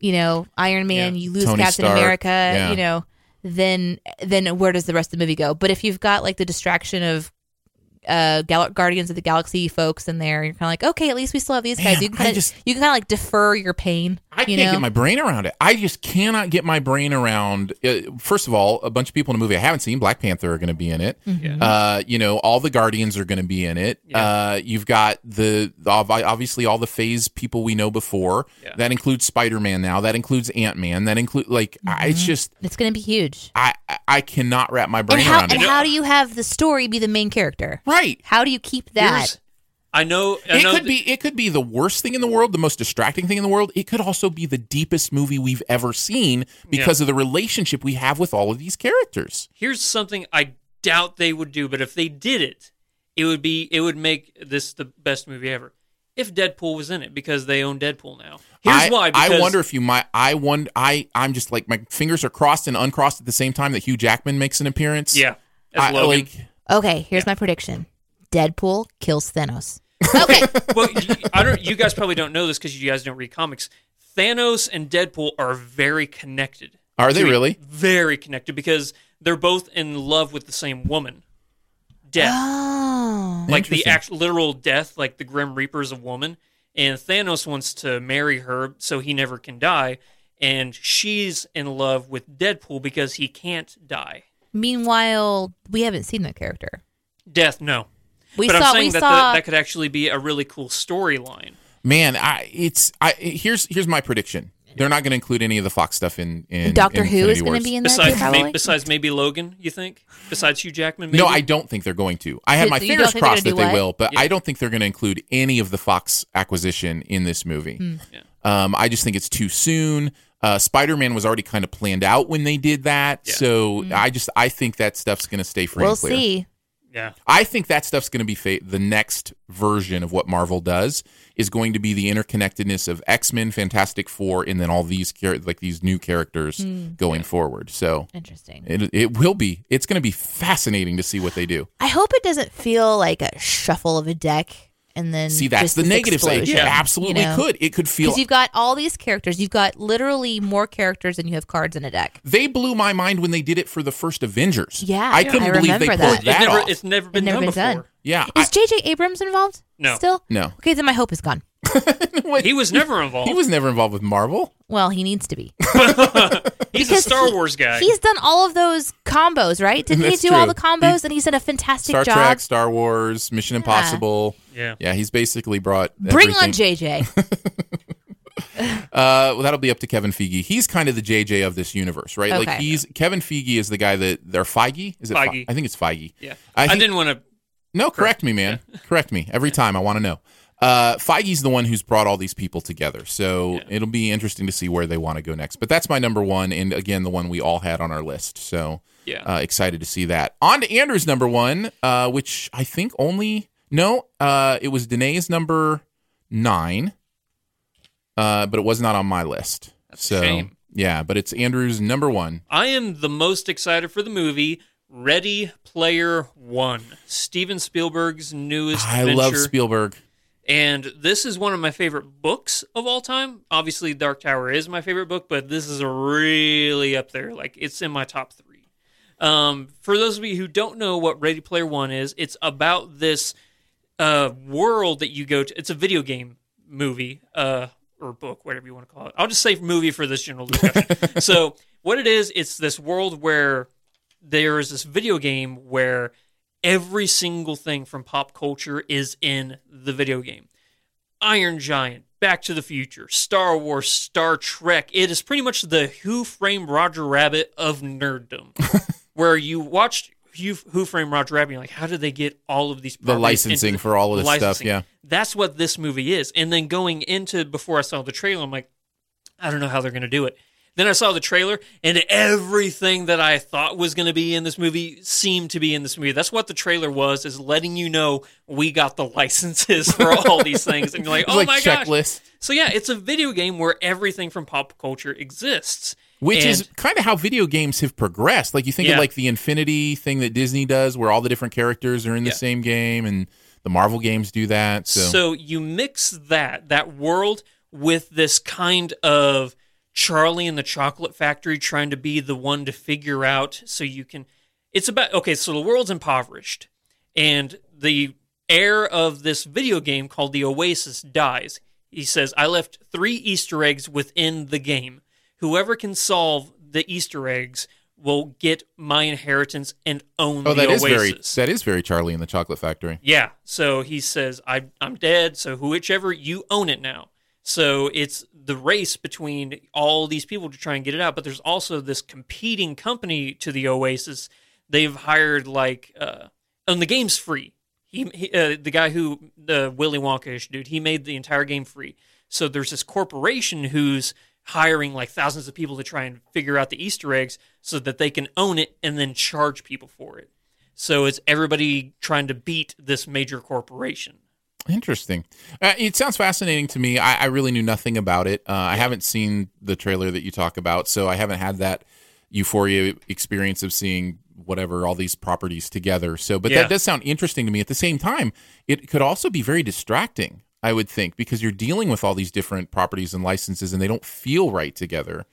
A: you know, Iron Man,
C: Yeah.
A: you lose
B: Tony
A: Captain
B: Stark,
A: America,
B: yeah.
A: you know, then then where does the rest of the movie go? But if you've got like the distraction of uh, Gal- Guardians of the Galaxy folks in there, you're kind of like, okay, at least we still have these guys.
B: Man,
A: You can
B: I
A: kind of
B: just-
A: you can kind of like defer your pain.
B: I
A: you
B: can't
A: know?
B: get my brain around it. I just cannot get my brain around. Uh, first of all, a bunch of people in a movie I haven't seen. Black Panther are going to be in it.
A: Mm-hmm.
B: Uh, you know, all the Guardians are going to be in it. Uh, you've got the the- ob- obviously all the Phase people we know before. That includes Spider Man now. That includes Ant Man. That include like I, it's just
A: it's going to be huge.
B: I I- I cannot wrap my brain
A: Mm-hmm. And how
B: around
A: and
B: it.
A: how do you have the story be the main character?
B: right.
A: How do you keep that?
C: Here's- I know. I
B: It
C: know
B: could
C: th-
B: be it could be the worst thing in the world, the most distracting thing in the world. It could also be the deepest movie we've ever seen because of the relationship we have with all of these characters.
C: Here's something I doubt they would do, but if they did it, it would be it would make this the best movie ever. If Deadpool was in it, because they own Deadpool now. Here's
B: I,
C: why. Because
B: I wonder if you might I wonder I I'm just like my fingers are crossed and uncrossed at the same time that Hugh Jackman makes an appearance.
C: yeah, as
B: I,
C: Logan.
B: like
A: Okay, here's my prediction. Deadpool kills Thanos. Okay.
C: well, you, I don't. You guys probably don't know this because you guys don't read comics. Thanos and Deadpool are very connected.
B: Are they
C: to each-
B: really?
C: Very connected because they're both in love with the same woman. Death,
A: oh.
C: like the
B: Interesting.
C: actual literal death, like the Grim Reaper's a woman, and Thanos wants to marry her so he never can die, and she's in love with Deadpool because he can't die.
A: Meanwhile, we haven't seen that character.
C: Death, no.
A: We
C: but
A: saw
C: I'm saying
A: we
C: that
A: saw
C: the, that could actually be a really cool storyline.
B: man, I it's I here's here's my prediction. They're not going to include any of the Fox stuff in, in
A: Doctor
B: in
A: Who
B: Infinity
A: is going
B: Wars.
A: to be in there too,
C: Besides,
A: probably.
C: may, besides maybe Logan, you think? Besides Hugh Jackman? Maybe?
B: No, I don't think they're going to. I have
A: You-
B: my
A: you
B: fingers
A: don't think they're
B: crossed
A: gonna do
B: that
A: what?
B: they will, but
C: Yeah.
B: I don't think they're going to include any of the Fox acquisition in this movie.
A: Hmm.
C: Yeah.
B: Um, I just think it's too soon. Uh, Spider Man was already kind of planned out when they did that,
C: Yeah.
B: so I just I think that stuff's going to stay
A: Hmm.
B: free.
A: we'll
B: and clear.
A: see.
C: Yeah.
B: I think that stuff's going to be fa- the next version of what Marvel does is going to be the interconnectedness of X Men, Fantastic Four, and then all these char- like these new characters
A: Hmm.
B: going forward. So
A: Interesting.
B: it it will be it's going to be fascinating to see what they do.
A: I hope it doesn't feel like a shuffle of a deck and then
B: See, that's
A: just
B: the
A: this
B: negative side. It
A: explosion,
B: absolutely
A: you know?
B: could. It could feel.
A: Because you've got all these characters. You've got literally more characters than you have cards in a deck.
B: they blew my mind when they did it for the first Avengers.
A: Yeah,
B: I couldn't
A: I
B: believe they
A: remember
B: pulled
A: that.
B: that,
C: It's never,
B: off.
C: it's never been
A: never
C: done
A: been
C: before.
A: done.
B: yeah, I-
A: Is J.J. Abrams involved?
C: No.
A: Still?
B: No.
A: Okay, then my hope is gone.
C: He was never involved.
B: he was never involved with Marvel.
A: Well, he needs to be.
C: He's a
A: Because
C: Star
A: he-
C: Wars guy.
A: He's done all of those combos, right? Didn't he
B: That's
A: do all
B: true.
A: the combos? and he's done a fantastic
B: Star
A: job.
B: Trek, Star Wars, Mission Impossible.
C: Yeah.
B: yeah, he's basically brought.
A: Bring on
B: everything.
A: JJ.
B: Uh, well, that'll be up to Kevin Feige. He's kind of the JJ of this universe, right? Like
A: Okay.
B: he's Kevin Feige is the guy that they're Feige. Is it? Fe-
C: Feige.
B: I think it's Feige.
C: yeah.
B: I
C: I,
B: think-
C: didn't want to.
B: No, correct me, man. Correct me every time. I want to know. Uh, Feige's the one who's brought all these people together, so it'll be interesting to see where they want to go next. But that's my number one, and again, the one we all had on our list. So
C: Yeah.
B: uh, excited to see that. On to Andrew's number one, uh, which I uh, think only No, uh, it was Danae's number nine, uh, but it was not on my list.
C: That's a
B: so
C: shame.
B: yeah, but it's Andrew's number one.
C: I am the most excited for the movie Ready Player One, Steven Spielberg's newest
B: I love
C: venture.
B: Spielberg.
C: And this is one of my favorite books of all time. Obviously, Dark Tower is my favorite book, but this is really up there. Like, it's in my top three. Um, for those of you who don't know what Ready Player One is, it's about this uh, world that you go to. It's a video game movie uh, or book, whatever you want to call it. I'll just say movie for this general discussion. so, what it is, it's this world where there is this video game where every single thing from pop culture is in the video game. Iron Giant, Back to the Future, Star Wars, Star Trek. It is pretty much the Who Framed Roger Rabbit of nerddom, where you watched Who, Who Framed Roger Rabbit, and you're like, how did they get all of these?
B: The
C: properties into
B: licensing
C: the-
B: for all of this stuff,
C: licensing?
B: yeah.
C: that's what this movie is. And then going into before I saw the trailer, I'm like, I don't know how they're going to do it. Then I saw the trailer, and everything that I thought was going to be in this movie seemed to be in this movie. That's what the trailer was: is letting you know we got the licenses for all these things, and you're like,
B: It's
C: "Oh
B: like
C: my gosh!"
B: checklist,
C: So yeah, it's a video game where everything from pop culture exists,
B: which is
C: And-
B: kind of how video games have progressed. Like you think of
C: Yeah.
B: like the Infinity thing that Disney does, where all the different characters are in the
C: Yeah.
B: same game, and the Marvel games do that. So,
C: So you mix that that world with this kind of Charlie and the Chocolate Factory trying to be the one to figure out so you can it's about okay, so the world's impoverished and the heir of this video game called the Oasis dies. He says, "I left 3 Easter eggs within the game. Whoever can solve the Easter eggs will get my inheritance and own
B: oh,
C: the
B: that is
C: Oasis."
B: very that is very Charlie in the Chocolate Factory.
C: Yeah. So he says, I, I'm dead. So whichever you own it now. So it's the race between all these people to try and get it out. But there's also this competing company to the Oasis. They've hired like, uh, and the game's free. He, he uh, the guy who the Willy Wonka ish dude, he made the entire game free. So there's this corporation who's hiring like thousands of people to try and figure out the Easter eggs so that they can own it and then charge people for it. So it's everybody trying to beat this major corporation.
B: Interesting. Uh, it sounds fascinating to me. I, I really knew nothing about it. Uh, I haven't seen the trailer that you talk about, so I haven't had that euphoria experience of seeing whatever all these properties together. So, but
C: Yeah.
B: that does sound interesting to me. At the same time, it could also be very distracting. I would think because you're dealing with all these different properties and licenses, and they don't feel right together,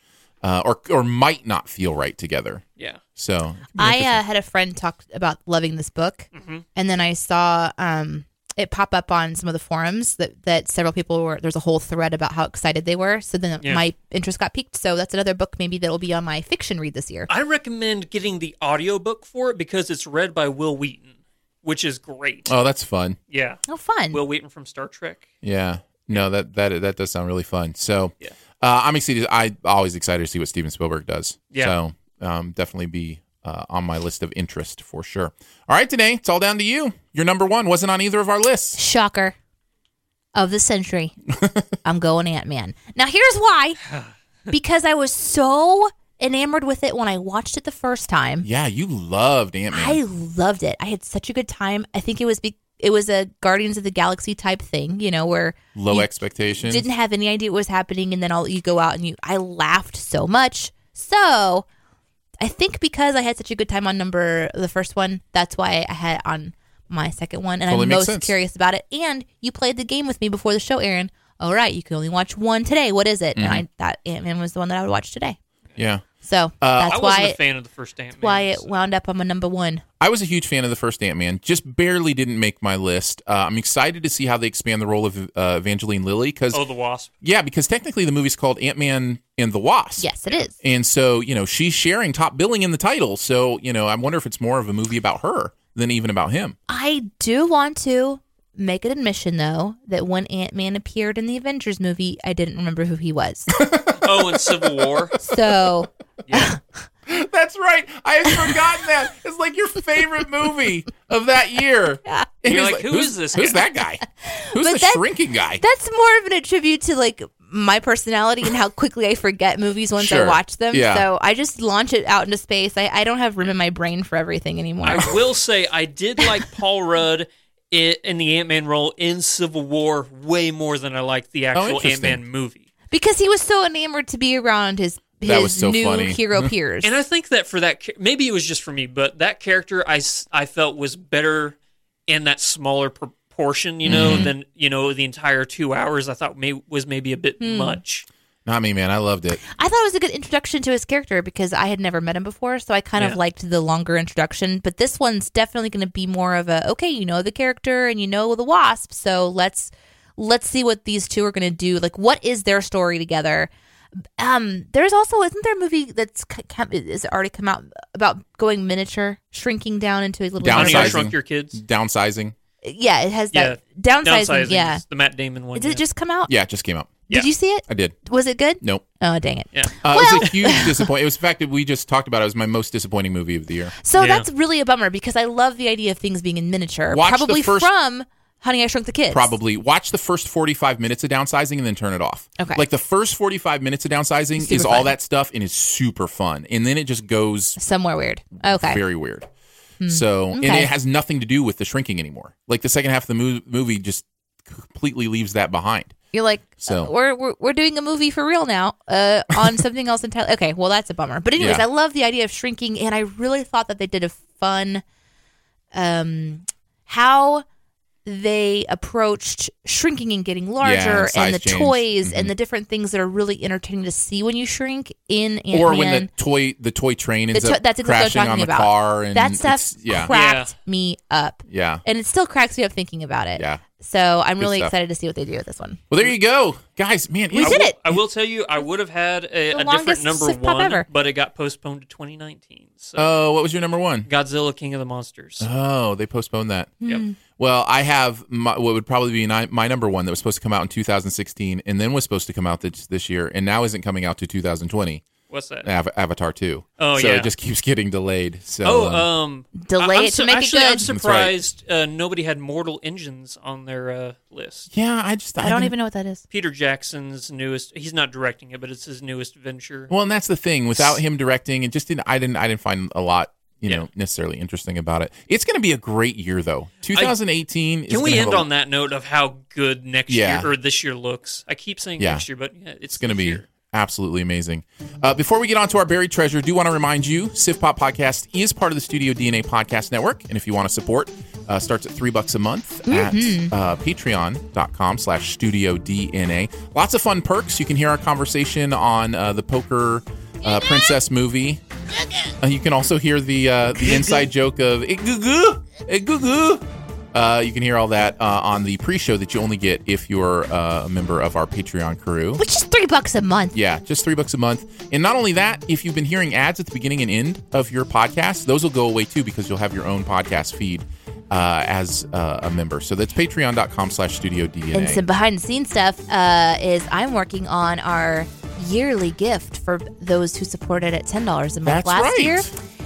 B: uh, or or might not feel right together.
C: Yeah.
B: So, it could be
A: I
B: interesting. Mm-hmm.
A: uh, had a friend talk about loving this book, and then I saw um, it pop up on some of the forums that, that several people were. There's a whole thread about how excited they were. So then
C: Yeah.
A: my interest got piqued. So that's another book maybe that will be on my fiction read this year.
C: I recommend getting the audiobook for it because it's read by Will Wheaton, which is great.
B: oh, that's fun.
C: Uh, yeah.
A: Oh, fun!
C: Will Wheaton from Star Trek.
B: Yeah. No, that that that does sound really fun. So
C: Yeah.
B: uh, I'm excited. I always excited to see what Steven Spielberg does.
C: Yeah.
B: So um, definitely be uh, on my list of interest for sure. All right, today it's all down to you. Your number one wasn't on either of our lists.
A: Shocker of the century. I'm going Ant Man. Now, here's why because I was so enamored with it when I watched it the first time.
B: Yeah, you loved Ant Man.
A: I loved it. I had such a good time. I think it was be- it was a Guardians of the Galaxy type thing, you know, where
B: Low
A: you
B: expectations.
A: didn't have any idea what was happening, and then all you go out and you. I laughed so much. So, I think because I had such a good time on number the first one, that's why I had it on my second one, and
B: Totally
A: I'm
B: makes
A: most
B: sense.
A: curious about it. And you played the game with me before the show, Aaron. All right, you can only watch one today. What is it?
B: Mm-hmm.
A: And I that Ant Man was the one that I would watch today.
B: yeah.
A: So that's
C: Uh, I
A: why
C: wasn't a fan of the first Ant Man.
A: why it wound up on my number one.
B: I was a huge fan of the first Ant Man. Just barely didn't make my list. Uh, I'm excited to see how they expand the role of uh, Evangeline Lilly because
C: Oh, the Wasp.
B: yeah, because technically the movie's called Ant Man and the Wasp.
A: Yes, it is.
B: And so, you know, she's sharing top billing in the title. So, you know, I wonder if it's more of a movie about her than even about him.
A: I do want to make an admission though that when Ant Man appeared in the Avengers movie, I didn't remember who he was.
C: Oh, and Civil War.
A: so
B: That's right. I had forgotten that. It's like your favorite movie of that year. And
C: You're
B: he's
C: like, "Who
B: who's
C: is this
B: Who's
C: guy?"
B: that guy? Who's
A: But
B: the
A: that-
B: shrinking guy?
A: that's more of an attribute to like my personality and how quickly I forget movies once
B: Sure.
A: I watch them.
B: Yeah.
A: So I just launch it out into space. I, I don't have room in my brain for everything anymore.
C: I will say I did like Paul Rudd i in the Ant Man role in Civil War way more than I liked the actual Ant
B: interesting.
C: Man movie.
A: because he was so enamored to be around his
B: That was
A: his
B: so
A: new
B: funny.
A: hero peers.
C: And I think that for that, cha- maybe it was just for me, but that character I, s- I felt was better in that smaller proportion, you know,
B: Mm-hmm.
C: than, you know, the entire two hours I thought may, was maybe a bit
A: Hmm.
C: much.
B: Not me, man. I loved it.
A: I thought it was a good introduction to his character because I had never met him before, so I kind
C: Yeah.
A: of liked the longer introduction. But this one's definitely going to be more of a okay, you know the character and you know the wasp, so let's let's see what these two are going to do. Like, what is their story together? Um, there's also isn't there a movie that's c- come, is already come out about going miniature, shrinking down into a little
C: Honey, I
B: Downsizing.
C: Shrunk Your Kids.
B: Downsizing.
A: Yeah, it has that downsizing.
C: Downsizing
A: Yeah,
C: is the Matt Damon one.
A: did
C: yeah.
A: it just come out?
B: Yeah, it just came out.
C: Yeah.
A: Did you see it?
B: I did.
A: Was it good?
B: Nope.
A: Oh dang it!
C: Yeah.
B: Uh, it was a huge disappointment. It was the fact that we just talked about. It, it was my most disappointing movie of the year.
A: So
C: Yeah.
A: that's really a bummer because I love the idea of things being in miniature,
B: Watch the
A: probably
B: first-
A: from Honey I Shrunk the Kids.
B: Probably watch the first forty-five minutes of downsizing and then turn it off.
A: Okay.
B: Like the first forty-five minutes of downsizing
A: Super
B: is all
A: fun.
B: that stuff and is super fun, and then it just goes
A: somewhere weird. Okay, Hmm.
B: very weird. So and
A: Okay.
B: it has nothing to do with the shrinking anymore. Like the second half of the mo- movie just completely leaves that behind.
A: you're like,
B: So-
A: uh, we're, we're we're doing a movie for real now uh, on something else entirely. Okay, well that's a bummer. But anyways,
B: Yeah.
A: I love the idea of shrinking, and I really thought that they did a fun, um, how they approached shrinking and getting larger,
B: and size
A: and the
B: change.
A: toys
B: Mhm.
A: and the different things that are really entertaining to see when you shrink in Ant-Man.
B: Or when the toy the toy train
A: The
B: ends
A: to-
B: up
A: that's exactly what I'm
B: crashing
A: talking
B: on the
A: about.
B: car and
A: that stuff
B: it's- yeah
A: cracked me up.
B: yeah
A: And it still cracks me up thinking about it.
B: yeah.
A: So I'm really
B: stuff.
A: excited to see what they do with this one.
B: Well, there you go, guys. Man,
A: We
B: I-
A: did it.
C: I will tell you, I would have had a,
A: The
C: a
A: longest
C: different number
A: sip pop
C: one,
A: ever.
C: but it got postponed to 2019. So
B: Oh, what was your number one?
C: Godzilla, King of the Monsters.
B: Oh, they postponed that.
A: Hmm.
C: Yep.
B: Well, I have my, what would probably be ni- my number one that was supposed to come out in 2016 and then was supposed to come out this, this year and now isn't coming out to 2020,
C: What's that?
B: Av- Avatar 2.
C: Oh,
B: so
C: yeah.
B: it just keeps getting delayed. So,
C: Oh,
B: um,
C: um,
A: Delay
C: I- I'm
A: it to make it
C: actually, I'm
A: good.
B: That's right.
C: surprised uh, nobody had Mortal Engines on their uh, list.
B: yeah, I just,
A: I don't even know what that is.
C: Peter Jackson's newest. He's not directing it, but it's his newest venture.
B: Well, and that's the thing. Without him directing, it just didn't. I didn't. I didn't find a lot, you
C: Yeah.
B: know, necessarily interesting about it. It's going to be a great year, though. 2018. is
C: Can we
B: gonna have
C: end
B: a-
C: on that note of how good next
B: Yeah.
C: year or this year looks? I keep saying
B: Yeah.
C: next year, but yeah, it's,
B: It's going to
C: this
B: be
C: year.
B: absolutely amazing. Uh, before we get on to our buried treasure, do want to remind you, Civ Pop Podcast is part of the Studio DNA Podcast Network, and if you want to support, uh, starts at three bucks a month at uh, patreon.com slash studio DNA. Lots of fun perks. You can hear our conversation on uh, the poker uh, princess movie. Uh, you can also hear the uh, the inside joke of "Eh, goo goo, eh, goo goo." Uh, you can hear all that uh, on the pre-show that you only get if you're uh, a member of our Patreon crew.
A: Which is three bucks a month.
B: Yeah, just three bucks a month. And not only that, if you've been hearing ads at the beginning and end of your podcast, those will go away too because you'll have your own podcast feed uh, as uh, a member. So that's patreon.com slash studio
A: And
B: DNA.
A: some behind the scenes stuff uh, is I'm working on our yearly gift for those who supported at $10 a month
B: That's
A: last
B: right.
A: year.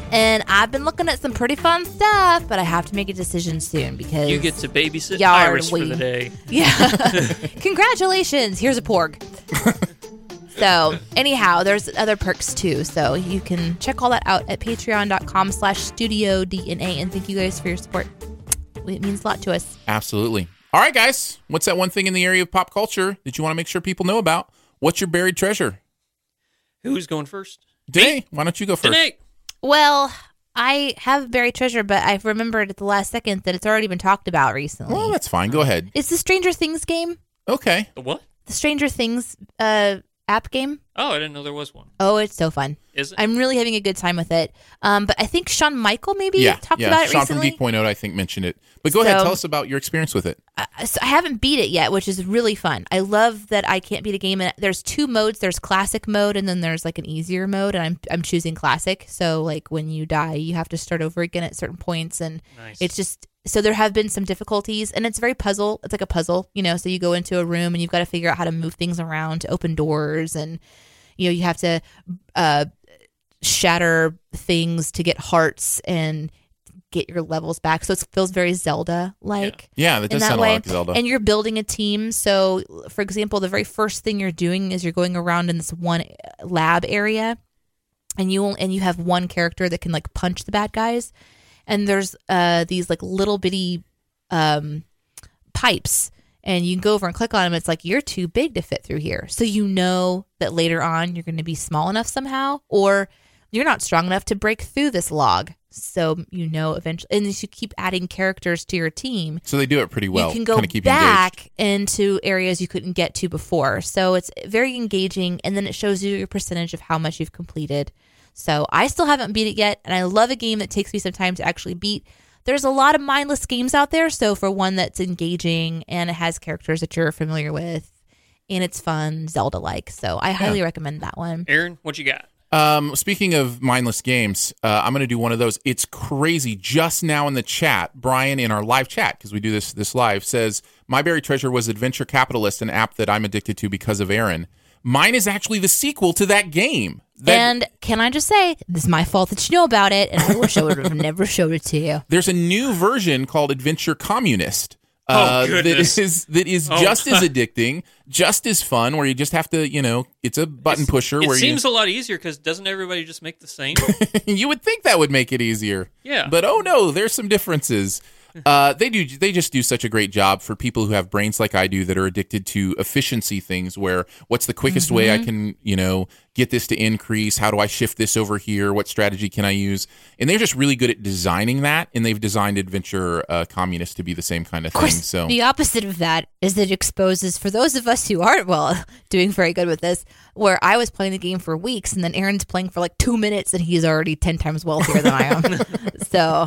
A: And I've been looking at some pretty fun stuff, but I have to make a decision soon because.
C: You get to babysit
A: Yard
C: Iris for
A: weed.
C: the day.
A: Yeah. Congratulations. Here's a porg. so anyhow, there's other perks too. So you can check all that out at patreon.com slash studio DNA. And thank you guys for your support. It means a lot to us.
B: Absolutely. All right, guys. What's that one thing in the area of pop culture that you want to make sure people know about? What's your buried treasure?
C: Who's going first?
B: Danae, why don't you go first?
C: Danae.
A: Well, I have buried treasure, but I remembered at the last second that it's already been talked about recently.
B: Well, that's fine. Go ahead.
A: it's the Stranger Things game,
B: Okay.
C: The what?
A: the Stranger Things uh, app game.
C: Oh, I didn't know there was one.
A: Oh, it's so fun.
C: Is it?
A: I'm really having a good time with it. Um, but I think Shawn Michael maybe
B: yeah.
A: talked
B: yeah.
A: about it
B: Sean
A: recently.
B: from Geek Point Out, I think, mentioned it. But go ahead.
A: So-
B: Tell us about your experience with it.
A: I- so Uh, I haven't beat it yet, which is really fun. I love that I can't beat a game. And there's two modes. There's classic mode, and then there's like an easier mode. And I'm I'm choosing classic. So like when you die, you have to start over again at certain points, and
C: Nice.
A: it's just so there have been some difficulties, and it's very puzzle. It's like a puzzle, you know. So you go into a room, and you've got to figure out how to move things around to open doors, and you know you have to uh, shatter things to get hearts and get your levels back. So it feels very Zelda like
B: Yeah, that
A: in
B: does
A: that
B: sound a
A: way.
B: lot like Zelda.
A: And you're building a team. So, for example, the very first thing you're doing is you're going around in this one uh, lab area, and you and you have one character that can like punch the bad guys. And there's uh, these like little bitty um, pipes and you can go over and click on them. It's like you're too big to fit through here. So you know that later on you're going to be small enough somehow, or you're not strong enough to break through this log. So you know eventually, and as you keep adding characters to your team,
B: So they do it pretty well.
A: you can go
B: kinda keep you engaged.
A: back into areas you couldn't get to before. So it's very engaging, and then it shows you your percentage of how much you've completed. So I still haven't beat it yet, and I love a game that takes me some time to actually beat. There's a lot of mindless games out there, so for one that's engaging and it has characters that you're familiar with, and it's fun Zelda like, so I highly recommend that one.
C: Aaron, what you got?
B: Um, speaking of mindless games, uh, I'm going to do one of those. It's crazy. Just now in the chat, Brian in our live chat because we do this this live says my buried treasure was Adventure Capitalist, an app that I'm addicted to because of Aaron. Mine is actually the sequel to that game. That,
A: and can I just say, this is my fault that you know about it, and I wish I would have never showed it to you.
B: there's a new version called Adventure Communist. uh,
C: Oh,
B: that
C: goodness.
B: is that is
C: Oh.
B: just as addicting, just as fun. Where you just have to, you know, it's a button pusher.
C: It
B: where you,
C: seems a lot easier because doesn't everybody just make the same?
B: you would think that would make it easier.
C: Yeah.
B: But oh no, there's some differences. Uh, they do. They just do such a great job for people who have brains like I do that are addicted to efficiency things. Where what's the quickest way I can, you know, get this to increase? How do I shift this over here? What strategy can I use? And they're just really good at designing that. And they've designed Adventure uh, Communist to be the same kind of, thing. So
A: The opposite of that is that it exposes for those of us who aren't well doing very good with this, where I was playing the game for weeks and then Aaron's playing for like two minutes and he's already ten times wealthier than I am. so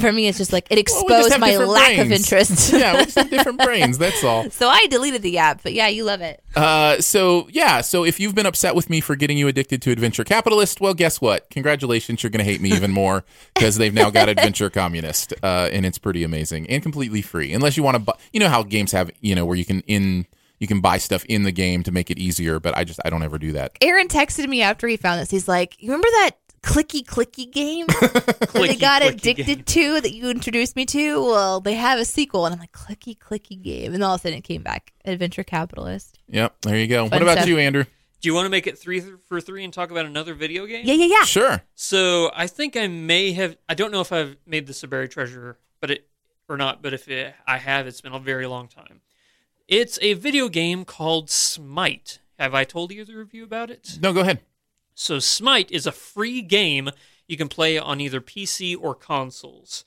A: for me, it's just like it
B: Well,
A: exposed
B: we just have
A: my
B: different
A: lack of
B: brains.
A: interest.
B: yeah, we just have different brains. That's all.
A: so I deleted the app, but yeah, you love it.
B: Uh, so yeah, so if you've been upset with me for getting you addicted to Adventure Capitalist, well, guess what? Congratulations, you're going to hate me even more because they've now got Adventure Communist, uh, and it's pretty amazing and completely free. Unless you want to, buy, you know how games have, you know, where you can in you can buy stuff in the game to make it easier. But I just I don't ever do that.
A: Aaron texted me after he found this. He's like, "You remember that clicky clicky game that they
C: Clicky,
A: got
C: clicky
A: addicted
C: game.
A: to that you introduced me to? Well, they have a sequel." And I'm like, "Clicky clicky game," and all of a sudden it came back, Adventure Capitalist.
B: Yep, there you go. what
A: Fun
B: about
A: stuff.
B: you, Andrew?
C: Do you want to make it three for three and talk about another video game?
A: Yeah, yeah, yeah.
B: Sure.
C: So I think I may have. I don't know if I've made the Saberi treasure, but it or not. But if it, I have, it's been a very long time. It's a video game called Smite. Have I told either of you about it?
B: No, go ahead.
C: So Smite is a free game you can play on either PC or consoles.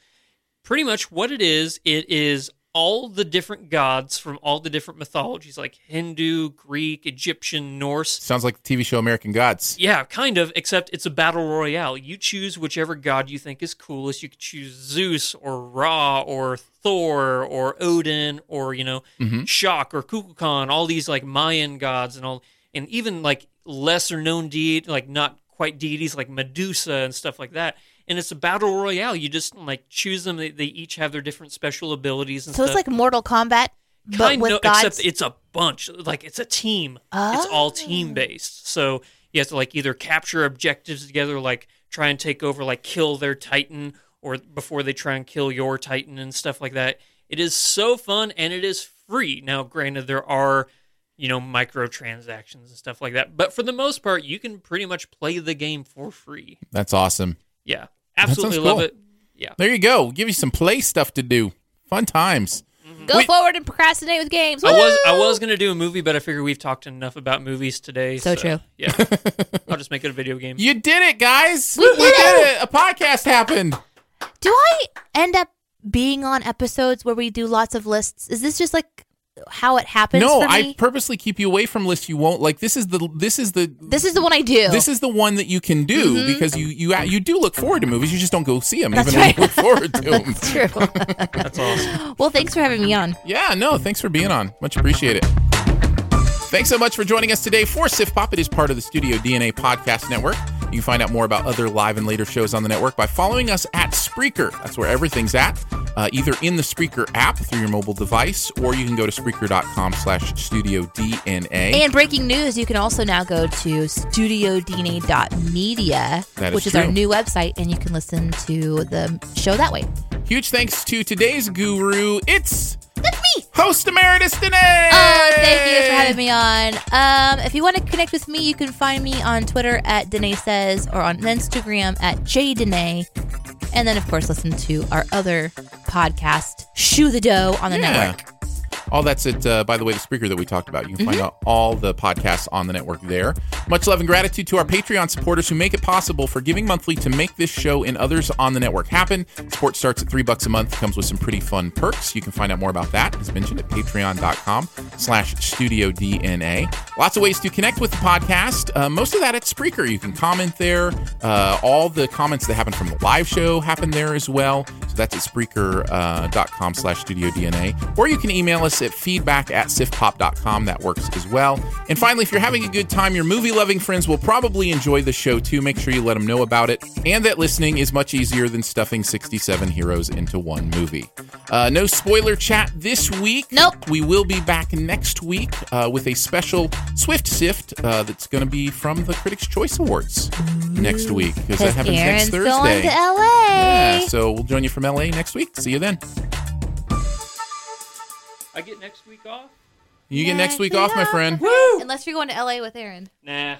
C: Pretty much what it is, it is all the different gods from all the different mythologies like Hindu, Greek, Egyptian, Norse.
B: Sounds like the TV show American Gods.
C: Yeah, kind of, except it's a battle royale. You choose whichever god you think is coolest. You could choose Zeus or Ra or Thor or Odin or, you know,
A: Mm-hmm.
C: Shock or Kukulkan, all these like Mayan gods and all and even like lesser known deed like not quite deities like Medusa and stuff like that. And it's a battle royale. You just like choose them. They, they each have their different special abilities and
A: So
C: stuff.
A: it's like Mortal Kombat, but
C: Kind
A: with
C: of,
A: gods.
C: except it's a bunch. Like it's a team. It's all team
A: Oh.
C: based. So you have to like either capture objectives together, like try and take over, like kill their titan, or before they try and kill your titan and stuff like that. It is so fun and it is free. Now, granted, there are you know microtransactions and stuff like that, but for the most part, you can pretty much play the game for free.
B: That's awesome.
C: Yeah,
B: sounds
C: absolutely love
B: cool.
C: it. Yeah.
B: There you go. Give you some play stuff to do. Fun times.
A: Go
B: Wait.
A: forward and procrastinate with games.
C: I was I
A: Woo!
C: was gonna do a movie, but I figure we've talked enough about movies today.
A: So true.
C: Yeah, I'll just make it a video game.
B: You did it, guys.
A: We
B: we
A: did
B: did it. A podcast happened.
A: Do I end up being on episodes where we do lots of lists? Is this just like how it happens?
B: No,
A: for
B: I
A: me?
B: purposely keep you away from lists you won't like. This is the this is the
A: this is the one I do.
B: this is the one that you can do because you you you do look forward to movies. You just don't go see them,
A: Mm-hmm. That's
B: even
A: right.
B: when you look forward to them.
A: It's true.
C: That's awesome.
A: well, thanks for having me on.
B: Yeah, no, thanks for being on. Much appreciated. Thanks so much for joining us today for Sif Pop. It is part of the Studio DNA Podcast Network. You can find out more about other live and later shows on the network by following us at Spreaker. That's where everything's at, uh, either in the Spreaker app through your mobile device, or you can go to Spreaker.com slash Studio DNA.
A: And breaking news, you can also now go to studiodna.media,
B: That is
A: which is
B: true.
A: our new website, and you can listen to the show that way.
B: Huge thanks to today's guru. It's host emeritus Danae.
A: Oh, thank you for having me on. Um, if you want to connect with me, you can find me on Twitter at Danae Says or on Instagram at JDanae. And then, of course, listen to our other podcast, Shoe the Dough, on the
B: Yeah.
A: network.
B: All that's at, uh, by the way, the speaker that we talked about. You can find
A: Mm-hmm.
B: out all the podcasts on the network there. Much love and gratitude to our Patreon supporters who make it possible for giving monthly to make this show and others on the network happen. Support starts at three bucks a month, comes with some pretty fun perks. You can find out more about that, as mentioned, at patreon.com slash studio DNA. Lots of ways to connect with the podcast. Uh, most of that at Spreaker. You can comment there. Uh, all the comments that happen from the live show happen there as well. So that's at Spreaker.com slash Studio DNA. Or you can email us at feedback at sifpop.com. That works as well. And finally, if you're having a good time, your movie loving friends will probably enjoy the show too. Make sure you let them know about it. And that listening is much easier than stuffing 67 heroes into one movie. Uh, no spoiler chat this week.
A: Nope.
B: We will be back next week uh, with a special Swift Sift uh, that's going to be from the Critics' Choice Awards next week because that happens
A: Aaron's
B: next
A: going
B: Thursday.
A: to LA.
B: Yeah, so we'll join you from LA next week. See you then.
C: I get next week off?
B: You get next week off, my friend.
A: Unless you're going to LA with Aaron.
C: Nah.